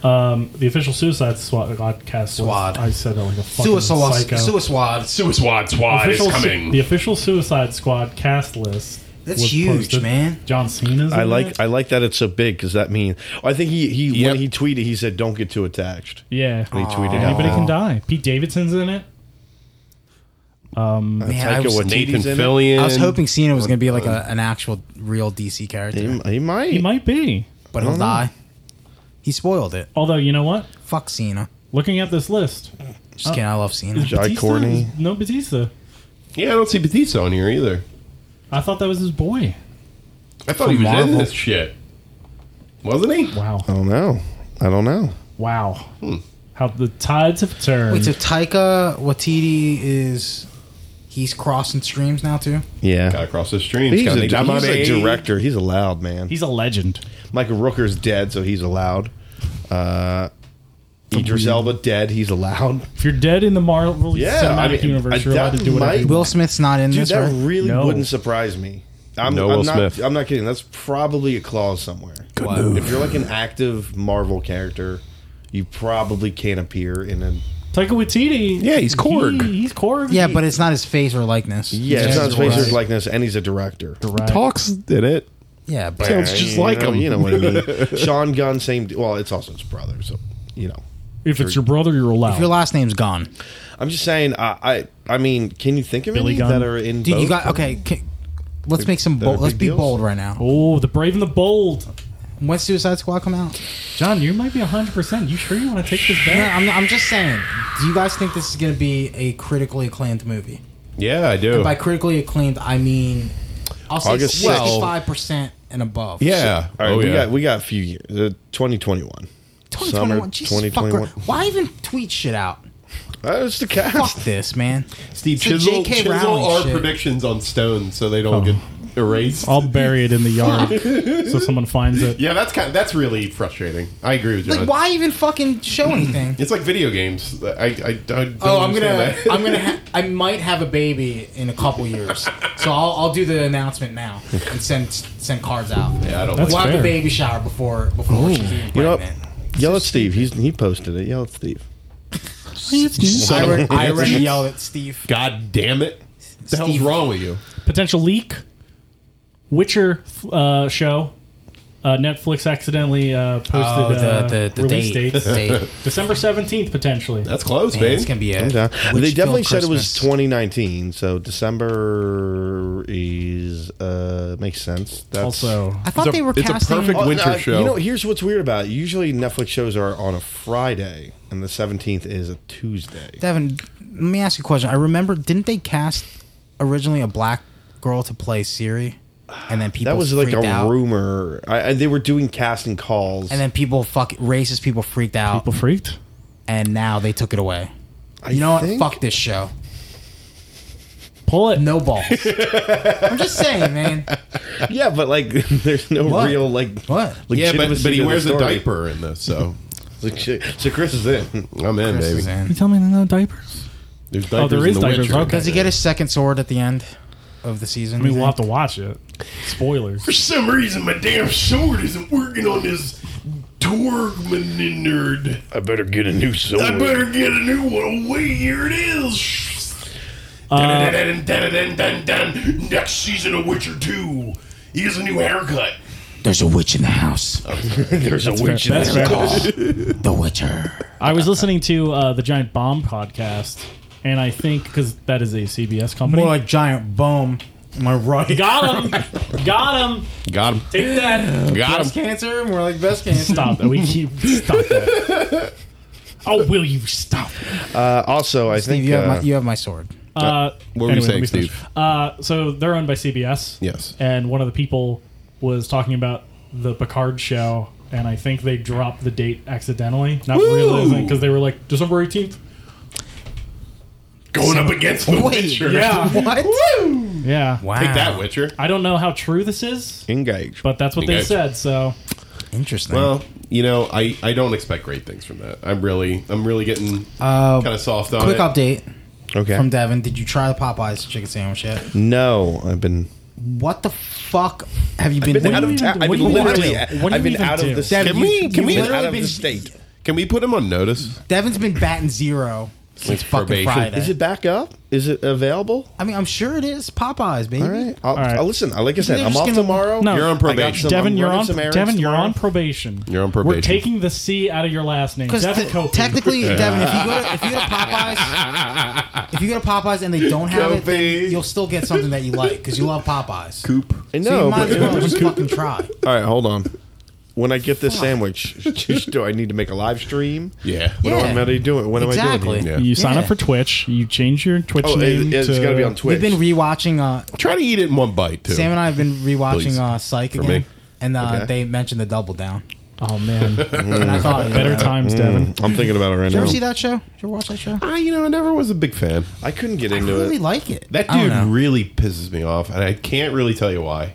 C: um, the official Suicide Squad podcast. was-
A: Squad.
C: I said that like a fucking
A: Suicide.
C: psycho.
A: Suicide.
B: Suicide Squad
C: Official
B: is
C: su-
B: coming.
C: the official Suicide Squad cast list.
A: That's
C: was
A: huge, man.
C: John Cena's.
E: I
C: in
E: like
C: it?
E: I like that it's so big because that means I think he he
D: Yep.
E: when he tweeted he said don't get too attached.
C: Yeah.
E: He tweeted out.
C: Anybody can die. Pete Davidson's in it.
A: Man, I
E: Taika
A: was,
E: Waititi's in it.
D: Fillion.
A: I was hoping Cena was going to be like a, an actual real DC character,
E: He, he might.
C: He might be.
A: but he'll
E: don't know.
A: die. He spoiled it.
C: Although you know what?
A: Fuck Cena.
C: Looking at this list,
A: Just
E: Oh.
A: kidding. I love Cena.
E: Jai
C: Batista
E: Courtney.
C: is- No Batista.
D: yeah, I don't see Batista on here either.
C: I thought that was his boy.
D: I thought he was in
A: Marvel.
D: this shit. Wasn't he?
C: Wow.
E: I don't know. I don't know.
C: Wow.
E: Hmm.
C: How the tides have turned.
A: Wait, so Taika Waititi is he's crossing streams now too?
D: Gotta
E: Yeah.
D: cross the stream.
E: He's,
D: Gotta
E: a,
D: make that
E: he's a
D: money.
E: director. He's allowed, man.
C: He's a legend.
E: Michael Rooker's dead, so he's allowed. Uh, Idris Elba dead, he's allowed.
C: If you're dead in the Marvel
E: Yeah,
C: Cinematic
E: I mean,
C: Universe,
E: I-
C: you're allowed to
E: that
C: do whatever.
E: might-
C: you want.
A: Will Smith's not in
E: Dude,
A: this,
E: that
A: right?
E: really
C: No.
E: wouldn't surprise me. I'm,
D: No
E: I'm
D: Will
E: not,
D: Smith.
E: I'm not kidding. That's probably a clause somewhere. If you're like an active Marvel character, you probably can't appear in a.
C: Taika Waititi.
D: Yeah, he's Korg.
C: he- he's Korg.
A: yeah, but it's not his face or likeness.
E: Yeah, it's not his
A: Right.
E: face or his likeness, and he's a director.
C: Right.
D: Talks did it.
A: Yeah, but
D: Sounds just
E: You
D: like
E: know-
D: him.
E: You know what I mean? Sean Gunn, same. Well, it's also his brother, so you know.
C: If it's your brother, you're allowed.
A: if your last name's gone,
E: I'm just saying. I, I, I mean, can you think of
C: Billy
E: any
C: Gunn?
E: that are in?
A: dude, you
E: both?
A: got okay. Can, let's make some bold.
E: big
A: Let's be
E: deals.
A: bold right now.
C: oh, the brave and the bold.
A: When Suicide Squad come out?
C: John, you might be 100. percent You sure you want to take this
A: No,
C: back?
A: I'm, I'm just saying. Do you guys think this is going to be a critically acclaimed movie?
D: Yeah, I do.
A: By critically acclaimed, I mean I'll say
E: August sixth.
A: sixty-five percent and above.
D: yeah.
E: All right,
D: oh,
E: we
D: yeah.
E: got we got a few years. Uh, 2021.
A: twenty twenty-one. Jesus fucker.
E: 2021.
A: Why even tweet shit out?
E: That was the
A: Fuck
E: cast.
A: this, man.
D: Steve
A: It's a
D: Chisel.
A: J.K.
D: Chisel
A: Rowling
D: our
A: shit.
D: predictions on stone so they don't
C: Oh.
D: get erased.
C: I'll bury it in the yard so someone finds it.
D: yeah, that's kind. that's really frustrating. I agree with you.
A: Like, why even fucking show anything?
D: It's like video games. I, I, I don't
A: Oh, I'm gonna,
D: understand that.
A: I'm gonna, ha- I might have a baby in a couple years, so I'll, I'll do the announcement now and send send cards out.
D: yeah, I don't.
C: That's
A: we'll have
C: fair.
A: the baby shower before before she's even
E: You know,
A: pregnant.
E: yell at Steve. He's he posted it. Yell at Steve.
A: I,
D: Son
A: already,
D: of a
A: I
D: bitch.
A: already yelled at Steve.
D: God damn it! What the hell's
A: Steve.
D: wrong with you?
C: Potential leak. Witcher uh, show. Uh, Netflix accidentally uh, posted uh, release dates. December 17th potentially.
D: That's close,
A: Man, it's
D: babe.
A: gonna be a
E: I'm down. They
A: witch-filled
E: definitely said it was
A: Christmas.
E: 2019, so December is uh makes sense. That's
C: also,
A: I thought
D: It's a-
A: they were
D: it's a
A: casting.
D: perfect
E: Oh,
D: winter
E: uh,
D: show.
E: You know, here's what's weird about it. Usually Netflix shows are on a Friday, and the 17th is a Tuesday.
A: Devin, let me ask you a question. I remember, didn't they cast originally a black girl to play Siri, and then people
E: That was like
A: freaked
E: a
A: out,
E: rumor. I, I, they were doing casting calls.
A: and then people fuck racist people freaked out,
C: people freaked.
A: and now they took it away.
E: I
A: You know what?
E: think-
A: Fuck this show.
C: Pull it.
A: No balls. I'm just saying, man.
E: Yeah, but like, there's no
A: What?
E: real like.
A: What?
D: Yeah, but,
E: legitimacy
D: but he
E: to the
D: wears a
E: story.
D: diaper in this, so
E: So Chris is in.
D: I'm in,
A: Chris
D: baby.
A: is in.
C: You tell me there's no diapers?
D: There's diapers
C: Oh, there is
D: in the
C: diapers,
D: Witcher.
C: okay.
A: Does he get his second sword at the end of the season?
C: I mean,
A: you
C: we'll have
A: think?
C: to watch it. Spoilers.
B: For some reason, my damn sword isn't working on this Torgman nerd.
E: I better get a new sword.
B: I better get a new one. Oh, Wait, here it is.
C: Uh,
B: Dun, dun, dun, dun, dun, dun. Next season of Witcher 2. He has a new haircut.
A: There's a witch in the house.
E: There's a witch in
C: That's
E: there.
C: fair.
A: The Witcher.
C: I was listening to uh, the Giant Bomb podcast, and I think because that is a CBS company.
A: More like giant boom. Am I right?
C: got him, got him.
D: Got him.
C: Take that.
D: Got
A: Breast
D: him.
A: cancer. More like breast cancer.
C: Stop that. We keep stop that. Oh, will you stop?
E: Uh, also, I
A: Steve,
E: think
A: you have, my, e-
E: uh,
A: you have my sword.
C: Uh,
D: What were you
C: anyway, let me
D: saying,
C: finish.
D: Steve?
C: Uh, so they're owned by CBS.
D: Yes.
C: And one of the people was talking about the Picard show, and I think they dropped the date accidentally, not
D: Woo!
C: realizing because they were like December eighteenth.
B: Going up against the Witcher.
C: Yeah.
A: What?
C: yeah.
A: Wow.
D: Take that, Witcher.
C: I don't know how true this is,
E: engage.
C: but that's what they
D: Engage.
C: said. So
A: Interesting.
D: Well, you know, I, I don't expect great things from that. I'm really I'm really getting
A: Uh,
D: kind of soft on
A: Quick
D: it.
A: update
E: Okay.
A: from Devin. Did you try the Popeyes chicken sandwich yet?
E: Mm. no, I've been.
A: What the fuck have you been,
E: been
A: doing?
E: out of
C: you
E: town.
C: even-
E: I've
C: what do
E: been
C: you even
E: literally.
C: do? What do you
E: I've been
C: even
E: out
C: do?
E: of the state.
A: Devin, you-
D: can we-
A: you've
E: I've been
A: literally
E: out of
A: been-
E: the state.
D: Can we put him on notice?
A: Devin's been batting zero since fucking
D: probation.
A: Friday.
E: Is it back up? Is it available?
A: I mean, I'm sure it is Popeyes, baby.
E: All right. I'll,
C: right.
E: I'll listen. Like I said,
A: they're
E: I'm
A: just
E: off
A: gonna-
E: tomorrow.
C: No.
D: You're on
E: I got
D: probation.
E: some-
C: Devin,
E: I'm
C: you're
E: running
C: on
E: some errands
C: Devin, you're
E: tomorrow.
C: on probation.
D: You're on
C: We're
D: probation.
C: taking the C out of your last name.
A: Because
C: Devin Cope.
A: technically, Devin, if you go to, if you go to Popeyes, if you go to Popeyes and they don't have it,
D: Kobe.
A: then you'll still get something that you like because you love Popeyes.
D: Coop.
E: No,
A: So you might
E: but-
A: as well just fucking try.
E: all right. Hold on. When I get this sandwich, just- do I need to make a live stream?
D: Yeah.
E: What am I doing? What am I
A: Exactly.
E: doing? here?
D: Yeah.
C: you sign up
A: Yeah.
C: for Twitch. You change your Twitch
E: Oh,
C: name.
E: it, it's
C: to,
E: got to be on
A: We've
E: Twitch.
A: been rewatching. Uh,
D: Try to eat it in one bite too.
A: Sam and I have been rewatching
D: Please.
A: uh, Psych
D: For
A: again,
D: me.
A: and uh,
E: Okay.
A: they mentioned the Double Down.
C: Oh man,
A: And I thought
C: better times, Devin.
E: I'm thinking about it right
A: Did you
E: now.
A: ever see that show? Did you ever watch that show?
D: I, you know, I never was a big fan.
E: I couldn't get
A: I
E: into
A: really
E: it.
A: like it.
D: That
A: I don't
D: dude
A: know.
D: really pisses me off, and I can't really tell you why.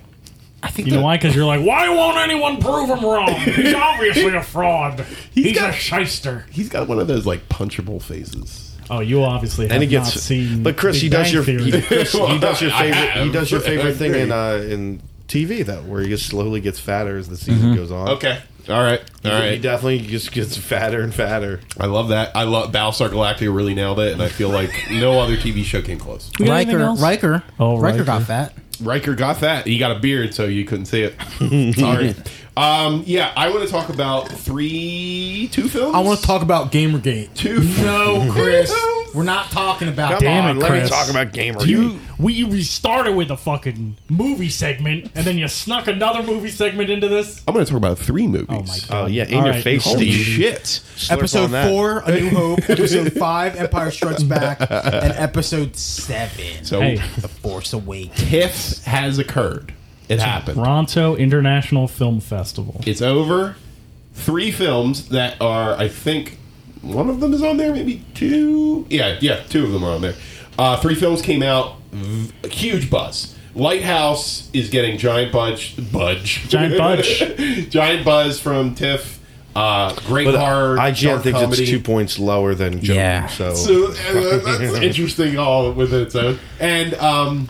A: I think
C: You know
A: the-
C: why? Because you're like, why won't anyone prove him wrong? He's obviously a fraud. He's,
D: got-
C: a shyster.
D: He's got one of those like punchable faces.
C: Oh, you obviously have
E: and he gets,
C: not seen.
E: but Chris,
C: Big
E: he does
C: Bang
E: your
C: Theory.
E: he, Chris, he does your
D: Well, I
E: favorite he
D: have.
E: does your favorite thing in
D: Great.
E: uh, in TV though, where he just slowly gets fatter as the season
C: Mm-hmm.
E: goes on.
D: Okay. All right.
E: he
D: All right.
E: definitely just gets fatter and fatter.
D: I love that. I love Battlestar Galactica really nailed it, and I feel like no other TV show came close.
C: We got anything
A: Riker,
C: else?
A: Riker,
C: Oh,
A: Riker
C: Riker.
A: got fat.
D: Riker got that. He got a beard, so you couldn't see it. Sorry. Um, yeah, I want to talk about three, two films.
A: I want to talk about Gamergate.
D: two. Oh,
A: No, Chris. We're not talking about
E: Come
A: that.
E: on,
C: it,
E: let me
C: Chris.
E: talk about gamer.
C: You we we started with a fucking movie segment, and then you snuck another movie segment into this.
D: I'm going to talk about three movies.
C: Oh my god!
E: oh yeah, in
C: All
E: your
C: right.
E: face,
D: Holy
E: Steve.
D: shit!
E: Slurp on
A: Episode
E: that.
A: four, A New Hope. episode five, Empire Strikes Back, and episode seven,
D: So
C: Hey,
A: The Force Awakens.
D: TIFF has occurred. It happened.
C: Toronto International Film Festival.
D: It's over. Three films that are, I think, one of them is on there, maybe two. Yeah, yeah, two of them are on there. Uh, three films came out, v- huge buzz. Lighthouse is getting giant budge, budge,
C: Giant budge.
D: giant buzz from TIFF. Uh, great
E: But
D: horror.
E: IGN
D: dark
E: thinks
D: comedy.
E: it's two points lower than Joker.
A: Yeah.
E: So,
D: So uh, that's interesting all within its own. And um,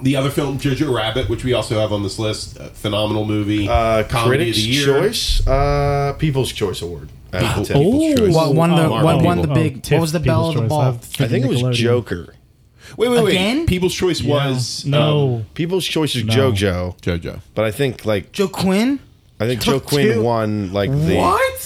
D: the other film, Jojo Rabbit, which we also have on this list, a phenomenal movie.
E: uh,
D: comedy
E: critics' choice, uh, people's choice award. at the TIFF
C: Oh,
E: People's Choice.
A: What one? The
D: Marvel.
A: what one? The
D: People.
A: big. what was the bell of the ball?
E: I think it was Joker.
D: Wait, wait, wait.
A: Again?
D: People's Choice was
C: No.
E: People's choice is JoJo,
D: um, JoJo.
E: but I think like
A: Joe Quinn.
E: I think Joe
A: Two-
E: Quinn won like the
A: What?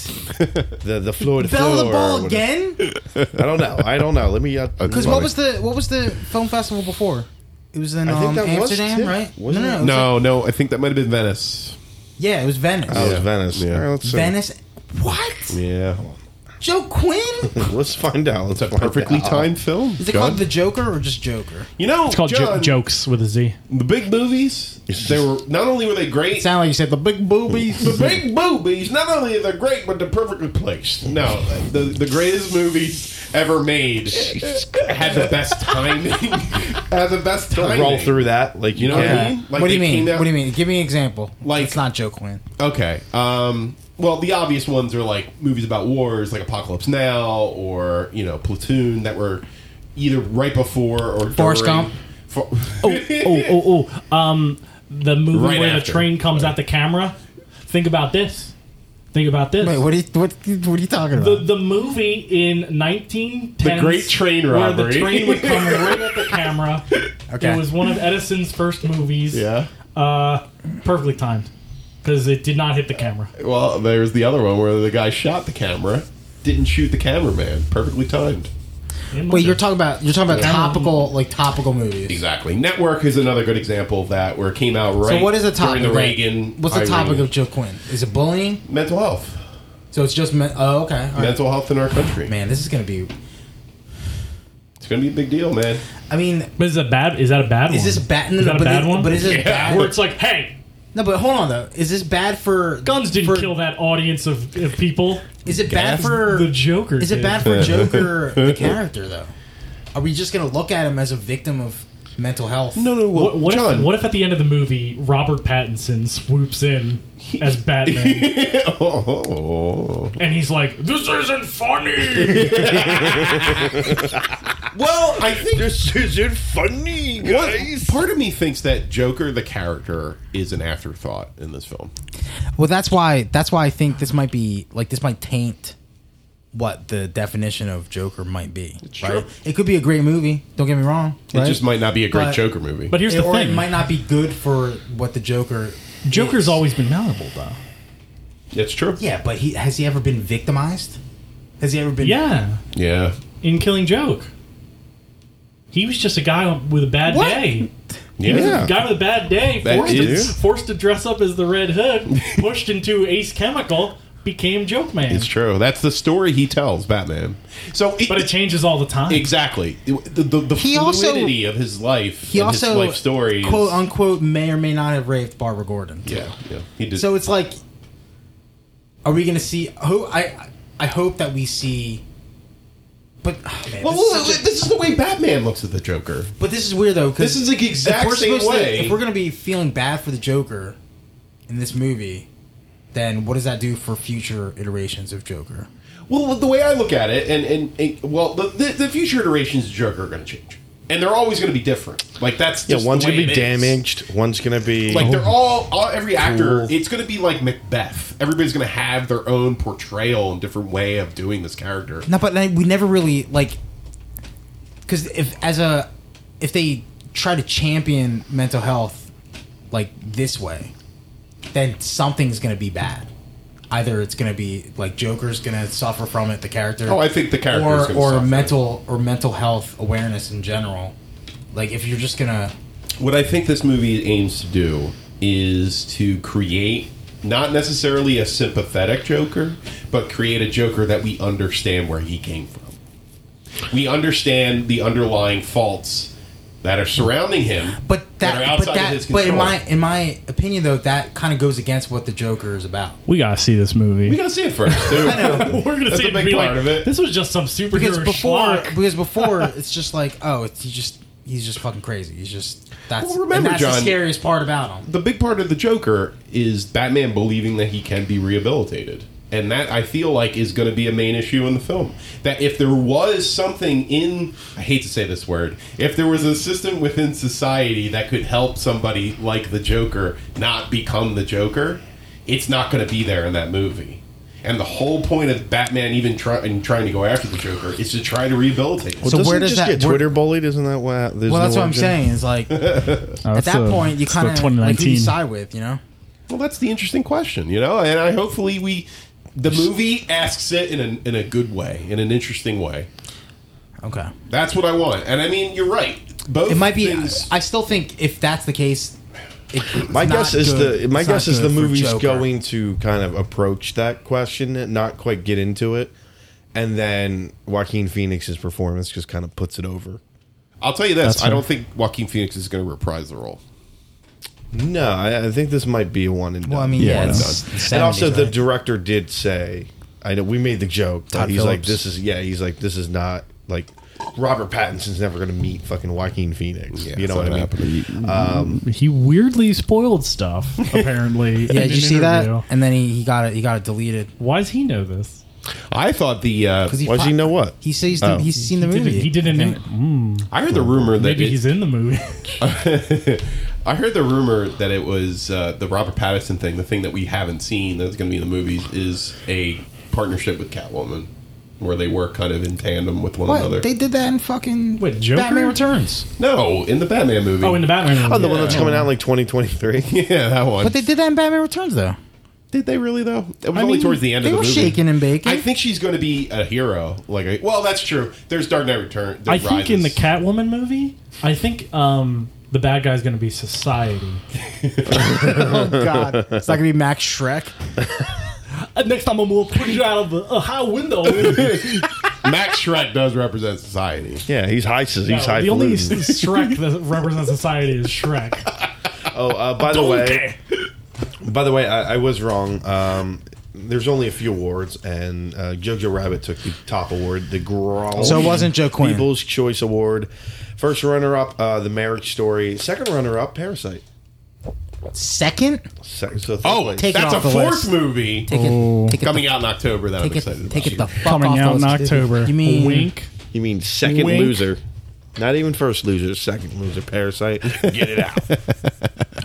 E: the the floor to
A: Bell of
E: floor
A: the
E: or
A: ball
E: whatever.
A: again?
E: I don't know. I don't know. Let me
A: Because what was the what was the film festival before? It was in
E: I think
A: um,
E: that was
A: Amsterdam,
E: TIFF,
A: right? No, no,
E: wasn't
A: no. it
E: it?
A: was like-
D: No, no. I think that might have been Venice.
A: yeah, it was Venice.
E: Oh, it was Venice.
D: Yeah.
E: All right, let's see.
A: Venice. What?
D: Yeah.
A: Joe Quinn?
E: Let's find out. Let's find
D: Perfectly
E: out.
D: timed film.
A: Is it called The Joker or just Joker?
D: You know,
C: It's called jo-
D: John,
C: jokes with a Z.
D: the big movies. They were not only were they great,
A: Sound like you said the big boobies.
D: the big movies. Not only are they great, but they're perfectly placed. No, the the greatest movies ever made had the best timing. had the best timing.
E: Roll through that, like you,
D: You know
E: know.
D: what I
E: Can.
D: mean? Like
A: what do you
D: they
A: mean?
D: came out-
A: What do you mean? Give me an example.
D: Like-
A: it's not Joe Quinn.
D: Okay. Um, well, the obvious ones are like movies about wars, like Apocalypse Now or you know Platoon, that were either right before or
A: Forrest
D: during-
A: Gump.
D: For-
C: Oh, oh, oh. Um, the movie
D: Right
C: where the
D: after.
C: train comes out the camera. Think about this. Think about this.
A: Wait, what are you what, what are you talking about?
C: the, the movie in 1910
D: The Great Train
C: where the
D: Robbery.
C: train would come right at the camera
A: Okay.
C: it was one of edison's first movies uh, perfectly timed because it did not hit the camera
D: Well, there's the other one where the guy shot the camera, didn't shoot the cameraman, perfectly timed.
A: Wait, you're talking about you're talking about topical like topical movies.
D: Exactly. Network is another good example of that, where it came out right.
A: So what is the topic?
D: during the
A: like,
D: Reagan?
A: what's the topic
D: Irene-
A: of Joe Quinn? Is it bullying?
D: mental health?
A: So it's just men- oh okay. All right.
D: Mental health in our country.
A: Man, this is gonna be.
D: It's gonna be a big deal, man.
A: I mean,
C: but is that bad is that a bad
A: is
C: one
A: this bad? No,
C: is
A: no,
C: that a
A: but
C: bad
A: it-
C: one
A: But is this
D: Yeah.
A: bad?
C: where it's like hey
A: No, but hold on though. Is this bad for
C: guns didn't
A: for-
C: kill that audience of, of people
A: Is it bad for
C: the joker
A: Is it
C: did.
A: bad for Joker the character though? Are we just gonna look at him as a victim of mental health?
D: no. Well,
C: what, what,
D: John,
C: if, what if at the end of the movie Robert Pattinson swoops in as Batman
D: Oh.
C: and he's like, "This isn't funny."
D: Well, I think
E: This isn't funny,
D: What-
E: guys.
D: part of me thinks that Joker, the character, is an afterthought in this film.
A: Well, that's why that's why I think this might be like this might taint what the definition of Joker might be.
D: true.
A: It could be a great movie. Don't get me wrong.
D: It
A: right?
D: just might not be a great
A: But-
D: Joker movie.
C: But here's
A: It-
C: the
A: or
C: thing:
A: it might not be good for what the Joker.
C: Joker's
A: is.
C: always been malleable, though.
D: it's true.
A: yeah, but he has he ever been victimized? Has he ever been?
C: Yeah,
D: Yeah.
C: in Killing Joke, he was just a guy with a bad
A: What?
C: day.
D: Yeah.
E: Yeah.
C: Guy with a bad day,
D: That
C: forced to,
D: is-
C: forced to dress up as the Red Hood, pushed into Ace Chemical, became Joke Man.
D: It's true. That's the story he tells Batman. So, it,
C: But it changes all the time.
D: exactly the the, the
A: He also-
D: fluidity of his life.
A: He
D: and
A: also
D: his life story. is-
A: quote unquote may or may not have raped Barbara Gordon.
D: yeah, yeah. He did.
A: So it's like, are we gonna see? Who I I hope that we see. But oh, man,
D: well,
A: this is
D: well,
A: such a-
D: this is the way Batman looks at the Joker.
A: But this is weird though. 'cause
D: This is the exact
A: if we're
D: same
A: supposed
D: way.
A: To, if we're gonna be feeling bad for the Joker in this movie, then what does that do for future iterations of Joker?
D: Well, the way I look at it, and and, and- well, the, the, the future iterations of Joker are going to change, and they're always going to be different. Like that's
E: Yeah,
D: just
E: one's
D: the
E: gonna
D: way
E: be
D: it is.
E: damaged. One's gonna be
D: Like they're all, all every actor.
E: Cool.
D: It's going to be like Macbeth. Everybody's going to have their own portrayal and different way of doing this character.
A: No, but like, we never really like because if as a if they try to champion mental health like this way, then something's gonna be bad. Either it's gonna be like Joker's gonna suffer from it, the character.
D: Oh, I think the character
A: or
D: is gonna
A: or
D: suffer.
A: mental or mental health awareness in general. Like if you're just gonna
D: What I think this movie aims to do is to create not necessarily a sympathetic Joker, but create a Joker that we understand where he came from. We understand the underlying faults that are surrounding him,
A: But
D: that are
A: that,
D: outside
A: but
D: of his
A: that, but in
D: control.
A: my in my opinion though, that kind of goes against what the Joker is about.
C: We gotta see this
D: we
C: movie.
D: gotta see it first. Dude.
C: We're gonna
D: That's
C: see it
D: a
C: and
D: big
C: be
D: part
C: like,
D: of it.
C: this was just some
A: Because
C: superhero
A: before,
C: schlock.
A: because before, it's just like, oh, it's, he just he's just fucking crazy. He's just that's
D: Well, remember,
A: and that's the
D: John-
A: scariest part about him.
D: the big part of the Joker is Batman believing that he can be rehabilitated. And that I feel like is going to be a main issue in the film. That if there was something in, I hate to say this word, if there was a system within society that could help somebody like the Joker not become the Joker, it's not going to be there in that movie. And the whole point of Batman even try, and trying to go after the Joker is to try to rehabilitate. him.
A: So
E: Doesn't
A: where
E: it
A: does that-
E: just get
A: where-
E: Twitter bullied? Isn't that why? Well,
A: Well, that's what I'm saying. Is like at that point, you kind of like who you side with, you know?
D: Well, that's the interesting question, you know, and I hopefully we, the movie asks it in a in a good way, in an interesting way.
A: Okay,
D: That's what I want, and I mean, you're right. Both
A: it might be. uh,
D: things-
A: I still think if that's the case, it, it's
E: My
A: not
E: guess is
A: good.
E: the my
A: It's not
E: guess is
A: good
E: the
A: for
E: movie's
A: Joker.
E: going to kind of approach that question and not quite get into it and then Joaquin Phoenix's performance just kind of puts it over.
D: I'll tell you this:
C: That's
D: I don't
C: fair.
D: think Joaquin Phoenix is going to reprise the role.
E: No, I, I think this might be a one and done.
A: Well, I mean, yeah,
D: Yeah,
A: it's
D: it
A: the 70s,
E: and also the
A: right?
E: director did say, I know we made the joke. That
A: Todd
E: he's like,
A: Phillips.
E: this is yeah. He's like, this is not like Robert Pattinson's never going to meet fucking Joaquin Phoenix. you know what I mean?
D: Uh,
C: He weirdly spoiled stuff, apparently.
A: yeah,
C: in
A: did you
C: an
A: see
C: interview.
A: that? And then he, he got it. He got it deleted
C: Why does he know this?
D: I thought the uh,
A: because he.
E: Why does he
A: fi-
E: know what?
A: He says the,
E: Oh.
A: he's seen the
C: He
A: movie.
C: did, he did an
A: I
C: in,
A: think.
D: I heard the rumor that
C: maybe
D: it-
C: he's in the movie.
D: I heard the rumor that it was uh, the Robert Pattinson thing, the thing that we haven't seen that's going to be in the movies, is a partnership with Catwoman, where they work kind of in tandem with one another.
A: What they did that in fucking
C: Wait, Joker
A: Batman Returns.
D: no, in the Batman movie.
C: Oh, in the Batman movie.
E: Oh, the one that's coming out in like 2023.
D: yeah, that one.
A: But they did that in Batman Returns though.
D: did they really though? It was
C: I
D: only
C: mean,
D: towards the end
A: They
D: of the
A: were
D: movie.
A: shaking and baking.
D: I think she's going to be a hero. Like, a, well, that's true. There's Dark Knight Return.
C: I think in the
D: Rises.
C: Catwoman movie, I think um, the bad guy's going to be society.
A: oh God, it's not gonna be Max Shrek.
C: Uh, next time I'm going to put you out of a, a high window.
D: Max Shrek does represent society.
E: yeah, he's high. He's
C: No,
E: high.
C: the only s- Shrek that represents society is Shrek.
E: Oh, uh, by the way, by the way, I, I was wrong. Um, there's only a few awards, and uh, Jojo Rabbit took the top award, the Growl.
A: So it wasn't Joe Quinn.
E: People's Choice Award. First runner up, uh, The Marriage Story. Second runner up, Parasite.
A: Second,
E: Sec- so third
D: Oh,
E: place.
A: Take it
D: that's a
A: off the
D: fourth
A: list.
D: movie
A: take it, take it,
D: coming out in October. That I'm
A: take
D: excited
A: it,
D: about.
A: take it the fuck off
C: Oh. Coming
A: the
C: out in
A: list, dude.
C: October.
A: You mean
C: Wink.
E: you mean second
C: Wink.
E: loser? Not even first loser, second loser. Parasite. Get it out.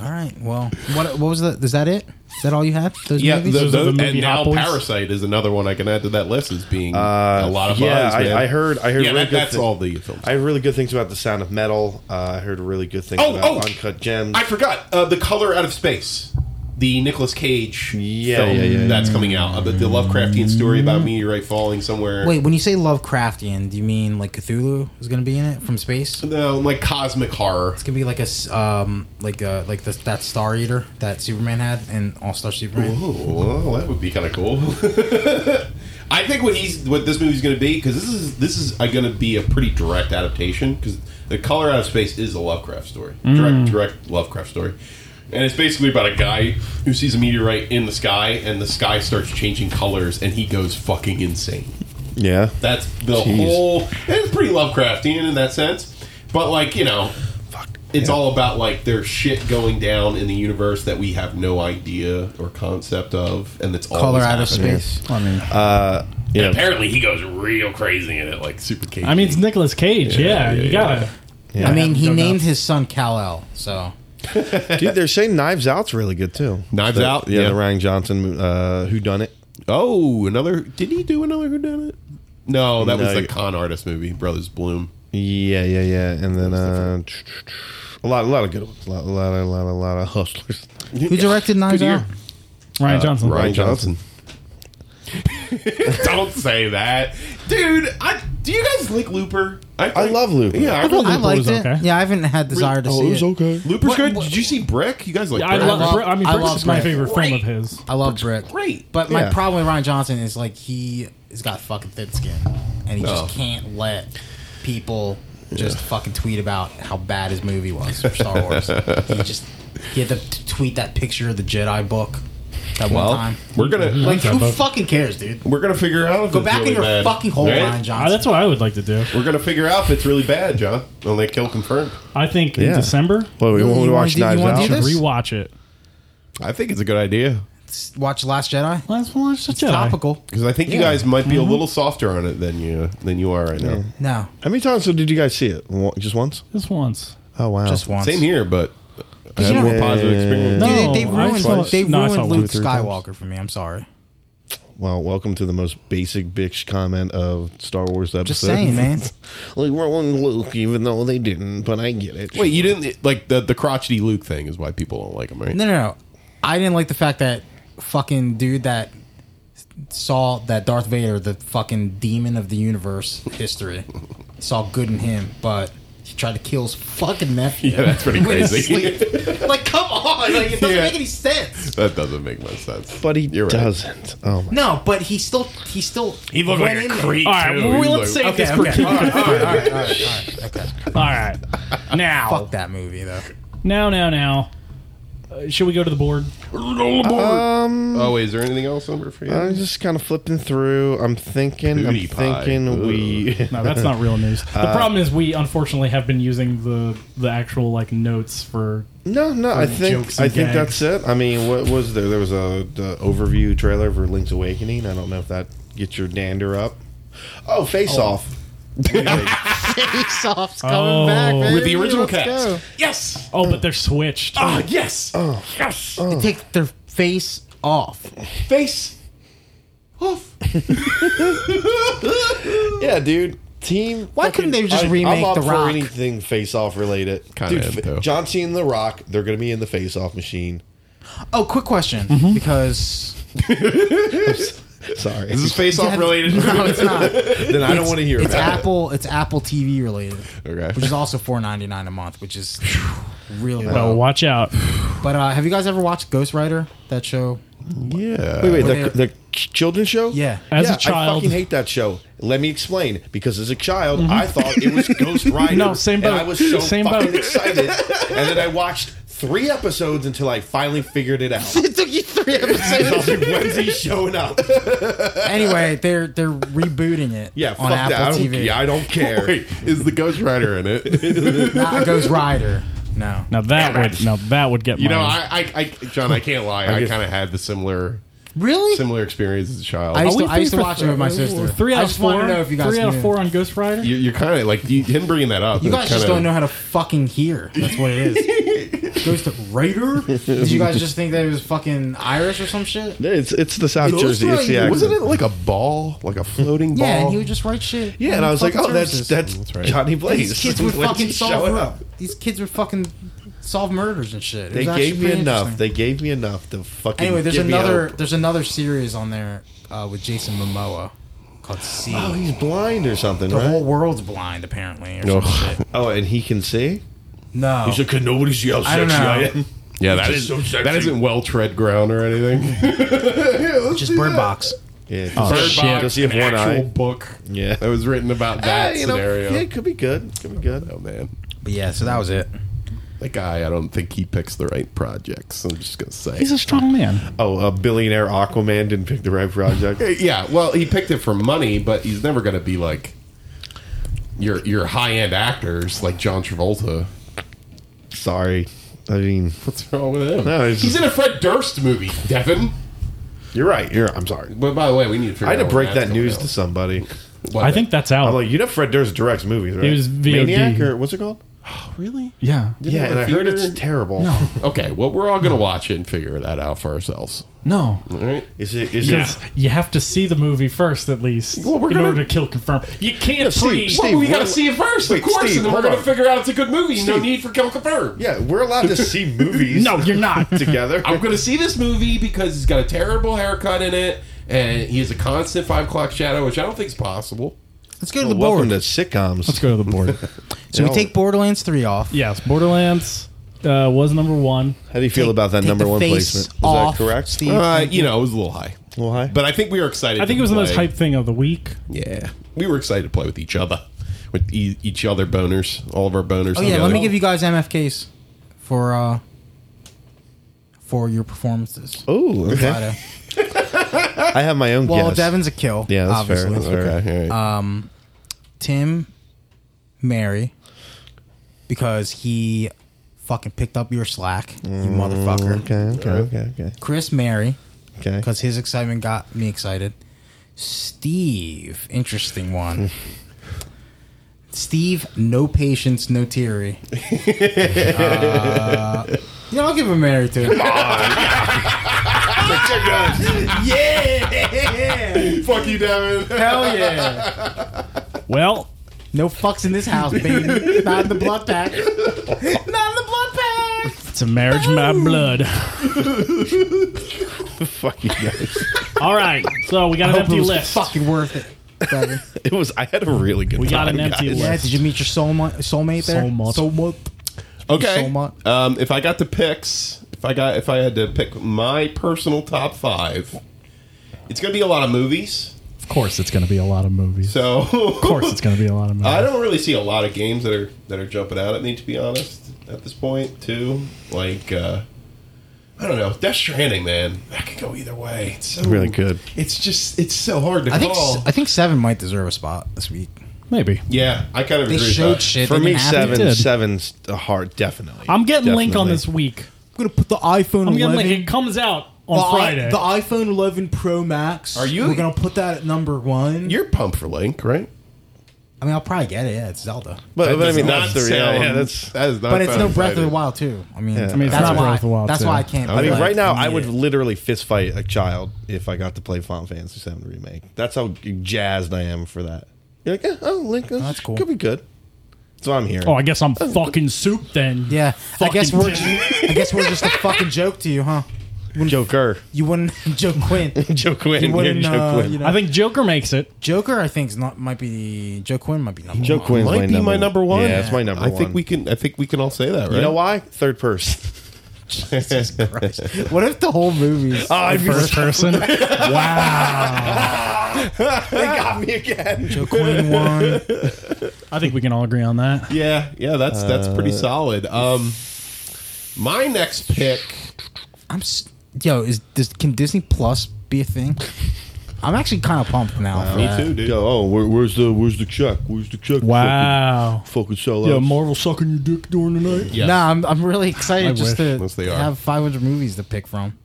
A: All right. Well, what what was that? Is that it? Is that all you had? Those
D: Yeah,
A: movies?
D: the,
C: Those are the
D: the-
C: movie
D: and now
C: hot boys.
D: Parasite is another one I can add to that list as being a lot of
E: Uh, yeah,
D: buzz,
E: I-
D: man.
E: I heard- I heard
D: Yeah,
E: really
D: that,
E: good
D: that's
E: thi-
D: all the films.
E: I heard really good things about The Sound of Metal. Uh, I heard really good things
D: Oh,
E: about
D: oh.
E: Uncut Gems.
D: I forgot uh, the color out of space, the Nicolas Cage
E: Yeah,
D: film
E: yeah, yeah, yeah.
D: that's coming out, about the Lovecraftian story about meteorite falling somewhere.
A: Wait, when you say Lovecraftian, do you mean like Cthulhu is going to be in it from space? It's
D: no, like cosmic horror.
A: gonna be like a s- um like uh like the, that Star Eater that Superman had in All Star Superman.
D: Oh, well, that would be kind of cool. I think what he's what this movie's going to be because this is this is going to be a pretty direct adaptation because the color out of space is a Lovecraft story, direct direct Lovecraft story, and it's basically about a guy who sees a meteorite in the sky and the sky starts changing colors and he goes fucking insane.
E: yeah.
D: That's the
E: Jeez.
D: whole. It's pretty Lovecraftian in that sense, but like you know,
E: Fuck.
D: it's all about like there's shit going down in the universe that we have no idea or concept of, and it's all
A: Color out of space. I mean,
E: Yeah.
D: Apparently, he goes real crazy in it, like super crazy.
C: I mean, it's Nicolas Cage. Yeah, you got to.
A: I mean, he
C: No
A: named
C: doubts.
A: his son Kal El. So
E: Dude, they're saying Knives Out's really good too.
D: Knives
E: The-
D: Out,
E: yeah,
D: yeah.
E: the Ryan Johnson uh, Who Done It.
D: oh, another. Did he do another Who Done It? No, that was
E: No.
D: the con artist movie, Brothers Bloom.
E: Yeah, yeah, yeah, and then uh, a lot, a lot of good ones, a lot, a lot, a lot, a lot of hustlers.
A: who directed Knives
D: year.
A: Out?
C: Uh, Ryan Johnson.
D: Ryan
E: Johnson.
D: Don't say that, dude. I do you guys like Looper?
E: I love Looper.
D: Yeah, I,
E: I
D: really
A: I liked
C: was
A: it.
C: okay.
A: Yeah, I haven't had desire
D: Oh,
A: to see it.
E: okay.
D: Looper's
A: What-
D: good.
A: what-
D: Did you see Brick? You guys like
C: I,
D: Brick?
C: love,
A: love-
C: I mean,
A: I
C: Brooks
A: love
C: is my
A: Brad.
C: favorite film of
D: Great.
C: his.
A: I love Brick.
D: great.
A: But my
E: Yeah.
A: problem with Ryan Johnson is like he has got fucking thin skin, and he
D: Oh.
A: just can't let people just fucking tweet about how bad his movie was for Star Wars. he just he had to t- tweet that picture of the Jedi book that
D: Well,
A: one time.
D: we're gonna
A: Like who
C: that book.
A: fucking cares, dude?
D: we're gonna figure out. If
A: Go
D: it's
A: back
D: really
A: in your
D: bad,
A: fucking hole,
D: right?
A: Ryan
C: Ah,
A: Johnson.
C: that's what I would like to do.
D: We're gonna figure out if it's really bad, John. When they kill confirmed,
C: I think in
E: Yeah.
C: December,
E: Well, we
A: You
E: want to
A: wanna
E: watch
A: do- you
E: Knives
A: wanna do
E: Out.
A: this?
C: rewatch it.
D: I think it's a good idea
A: Watch Last Jedi.
C: Let's watch the Jedi.
A: Topical.
D: because I think you guys might be
A: Mm-hmm.
D: a little softer on it than you than you are right now.
A: No,
E: How many times did you guys see it? Wa- Just once?
C: Just once.
E: Oh wow!
A: just once.
D: Same here, but I
A: you
D: had a more
A: know-
D: positive experience.
A: Dude,
C: No.
A: they, they
C: I saw
A: ruined,
C: it-
A: they
C: no, I
A: ruined
C: saw it two or
A: Luke
E: three times.
A: Skywalker for me. I'm sorry.
E: Well, welcome to the most basic bitch comment of Star Wars episode.
A: Just saying, man.
E: like we're on Luke, even though they didn't, but I get it.
D: Wait, you didn't like the the crotchety Luke thing is why people don't like him, right?
A: No, no, no. I didn't like the fact that fucking dude that saw that Darth Vader, the fucking demon of the universe history, saw good in him, but he tried to kill his fucking nephew.
D: Yeah, that's pretty
A: with his
D: crazy.
A: sleep. like, come on! Like, it doesn't
D: Yeah.
A: make any sense.
D: That doesn't make much sense.
E: But he
D: You're right.
E: doesn't. Oh my.
A: No, but he still he still
B: He looked
A: went
B: like a
A: in there.
B: creep.
F: All right,
B: too.
F: well,
B: He
F: let's
B: looked-
F: save this
A: Okay,
F: for
A: okay, all right, all right, all right, all right, all right. Okay.
F: All right. Now,
A: Fuck that movie though.
F: now, now, now. Uh, should we go to the board?
D: Um,
A: Um,
D: Oh, wait, is there anything else over for you?
E: I'm just kind of flipping through. I'm thinking.
D: Booty
E: I'm
D: pie.
E: thinking
D: Ugh.
E: we.
F: No, that's not real news.
C: Uh,
F: The problem is we unfortunately have been using the the actual like notes for.
E: No, no. I
F: jokes
E: think.
F: and
E: I think
F: gags.
E: that's it. I mean, what was there? There was a the overview trailer for Link's Awakening. I don't know if that gets your dander up. Oh, Face Off.
A: Soft's coming back,
F: Oh.
A: baby.
D: With the original
A: Let's
D: cast.
A: go.
B: Yes.
F: Oh, but they're switched.
B: Ah, yes.
E: Oh.
B: Yes.
A: They take their face off.
D: Face off.
E: Yeah, dude. Team.
A: Why couldn't they just
E: I-
A: remake
E: I'm up
A: The Rock?
E: for anything Face Off related?
D: Kinda am,
E: dude,
D: though.
E: fa- John Cena, and The Rock. They're gonna be in the Face Off machine.
A: Oh, quick question
E: Mm-hmm.
A: because
E: Sorry.
D: Is this face off related?
A: no, it's not.
E: then I don't want to hear
A: It's
E: about
A: Apple. It's Apple TV related,
D: Okay.
A: which is also four ninety nine a month, which is really
F: Oh,
A: low.
F: watch out!
A: But uh, have you guys ever watched Ghost Rider? That show?
D: Yeah.
E: Wait,
A: Where
E: wait, the, the children's show?
A: Yeah.
F: As a
E: Yeah, I
F: child-
E: fucking hate that show. Let me explain. Because as a child,
A: Mm-hmm.
E: I thought it was Ghost Rider.
F: No, same boat.
E: And I was so
F: Same
E: fucking
F: boat.
E: excited. And then I watched three episodes until I finally figured it out.
A: It took you three episodes.
E: I was like, when's he showing up?
A: anyway, they're they're rebooting it.
E: Yeah,
A: on
E: fuck
A: Apple
E: that. I don't,
A: TV.
E: yeah, I don't care.
D: Wait, is the Ghost Rider in it?
A: Not Ghost Rider. No.
F: Now that would now that would get
D: You know,
F: mine.
D: I, I, I, John, I can't lie. I
E: guess-
D: kind of had the similar,
A: Really?
D: similar experience as a child.
A: I used to,
C: Oh,
F: Are we
A: I used to
F: three for
A: watch it with my sister.
F: Three
A: I
F: out of
A: just want
F: four.
A: to know if you guys
F: three out of
A: knew.
F: four on Ghost Rider.
D: you, you're kind of like you, him bringing that up.
A: You guys just don't know
D: kinda,
A: how to fucking hear. That's what it is. Ghost Raider? Did you guys just think that it was fucking Irish or some shit?
E: It's it's the South Jersey. It's the
D: Wasn't
E: accent.
D: it like a ball, like a floating ball?
A: Yeah, and he would just write shit.
E: Yeah, and I was like, oh, that's that's,
D: That's right.
E: Johnny Blaze.
A: These kids would
E: When's
A: fucking
E: he
A: solve
E: showing
A: These kids would fucking solve murders and shit. It
E: They
A: was actually
E: gave me
A: pretty
E: enough.
A: interesting.
E: They gave me enough to fucking.
A: Anyway, there's
E: give me
A: another
E: hope.
A: there's another series on there uh, with Jason Momoa called C.
E: Oh, he's blind or something,
A: the
E: right?
A: whole world's blind apparently. Or some shit.
E: Oh, and he can see.
A: No.
E: "Could nobody see how
A: I don't know.
D: yeah, that
B: just
D: is
B: so sexy.
D: that isn't well tread ground or anything.
A: Just Bird Box.
E: Yeah, Oh,
D: Bird
F: shit.
D: Box,
E: Does he have
D: an
E: one
D: actual
E: eye?
D: book
E: Yeah.
D: that was written about that
E: Eh, you know,
D: scenario.
E: yeah, it could be good. Could be good.
D: Oh man,
A: But yeah, so that was it.
D: that guy. I don't think he picks the right projects. I'm just gonna say.
F: He's a strong man.
E: Oh, a billionaire Aquaman didn't pick the right project.
D: Uh, Yeah, well, he picked it for money, but he's never going to be like your your high end actors like John Travolta.
E: Sorry. I mean,
D: What's wrong with him?
E: No, it's
D: he's in a Fred Durst movie, Devin.
E: you're right. You're. I'm sorry.
D: But by the way, we need to. Figure
E: I had to
D: out
E: break
D: when
E: that
D: that's
E: news
D: coming
E: to somebody.
D: out. What?
F: I think that's out.
E: I'm like, you know, Fred Durst directs movies, right?
F: was VOD.
E: Maniac or what's it called?
D: really?
F: yeah.
E: yeah,
D: have
E: and
D: a
E: I heard
D: theater?
E: it's terrible.
D: Okay, well, we're all going to watch it and figure that out for ourselves.
F: No.
D: All right.
E: Is it? Is
F: Because
E: it?
F: you have to see the movie first, at least,
D: Well, we're
F: in
D: gonna-
F: order to kill confirm. You can't
E: Steve,
F: pre.
E: Steve,
D: Well, we got to
E: what-
D: see it first,
E: wait,
D: of course,
E: Steve,
D: and then we're
E: hold
D: going to
E: on.
D: figure out it's a good movie. No
E: Steve.
D: need for Kill Confirm.
E: Yeah, we're allowed to see movies.
F: No, you're not.
E: together.
D: I'm going to see this movie because he's got a terrible haircut in it, and he has a constant five o'clock shadow, which I don't think is possible.
A: Let's go to the
E: Oh, Welcome
A: board.
E: to sitcoms.
F: Let's go to the board.
A: So we take Borderlands three off.
F: yes, Borderlands uh, was number one.
E: How do you feel
A: Take-
E: about that
A: take
E: number
A: the
E: one
A: face
E: placement? Is
A: off,
E: that correct? Oh,
A: Steve?
D: Uh, you know, it was a little high.
E: Well, hi.
D: But I think we were excited.
F: I think
D: to
F: it was the most
D: play.
F: hype thing of the week.
D: Yeah, we were excited to play with each other, with e- each other boners, all of our boners.
A: oh yeah, let me give you guys MFKs for uh for your performances.
E: oh, okay.
A: Friday.
E: I have my own
A: Well,
E: guess.
A: Devin's a kill.
E: Yeah, that's
A: obviously.
E: fair. That's fair.
D: Okay, all right.
A: Tim, Mary, because he fucking picked up your slack, you motherfucker.
E: Okay, okay, okay, okay,
A: Chris, Mary,
E: okay.
A: because his excitement got me excited. Steve, interesting one. Steve, no patience, no teary. uh, yeah, I'll give him Mary too. yeah,
D: fuck you, Devin.
A: hell yeah.
F: Well,
A: No fucks in this house, baby. Not in the blood pack. Not in the blood pack.
F: it's a marriage by blood.
E: Fuck you guys.
F: All right, so we got an
A: Hope
F: empty
A: it was
F: list.
A: fucking worth it. Devin.
E: It was. I had a really good.
F: We got
E: time,
F: an empty
E: guys.
F: list.
A: Yeah, did you meet your soulmate, soulmate there?
F: Soulmate.
A: Soulmate.
D: Okay,
A: So much.
D: um, if I got the picks If I got if I had to pick my personal top five, it's gonna be a lot of movies.
C: Of course, it's going to be a lot of movies.
D: So of
C: of course, it's going to be a lot of movies.
D: I don't really see a lot of games that are that are jumping out at me, to be honest, at this point, too. Like, uh, I don't know, Death Stranding, man, that could go either way. It's so
E: Really could.
D: It's just it's so hard to
A: I think
D: call.
A: I think seven might deserve a spot this week.
C: Maybe.
D: yeah, I kind of
A: They
D: agree. with
A: showed
D: that.
A: shit.
E: For
A: they
E: me,
A: didn't have to.
E: seven,
C: did.
E: seven's a hard, definitely.
C: I'm getting Link on
E: Definitely.
C: this week.
A: I'm gonna put the iPhone.
C: I'm getting
A: 11
C: Link. It comes out on
A: the i-
C: Friday.
A: the iPhone 11 Pro Max.
D: Are you-
A: We're gonna put that at number one.
D: You're pumped for Link, right?
A: I mean, I'll probably get it. Yeah, it's Zelda,
E: but, but I
D: does
E: mean,
D: not
E: that's the
D: sound-
E: reality. Yeah, that's.
D: that is not
A: but it's no
D: sound
A: Breath of the
D: exciting.
A: Wild too. I mean,
E: I mean, it's
A: that's
C: not
A: why.
C: Breath of the Wild
A: that's
C: 2.
A: why I can't.
E: I mean,
A: play
E: right now, I
A: it.
E: would literally fist fight a child if I got to play Final Fantasy VII Remake. That's how jazzed I am for that. You're like, eh, oh, Link, that's,
A: That's cool.
E: Could be good. That's what I'm hearing.
C: oh, I guess I'm fucking soup then.
A: Yeah, I guess
C: Fucking
A: we're. I guess we're just a fucking joke to you, huh?
E: Joker.
A: You wouldn't Joe Quinn.
E: Joe Quinn.
A: You
E: You're
A: wouldn't.
E: Joe
A: uh,
E: Quinn.
A: you know,
C: I think Joker makes it.
A: Joker. I think's not might be Joe Quinn might be number
E: Joe
A: one.
E: Quinn's
D: Might be my
E: one.
D: number one.
E: Yeah, that's my number
D: I
E: one.
D: think we can. I think we can all say that, right?
E: You know why? Third person.
A: What if the whole movie's
E: I'd be
C: First person.
E: they got me again.
A: Joe Quinn one?
C: I think we can all agree on that.
D: Yeah, yeah, that's that's pretty solid. Um, my next pick.
A: I'm s- yo. Is this can Disney Plus be a thing? I'm actually kind of pumped now. for
D: Me
A: that.
D: too, dude.
E: oh, where, where's the where's the check? Where's the check?
C: Wow.
E: Fucking, fucking sell out.
C: Marvel sucking your dick during the night.
D: Yes.
A: No, I'm, I'm really excited just
C: wish.
D: Yes, they
A: to
D: are.
A: have 500 movies to pick from.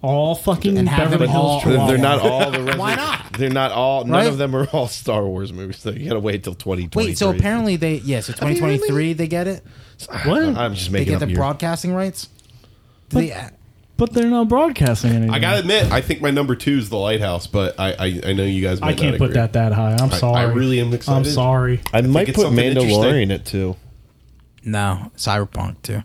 C: All fucking
A: And have
C: Beverly
A: them all-
C: Hills
E: They're, they're not
C: Chihuahua.
E: all the Why
A: not?
E: They're not all. None
A: Right?
E: of them are all Star Wars movies. So you gotta wait till twenty twenty.
A: Wait, so apparently they yeah, so 2023 they get it.
C: What?
E: I'm just
A: They
E: making
A: get
E: up
A: the
E: years.
A: broadcasting rights. Do they, uh,
C: But they're not broadcasting anything.
D: I gotta admit, I think my number two is The Lighthouse, but I I, I know you guys. Might
C: I can't
D: not
C: put
D: agree.
C: that that high. I'm sorry.
D: really am
C: I'm
D: excited.
C: sorry.
E: I might
D: it's
E: put
D: something interesting.
E: Mandalorian at two.
A: no, Cyberpunk too.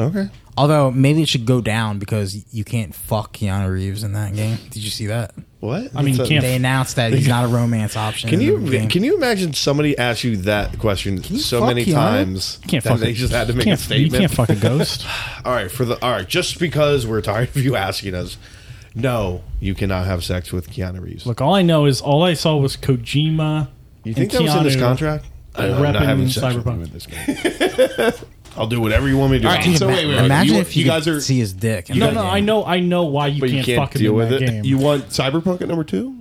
E: Okay.
A: Although maybe it should go down because you can't fuck Keanu Reeves in that game. Did you see that?
E: What?
C: I mean, you
E: That's a-
C: can't.
A: They announced that he's not a romance option.
E: Can
A: in
E: you
A: the game.
E: can you imagine somebody ask you that question
A: you
E: so
A: fuck
E: many
A: Keanu?
E: times
C: you can't
E: that
C: fuck.
E: they
C: a-
E: just had to make a
C: can't-
E: statement?
C: You can't fuck a ghost.
E: All right, for the all right, just because we're tired of you asking us, no, you cannot have sex with Keanu Reeves.
C: Look, all I know is all I saw was Kojima.
E: you think that
C: and
E: was in this
C: Keanu.
E: contract? I
C: repping Cyberpunk.
E: you in this game. I'll do whatever you want me to do.
D: All right, so
A: Ima-
D: wait, wait, wait.
A: Imagine
D: You-
A: if you,
D: you guys
A: could
D: are-
A: see his dick. in
C: No,
A: that
C: no,
A: game.
C: I know, I know why you
E: But you
C: can't,
E: can't
C: fuck him
E: deal
C: in
E: with
C: that
E: it.
C: game.
D: You want Cyberpunk at number two?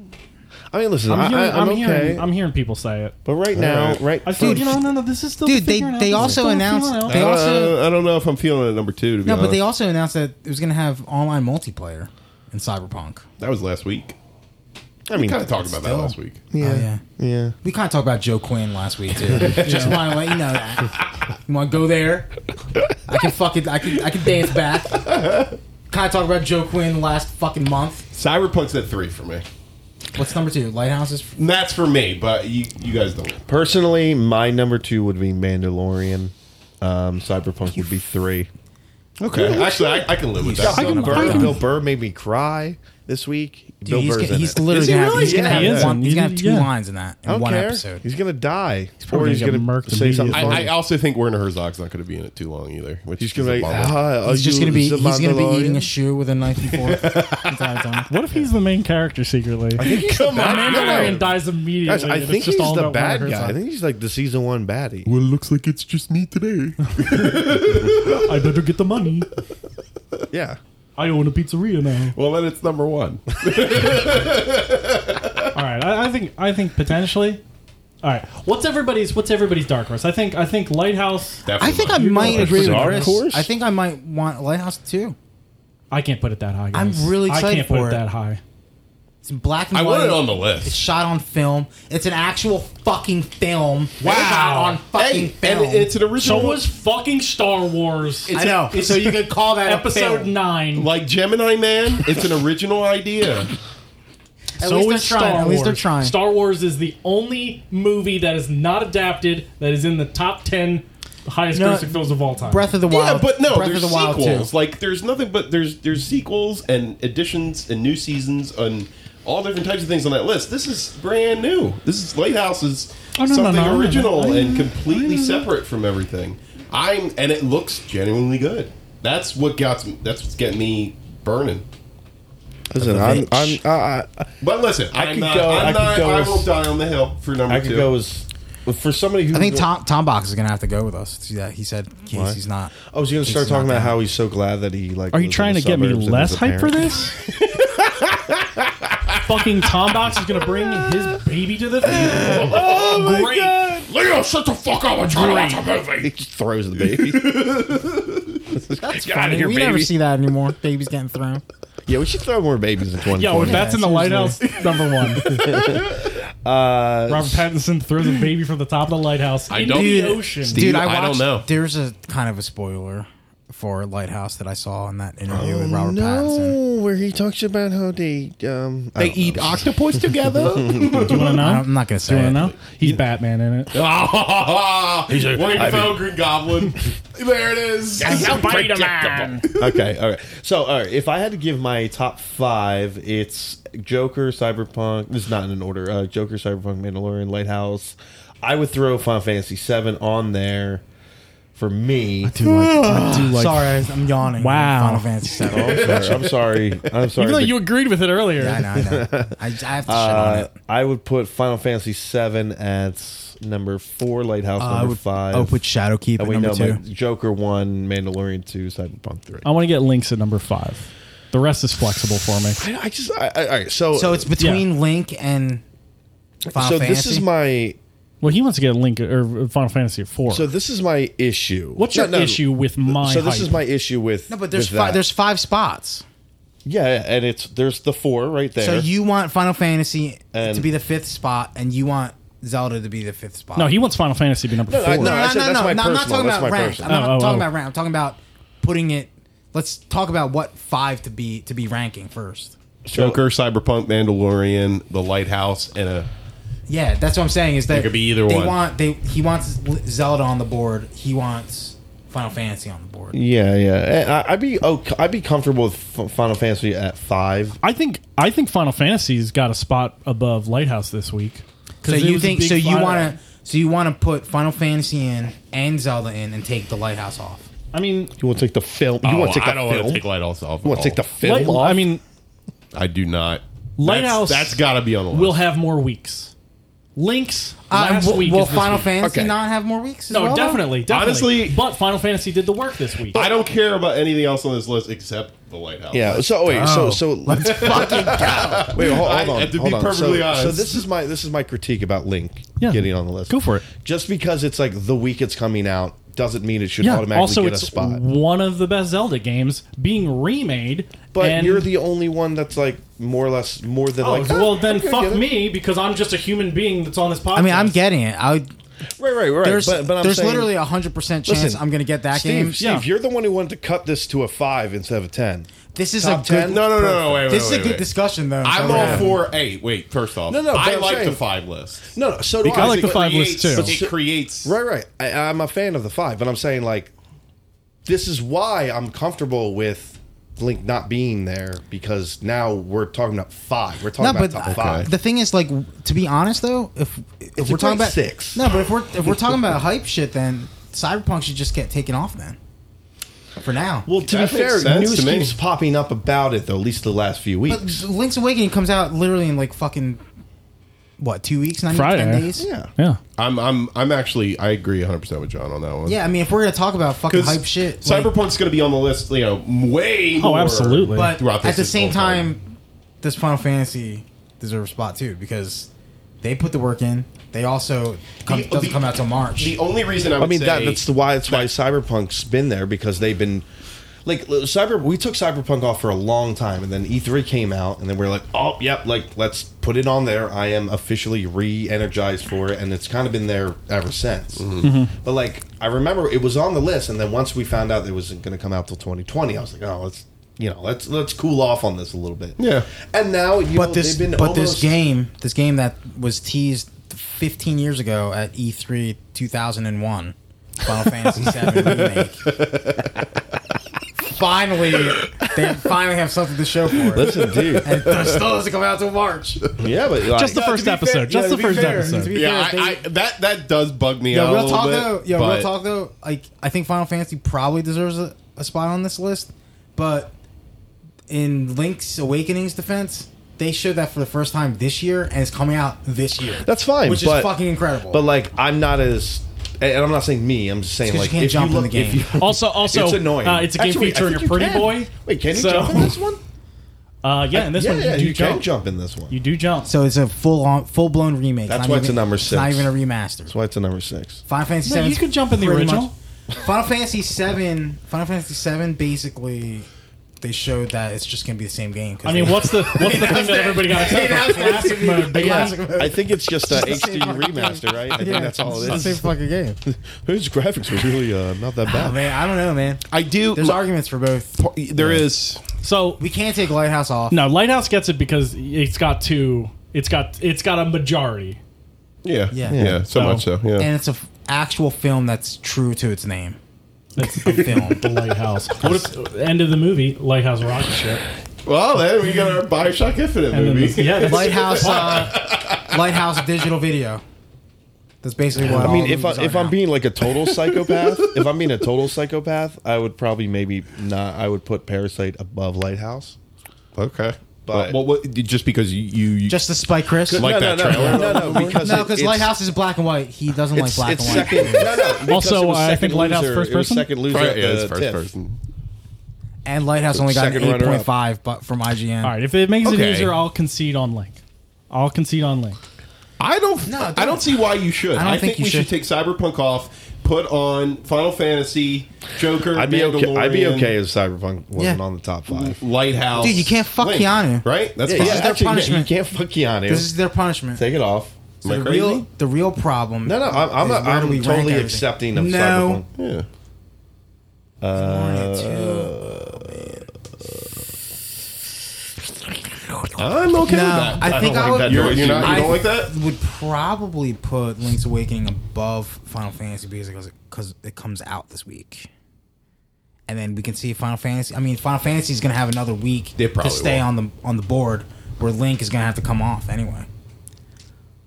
E: I mean, listen,
C: I'm, hearing,
E: I, I,
C: I'm,
E: I'm,
C: hearing,
E: okay,
C: I'm hearing people say it.
E: but right now,
D: right.
E: right,
C: I feel you know, no, no, this is still
A: Dude, they
C: figuring out.
A: they
C: This is
A: also
C: still
A: announced
C: figuring out.
A: they also
D: Uh, I don't know if I'm feeling it at number two. To be
A: no, but
D: honest.
A: they also announced that it was going to have online multiplayer in Cyberpunk.
D: that was last week.
E: I mean,
D: Kind of talked about that last week.
A: Yeah, Oh, yeah.
E: yeah.
A: We kind of talked about Joe Quinn last week too. Just want to let you know that. You want to go there? I can fucking I can I can dance back. Kind of talk about Joe Quinn last fucking month.
D: Cyberpunk's at three for me.
A: What's number two? Lighthouses.
D: And that's for me, but you you guys don't.
E: Personally, my number two would be Mandalorian. Um, Cyberpunk would be three.
D: Okay, actually, I, I can live with that.
E: Bill,
C: can- I
E: Burr,
C: can-
E: Bill Burr made me cry this week. Bill
A: Dude, he's,
E: Burr's
A: gonna-
E: in
A: he's
E: it.
A: literally
D: Is he
A: gonna have,
D: really?
A: he's gonna
D: Yeah,
A: have
C: he is
A: one,
C: in-
A: he's gonna have two
C: yeah.
A: lines in that
E: I
A: in
E: don't
A: one
E: care.
A: episode.
E: He's gonna die, or
C: probably
E: he's
C: gonna
E: gonna
C: get murked
E: say something.
C: immediately.
E: funny.
D: I, I also think Werner Herzog's not going to be in it too long either. Which
E: He's
D: is
E: gonna
D: a
E: be like,
D: bummer.
E: ah, are
A: He's just
E: you
A: gonna be
E: the
A: he's gonna be eating a
E: Mandalorian?"
A: shoe with a knife and fork. the entire time.
C: What if he's the main character secretly? I think
E: Come on,
C: Mandalorian
E: no.
C: dies immediately.
E: Guys, I
C: and it's
E: think he's
C: just all
E: the
C: about
E: bad
C: Werner
E: guy. I
C: Herzog.
E: think he's like the season one baddie.
D: Well, it looks like it's just me today.
C: I better get the money.
E: Yeah,
C: I own a pizzeria now.
D: well, then it's number one.
C: All right, I, I think I think potentially. All right, what's everybody's what's everybody's dark horse? I think I think Lighthouse.
A: I think I
D: Definitely.
A: might agree with
E: Dark
A: Chris.
E: Horse?
A: I think I might want Lighthouse too.
C: I can't put it that high. Guys.
A: I'm really
C: I
A: excited
C: can't
A: for
C: put
A: it.
C: it that high.
A: It's in black and
D: I
A: white.
D: want it on the
A: It's
D: list.
A: shot on film. It's an actual fucking film. Wow. on fucking
D: Hey, and
A: film.
D: it's an original.
C: So was fucking Star Wars
A: I know. so you could call that a
C: episode
A: film.
C: nine.
D: like Gemini Man. It's an original idea.
A: At
C: so
A: least they're
C: is Star
A: trying.
C: Wars.
A: At least they're trying.
C: Star Wars is the only movie that is not adapted that is in the top ten highest
A: No,
C: grossing films of all time.
A: Breath of the Wild.
D: yeah, but no,
A: Breath
D: there's
A: of the Wild
D: sequels.
A: too.
D: Like there's nothing but there's there's sequels and additions and new seasons and all different types of things on that list. This is brand new. This is Lighthouse is
C: Oh, no, no,
D: something
C: no, no, no.
D: original
C: I-
D: and completely separate from everything. I'm and it looks genuinely good. That's what got that's what's getting me burning.
E: Listen, I'm, I'm, I, I,
D: But listen, I
E: could go-
D: could go.
E: I
D: I'm
E: could
D: not,
E: go
D: I
E: with-
D: will die on the hill for number
E: I
D: two.
E: could go as for somebody who
A: I think Tom Tom Box is gonna have to go with us. See that he said he's, he's not.
E: I was going to start
A: He's not
E: talking about
A: down.
E: how he's so glad that he like.
F: Are
E: lives
F: you
E: in
F: trying
E: the
F: to get me
E: suburbs and
F: less
E: is a
F: hype for
E: parent.
F: this? Fucking Tom Box is gonna bring his baby to the theater.
B: Great. Leo, shut the fuck up. I'm trying to watch a movie.
E: He just throws the baby.
B: Get out
D: Oh,
B: of here,
A: we
B: baby.
A: never see that anymore. Babies getting thrown.
E: yeah, we should throw more babies in 2020.
F: Yo, if that's in the
A: seriously.
F: lighthouse, number one.
E: Uh,
F: Robert Pattinson throws a baby from the top of the lighthouse
D: I
F: into
D: don't-
F: the
D: Dude,
F: ocean.
D: Steve-
A: Dude,
D: You-
A: I,
D: I
A: watched,
D: don't know.
A: There's a kind of a spoiler for Lighthouse that I saw in that interview
D: Oh,
A: with Robert Pattinson.
E: no, where he talks about how they um they eat
D: octopus together.
F: Do you want to know?
A: I'm not gonna say.
F: Do you
A: it.
F: want to know? He's Batman in it.
D: He's like, where you found Green Goblin? there it is.
B: Spider-Man.
E: okay, all right. So, all right, if I had to give my top five, it's Joker, Cyberpunk. This is not in order. Uh, Joker, Cyberpunk, Mandalorian, Lighthouse. I would throw Final Fantasy VII on there for me.
A: Sorry, I'm yawning.
F: Wow.
A: Final Fantasy
E: Oh,
A: VII.
E: I'm sorry. I'm sorry. I'm sorry.
F: Even though
E: The-
F: you agreed with it earlier.
A: I know, I know. I, I have to shit on
E: uh,
A: it.
E: I would put Final Fantasy VII at number four, Lighthouse
A: I
E: number
A: would,
E: five.
A: I would put Shadowkeep
E: Oh,
A: at
E: wait,
A: number
E: no,
A: two.
E: my- Joker one, Mandalorian two, Cyberpunk three.
F: I want to get links at number five. The rest is flexible for me.
E: I, I just, I, I, all right. So,
A: So it's between Link and Final
E: so
A: Fantasy.
E: this is my
F: Well, he wants to get Link or Final Fantasy four.
E: So this is my issue.
F: What's your
E: No, no.
F: issue with my?
E: So this
F: hype?
E: is my issue with
A: no, but there's
E: with that.
A: five, there's five spots.
E: yeah, yeah, and it's there's the four right there.
A: So you want Final Fantasy
E: And-
A: to be the fifth spot, and you want Zelda to be the fifth spot.
F: No, he wants Final Fantasy to be number
E: No,
F: four.
E: I- no,
A: no,
E: said
A: no,
E: that's
A: no,
E: my
A: no, I'm not
E: personal,
A: talking
E: that's
A: about
E: my
A: rank. I'm
E: personal.
A: not
F: Oh, oh,
A: talking
F: oh.
A: about rank. I'm talking about putting it. Let's talk about what five to be to be ranking first.
D: Joker, Cyberpunk, Mandalorian, The Lighthouse, and a.
A: Yeah, that's what I'm saying. Is that it
D: could be either
A: they
D: one.
A: Want they he wants Zelda on the board. He wants Final Fantasy on the board.
E: yeah, yeah. And I, I'd be okay, I'd be comfortable with F- Final Fantasy at five.
F: I think I think Final Fantasy's got a spot above Lighthouse this week.
A: So
F: 'Cause it
A: you
F: was a
A: think
F: big
A: so you
F: fi-
A: want to so you want to put Final Fantasy in and Zelda in and take the Lighthouse off.
F: I mean,
E: You want to take the film? You
F: Oh,
E: want to take the
D: Oh, I don't
E: film?
D: want to take Lighthouse off.
E: you want to take the
F: Light-
E: film? off?
F: I mean,
D: I do not.
F: Lighthouse
D: That's, that's got to be on the list.
F: we'll have more weeks. Links
A: Uh,
F: last
A: will
F: week.
A: will
F: is this
A: Final
F: week.
A: Fantasy
E: Okay.
A: not have more weeks? as
F: No,
A: well?
F: definitely, definitely.
D: Honestly-
F: but Final Fantasy did the work this week.
D: I don't care about anything else on this list except The Lighthouse.
E: yeah. So wait. So so let's
A: Fucking go.
E: wait. Hold, hold
D: I-
E: on.
D: to be
E: hold on.
D: perfectly
E: so,
D: honest.
E: so this is my this is my critique about Link
F: Yeah.
E: getting on the list.
F: Go for it.
E: Just because it's like the week it's coming out doesn't mean it should
F: Yeah.
E: automatically
F: Also,
E: get
F: it's
E: a spot.
F: one of the best Zelda games being remade.
E: But
F: and-
E: you're the only one that's like more or less more than
F: Oh,
E: like.
F: well, then
E: okay,
F: fuck
E: get it.
F: me because I'm just a human being that's on this podcast.
A: I mean, I'm getting it. I would-
E: Right, right, right.
A: there's
E: but, but I'm
A: there's
E: saying,
A: literally a hundred percent chance
E: Listen,
A: I'm going to get that
E: Steve,
A: game.
E: Steve,
F: Yeah.
E: you're the one who wanted to cut this to a five instead of a ten.
A: This is
E: Top
A: a good
E: 10?
D: No, no, no, no. Wait, wait,
A: this is a
D: wait,
A: good
D: wait.
A: discussion though.
D: I'm
A: so-
D: all for. Hey, wait. First off,
E: No, no, but
D: I
E: I'm
D: like
E: saying-
D: the five list.
E: No, no. So do
F: Because-
E: I.
F: I like the
E: But-
F: five list,
D: creates-
F: too.
D: It creates.
E: Right, right. I, I'm a fan of the five, but I'm saying like, this is why I'm comfortable with Link not being there because now we're talking about five. We're
A: No,
E: talking
A: but
E: about top
A: uh,
E: five.
A: the thing is, like, w- to be honest though, if if
E: It's a
A: we're talking
E: great
A: about
E: six.
A: no, but if we're if we're talking about hype shit, then Cyberpunk should just get taken off then. For now,
E: well, to
D: That
E: be
D: makes
E: fair,
D: sense
E: news
D: to me.
E: keeps popping up about it though, at least the last few
A: but
E: weeks.
A: Link's Awakening comes out literally in like fucking what two weeks, not even ten
F: Friday.
A: days. Yeah.
F: yeah.
D: I'm. I'm. I'm actually. I agree 100 percent with John on that one.
A: I mean, if we're gonna talk about fucking
D: 'Cause
A: hype shit, like,
D: Cyberpunk's going to be on the list. You know, way.
F: Oh,
D: more
F: absolutely.
A: but
D: throughout this
A: at the
D: this
A: same
D: whole thing.
A: time, this Final Fantasy deserves a spot too because they put the work in. They also come,
D: The-
A: doesn't
D: the-
A: come out till March.
D: the only reason I, would
E: I mean, that,
D: say-
E: that's the why. That's why Cyberpunk's been there because they've been like l- cyber. We took Cyberpunk off for a long time, and then E3 came out, and then we are like, oh, yep, like let's put it on there. I am officially re-energized for it, and it's kind of been there ever since.
A: Mm-hmm.
E: But like, I remember it was on the list, and then once we found out it wasn't going to come out till 2020, I was like, oh, let's you know, let's let's cool off on this a little bit.
D: Yeah.
E: and now you
A: but
E: know,
A: this
E: they've
A: but
E: been
A: this
E: almost-
A: game this game that was teased 15 years ago at E E3 2001 Final Fantasy 7 remake finally they finally have something to show for it
E: Listen, dude.
A: and it still doesn't come out till March
E: yeah, but like,
F: Just the first
D: be
F: episode.
D: fair-
A: yeah, to
F: just the
A: be
F: first
A: fair,
F: episode.
A: to be-
D: Yeah,
A: Yeah,
D: I, I, that that does bug me
A: yo
D: out a
A: real
D: little
A: talk
D: bit.
A: though yo real
D: but-
A: talk though like I think Final Fantasy probably deserves a, a spot on this list, but in Link's Awakening's defense, they showed that for the first time this year, and it's coming out this year.
E: That's fine,
A: which
E: but-
A: is fucking incredible.
E: But like, I'm not as, and and I'm not saying me. I'm just saying
A: 'cause you
E: like,
A: can't
E: if
A: jump in
E: you look,
A: the game.
E: if you-
C: Also, also,
E: it's annoying.
C: Uh, it's a game
E: Actually, wait, I
C: featuring
E: think
C: a
E: you
C: pretty
E: can.
C: boy.
E: Wait, can you
C: So-
E: jump in this one?
C: Uh, yeah, and this
E: yeah,
C: one
E: yeah,
C: you do
E: you
C: jump.
E: can jump in this one.
C: You do jump.
A: so it's a full on, full blown remake.
E: That's
A: not
E: why it's
A: even-
E: a number
A: It's not
E: six.
A: even a remaster.
E: That's why it's a number six.
A: Final Fantasy
C: No,
A: VII.
C: you
A: 's
C: could jump in the
A: pretty
C: original.
A: much- Final Fantasy VII. Final Fantasy VII. Basically, they showed that it's just gonna be the same game. 'cause
C: I mean,
A: they-
C: what's the what's the thing that everybody got excited for? Classic mode. Big
E: Yeah,
C: classic.
E: I think it's just a HD remaster, right? I think
A: Yeah,
E: that's all it
A: it's the same
E: is.
A: fucking game.
E: Whose graphics were really uh, not that
A: Oh,
E: bad.
A: man, I don't know, man.
D: I do.
A: There's arguments for both.
D: there is.
C: So
A: We can't take Lighthouse off.
C: no, Lighthouse gets it because it's got two. It's got it's got a majority.
D: Yeah.
A: Yeah.
D: Yeah. So
C: So-
D: much so. Yeah.
A: and it's a f- actual film that's true to its name.
C: That's
A: A film.
C: the lighthouse. what if, end of the movie, lighthouse rocket ship.
D: well, then we got our Bioshock Infinite
C: And then
D: movie.
C: this- yeah, that's,
A: Lighthouse, uh, Lighthouse digital video. That's basically what
E: I mean, if I,
A: I,
E: if I'm being like a total psychopath, if I'm being a total psychopath, I would probably maybe not. I would put Parasite above Lighthouse.
D: Okay.
E: But-
D: But well, what, just because you, you, you
A: just to spike Chris,
D: like
E: no,
D: that
E: no, no,
D: trailer.
E: no, no, because
A: no,
E: it-
A: because
E: it's-
A: Lighthouse is black and white. He doesn't like
E: It's,
A: black
E: it's
A: and white.
E: second. No, no. because
C: Also,
E: it was
C: uh, I
E: second
C: think Lighthouse
E: loser-
C: first
E: it was
C: person?
E: second loser.
D: Right,
E: at
D: yeah, it's
E: the
D: first
E: TIFF.
D: person.
A: And Lighthouse only got an
E: Second runner-up.
A: 8.5, but from IGN.
C: All right, if it makes
D: Okay.
C: it easier, I'll concede on Link. I'll concede on Link.
D: I don't.
A: No,
D: I don't see why you should. I,
A: don't
D: think,
A: think you
D: we should.
A: should.
D: take Cyberpunk off. Put on Final Fantasy, Joker,
E: I'd be okay. I'd be
D: Mandalorian,
E: okay if Cyberpunk wasn't
A: Yeah.
E: on the top five.
D: Lighthouse.
A: Dude, you can't fuck
D: Link,
A: Keanu.
D: Right? That's
E: Yeah,
D: fine.
E: yeah,
A: is their
E: actually,
A: punishment.
E: You can't fuck Keanu.
A: This is their punishment.
E: Take it off.
D: Am I
A: the
D: crazy?
A: real the real problem.
E: No, no, I'm, I'm,
A: is where do
E: I'm
A: we rank
E: totally
A: everything?
E: accepting of
A: No.
E: Cyberpunk.
D: Yeah. I'm okay
A: No,
D: with that.
A: I think
E: don't
A: I
E: like
A: would
E: that
D: You're, you're not, you
A: I
D: don't like that?
A: would probably put Link's Awakening above Final Fantasy because because it comes out this week, and then we can see Final Fantasy. I mean, Final Fantasy is going to have another week
D: They
A: to
D: probably
A: stay
D: will.
A: on the on the board, where Link is going to have to come off anyway.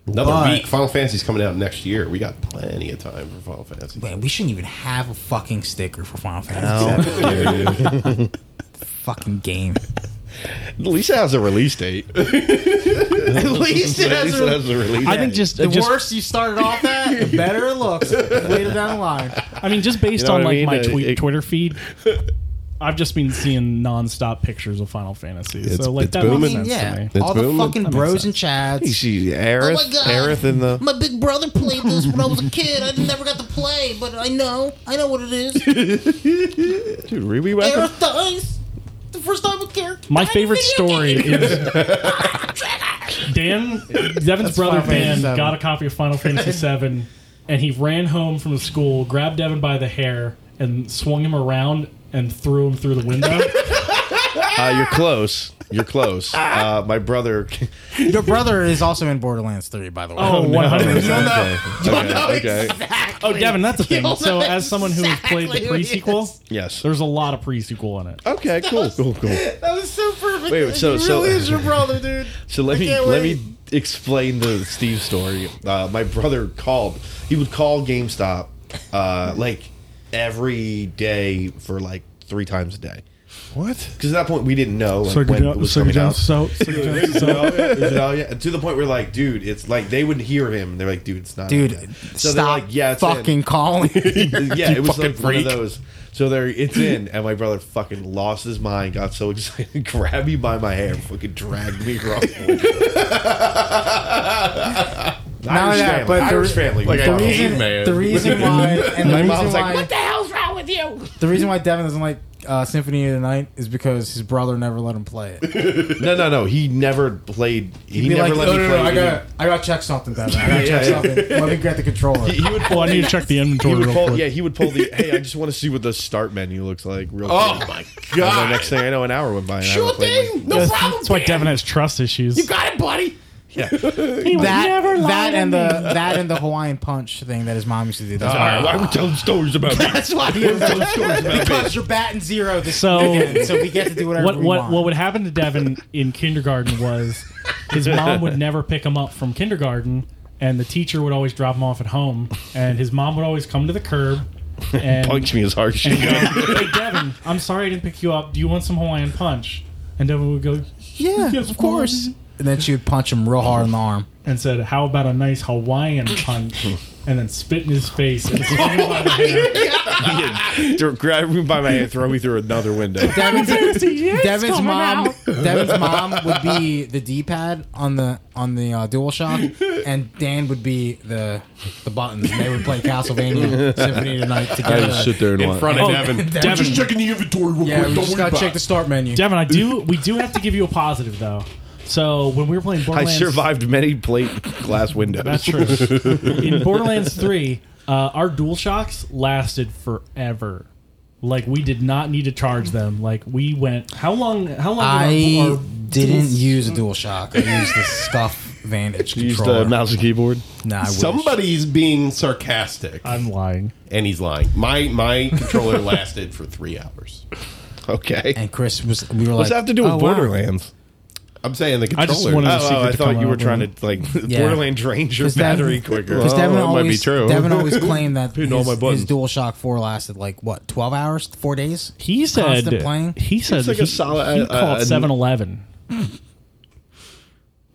D: Another
A: But-
D: week. Final Fantasy's coming out next year. We got plenty of time for Final Fantasy.
A: Man, we shouldn't even have a fucking sticker for Final Fantasy. VII. Fucking game.
E: At least it has a release date. At
A: At least it has.
E: least it has a release
C: I
E: date.
C: think just,
A: the
C: just
A: worse you started off at, the better it looks later down the line.
C: I mean, just based
E: You know
C: on
E: what I
C: like
E: mean?
C: my
E: Uh,
C: tweet,
E: it-
C: Twitter feed, I've just been seeing nonstop pictures of Final Fantasy.
D: It's-
C: so like
D: it's
C: that
A: I
D: booming.
C: makes
A: mean,
C: sense to
A: yeah,
C: me.
D: It's
A: all the
D: booming.
A: fucking
C: That makes
A: bros and
C: sense.
A: chads.
E: You see Aerith,
G: Oh my God.
E: Aerith in the.
G: My big brother played this when I was a kid. I never got to play, but I know. I know what it is.
E: Dude, Ruby Weapon?
G: Aerith dies. The first time a character.
C: My
G: died in a
C: favorite
G: video
C: story
G: game.
C: is Dan, Devin's
A: Final
C: brother
A: Fantasy
C: Dan
A: VII.
C: got a copy of Final Fantasy VII, and he ran home from school, grabbed Devin by the hair, and swung him around and threw him through the window.
E: Uh, you're close. You're close. Uh, my brother.
A: Your brother is also in Borderlands 3, by the way.
C: Oh, 100.
E: Okay. Okay. okay.
C: Oh, Devin, that's a thing.
G: You'll
C: So,
G: know
C: as someone who has played
G: exactly
C: the
G: who
C: pre
G: he
C: sequel,
E: Yes.
C: there's a lot of pre sequel in it.
E: Okay, cool, cool, cool.
A: That was so perfect.
E: Wait, so-
A: he
E: so-
A: really is your brother, dude.
E: So let me
A: can't
E: let
A: wait.
E: me explain the Steve story. Uh, my brother called. He would call GameStop uh, like every day for like three times a day.
D: What?
E: Because at that point we didn't know like, when it was coming out. You know, yeah, to the point where like, dude, it's like they would hear him. They're like, dude, it's not,
A: Dude,
E: out yet. So they're
A: stop
E: like, yeah, it's in.
A: fucking calling.
E: Uh, yeah, it was like
D: fucking
E: one of
D: freak.
E: those. So there, it's in, and my brother fucking lost his mind, got so excited, grabbed me by my hair, fucking dragged me across. The window.
A: Not only
E: Irish
A: that,
E: family,
A: but the-
E: Irish family.
D: like
E: we
D: a
E: follow.
A: the, reason,
D: caveman.
A: the reason why, and the
E: My
A: reason
E: mom's like,
A: why,
E: "What
G: the hell's wrong with you?
A: the reason why Devin doesn't like uh, Symphony of the Night is because his brother never let him play it.
E: no, no, no. He never played. He
A: He'd be
E: never
A: like,
E: let
A: no, no,
E: me play.
A: no, I
E: any-
A: gotta, I gotta check something, Devin. I gotta
E: Yeah,
A: check
E: yeah.
A: something. Let me get the controller.
E: He would
C: Well,
E: pull.
C: I need to check the
E: He
C: inventory
E: would
C: real
E: pull.
C: quick.
E: Yeah, he would pull the. Hey, I just want to see what the start menu looks like. Real
D: Oh
E: quick.
D: my
E: And the
D: god!
E: next thing I know, an hour went by. And I
D: Sure
E: haven't played my-
D: thing. No problem.
C: That's why
D: man.
C: Devin has trust issues.
D: Got it, buddy.
A: that, that and the that and the Hawaiian punch thing that his mom used to do. That's why.
E: All right, I would tell stories about me.
A: That's why he because you're batting zero this
C: So-
A: weekend, so we get to do whatever
C: what
A: we
C: what
A: want.
C: what would happen to Devin in kindergarten was his mom would never pick him up from kindergarten, and the teacher would always drop him off at home, and his mom would always come to the curb, and
E: Punch me as hard as you
C: and go, hey Devin, I'm sorry I didn't pick you up. Do you want some Hawaiian punch? And Devin would go
A: Yeah,
C: Yes,
A: of
C: of
A: course.
C: course.
A: And then she would punch him real hard in the arm.
C: and said, "How about a nice Hawaiian punch?" and then spit in his face and swung him by the hair.
E: can. Grab me by my hand, throw me through another window.
A: Devin's, Devin's mom, Devin's mom would be the D-pad on the on the uh, DualShock, and Dan would be the the buttons. They would play Castlevania Symphony tonight
H: I
A: together.
H: just sit there and
D: in
H: watch.
D: front of Devin.
A: Devin-
B: Just checking the inventory real
A: yeah,
B: quick. Don't
A: we just
B: worry
A: gotta
B: about
A: check
B: check
A: the start menu.
F: Devin, I do. We do have to give you a positive though. So when we were playing
E: I
F: Borderlands,
E: survived many plate glass windows.
F: That's true. In Borderlands 3, uh, our dual shocks lasted forever. Like we did not need to charge them. Like we went how long how long did our,
A: I
F: our
A: didn't use a DualShock. I used the Scuff Vantage
E: You used the
A: controller.
E: mouse and keyboard.
A: Nah, I wish.
D: Somebody's being sarcastic,
F: I'm lying.
D: and he's lying. My my controller lasted for three hours.
E: Okay.
A: and Chris was. We were
E: What's
A: like,
E: that have to do with
A: "Oh, wow."
E: Borderlands?
D: I'm saying the
F: I
D: controller.
F: just wanted
E: Oh,
F: to see
E: oh, I thought you were trying to like Borderlands Ranger
A: Devin-
E: battery quicker.
A: Because Devin
H: that might be
A: always,
H: true.
A: Devin always claimed that his,
E: all my buttons.
A: his DualShock Four lasted like what twelve hours, four days.
F: He said
A: Constant playing?
F: he said
E: It's like a
F: he,
E: solid-
F: he
E: uh,
F: called
E: uh,
F: 7-Eleven.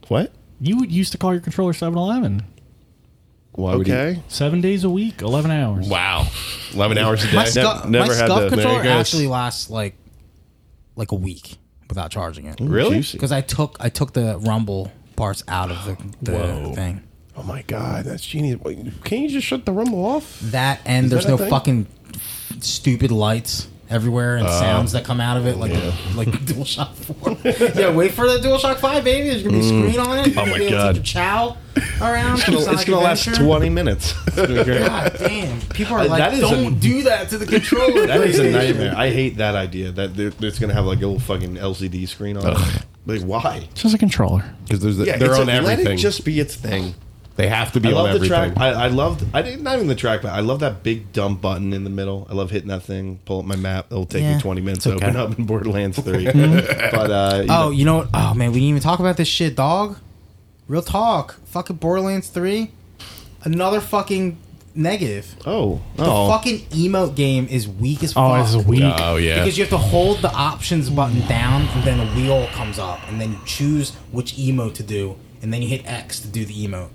E: What?
F: You used to call your controller 7-Eleven.
H: Why would he-
E: Okay.
F: 7 days a week, 11 hours.
D: wow, eleven hours a day.
A: My, scu-
E: never
A: my
E: had that.
A: scuff
E: There
A: controller
E: it goes.
A: actually lasts like like a week without charging it.
E: Really?
A: Because I took I took the rumble parts out of the, the thing.
D: Oh my god, that's genius! Wait, Can't you just shut the rumble off?
A: That and there's
D: that
A: no
D: a thing?
A: fucking stupid lights everywhere
E: Uh,
A: and sounds that come out of it like like the DualShock Four. yeah, wait for the DualShock Five, baby. There's gonna be a screen on it. Oh
E: Mm. my God.
A: chow around.
E: It's gonna, it's gonna last twenty minutes.
A: God damn. People are
E: Uh,
A: like,
E: that is
A: don't
E: a-
A: do that to the controller.
E: That is a
A: PlayStation."
E: nightmare. I hate that idea. That they're- it's gonna have like a little fucking LCD screen on it. Like why?
F: Just a controller.
D: Because there's the,
E: Yeah,
D: they're
E: it's
D: on
E: a-
D: everything.
E: Let it just be its thing.
D: they have to be
E: I
D: on
E: love the
D: everything.
E: track. I, I loved. I didn't not even the track, but I love that big dumb button in the middle. I love hitting that thing. Pull up my map. It'll take
A: Yeah,
E: me twenty minutes
A: it's
E: to open
A: okay.
E: up in Borderlands Three. but uh, you
A: Oh,
E: know,
A: you know what? Oh, man, we didn't even talk about this shit, dog. Real talk. Fucking Borderlands 3. Another fucking negative.
E: oh,
A: The
E: oh.
A: fucking emote game is weak as fuck.
F: Oh, it's weak.
D: oh yeah,
A: Because you have to hold the options button down, and then a wheel comes up, and then you choose which emote to do, and then you hit X to do the emote.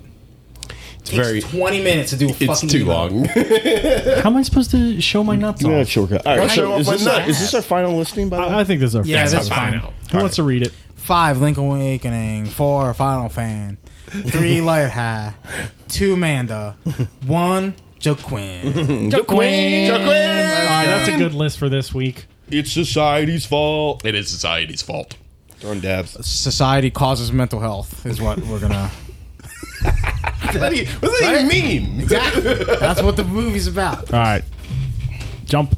A: It's Takes
D: very-
A: twenty minutes to do a
D: it's
A: fucking.
D: too
A: emote.
D: long.
F: How am I supposed to show my nuts
E: Yeah,
F: off?
E: shortcut. All right.
D: Why
E: So
D: not?
E: is
D: Why
E: this,
D: not?
E: our, is this our final listing? By the way,
F: I I think this is our
A: Yeah,
F: favorite.
A: that's fine.
F: Who wants to read it?
A: Five, Link Awakening. Four, Final Fan. Three, Light High. Two, Manda. One, Joaquin.
F: All right, that's a good list for this week.
E: it's society's fault.
D: it is society's fault.
E: Darn dabs.
A: Society causes mental health is what we're gonna.
D: What does that even mean?
A: That's what the movie's about.
F: All right. Jump.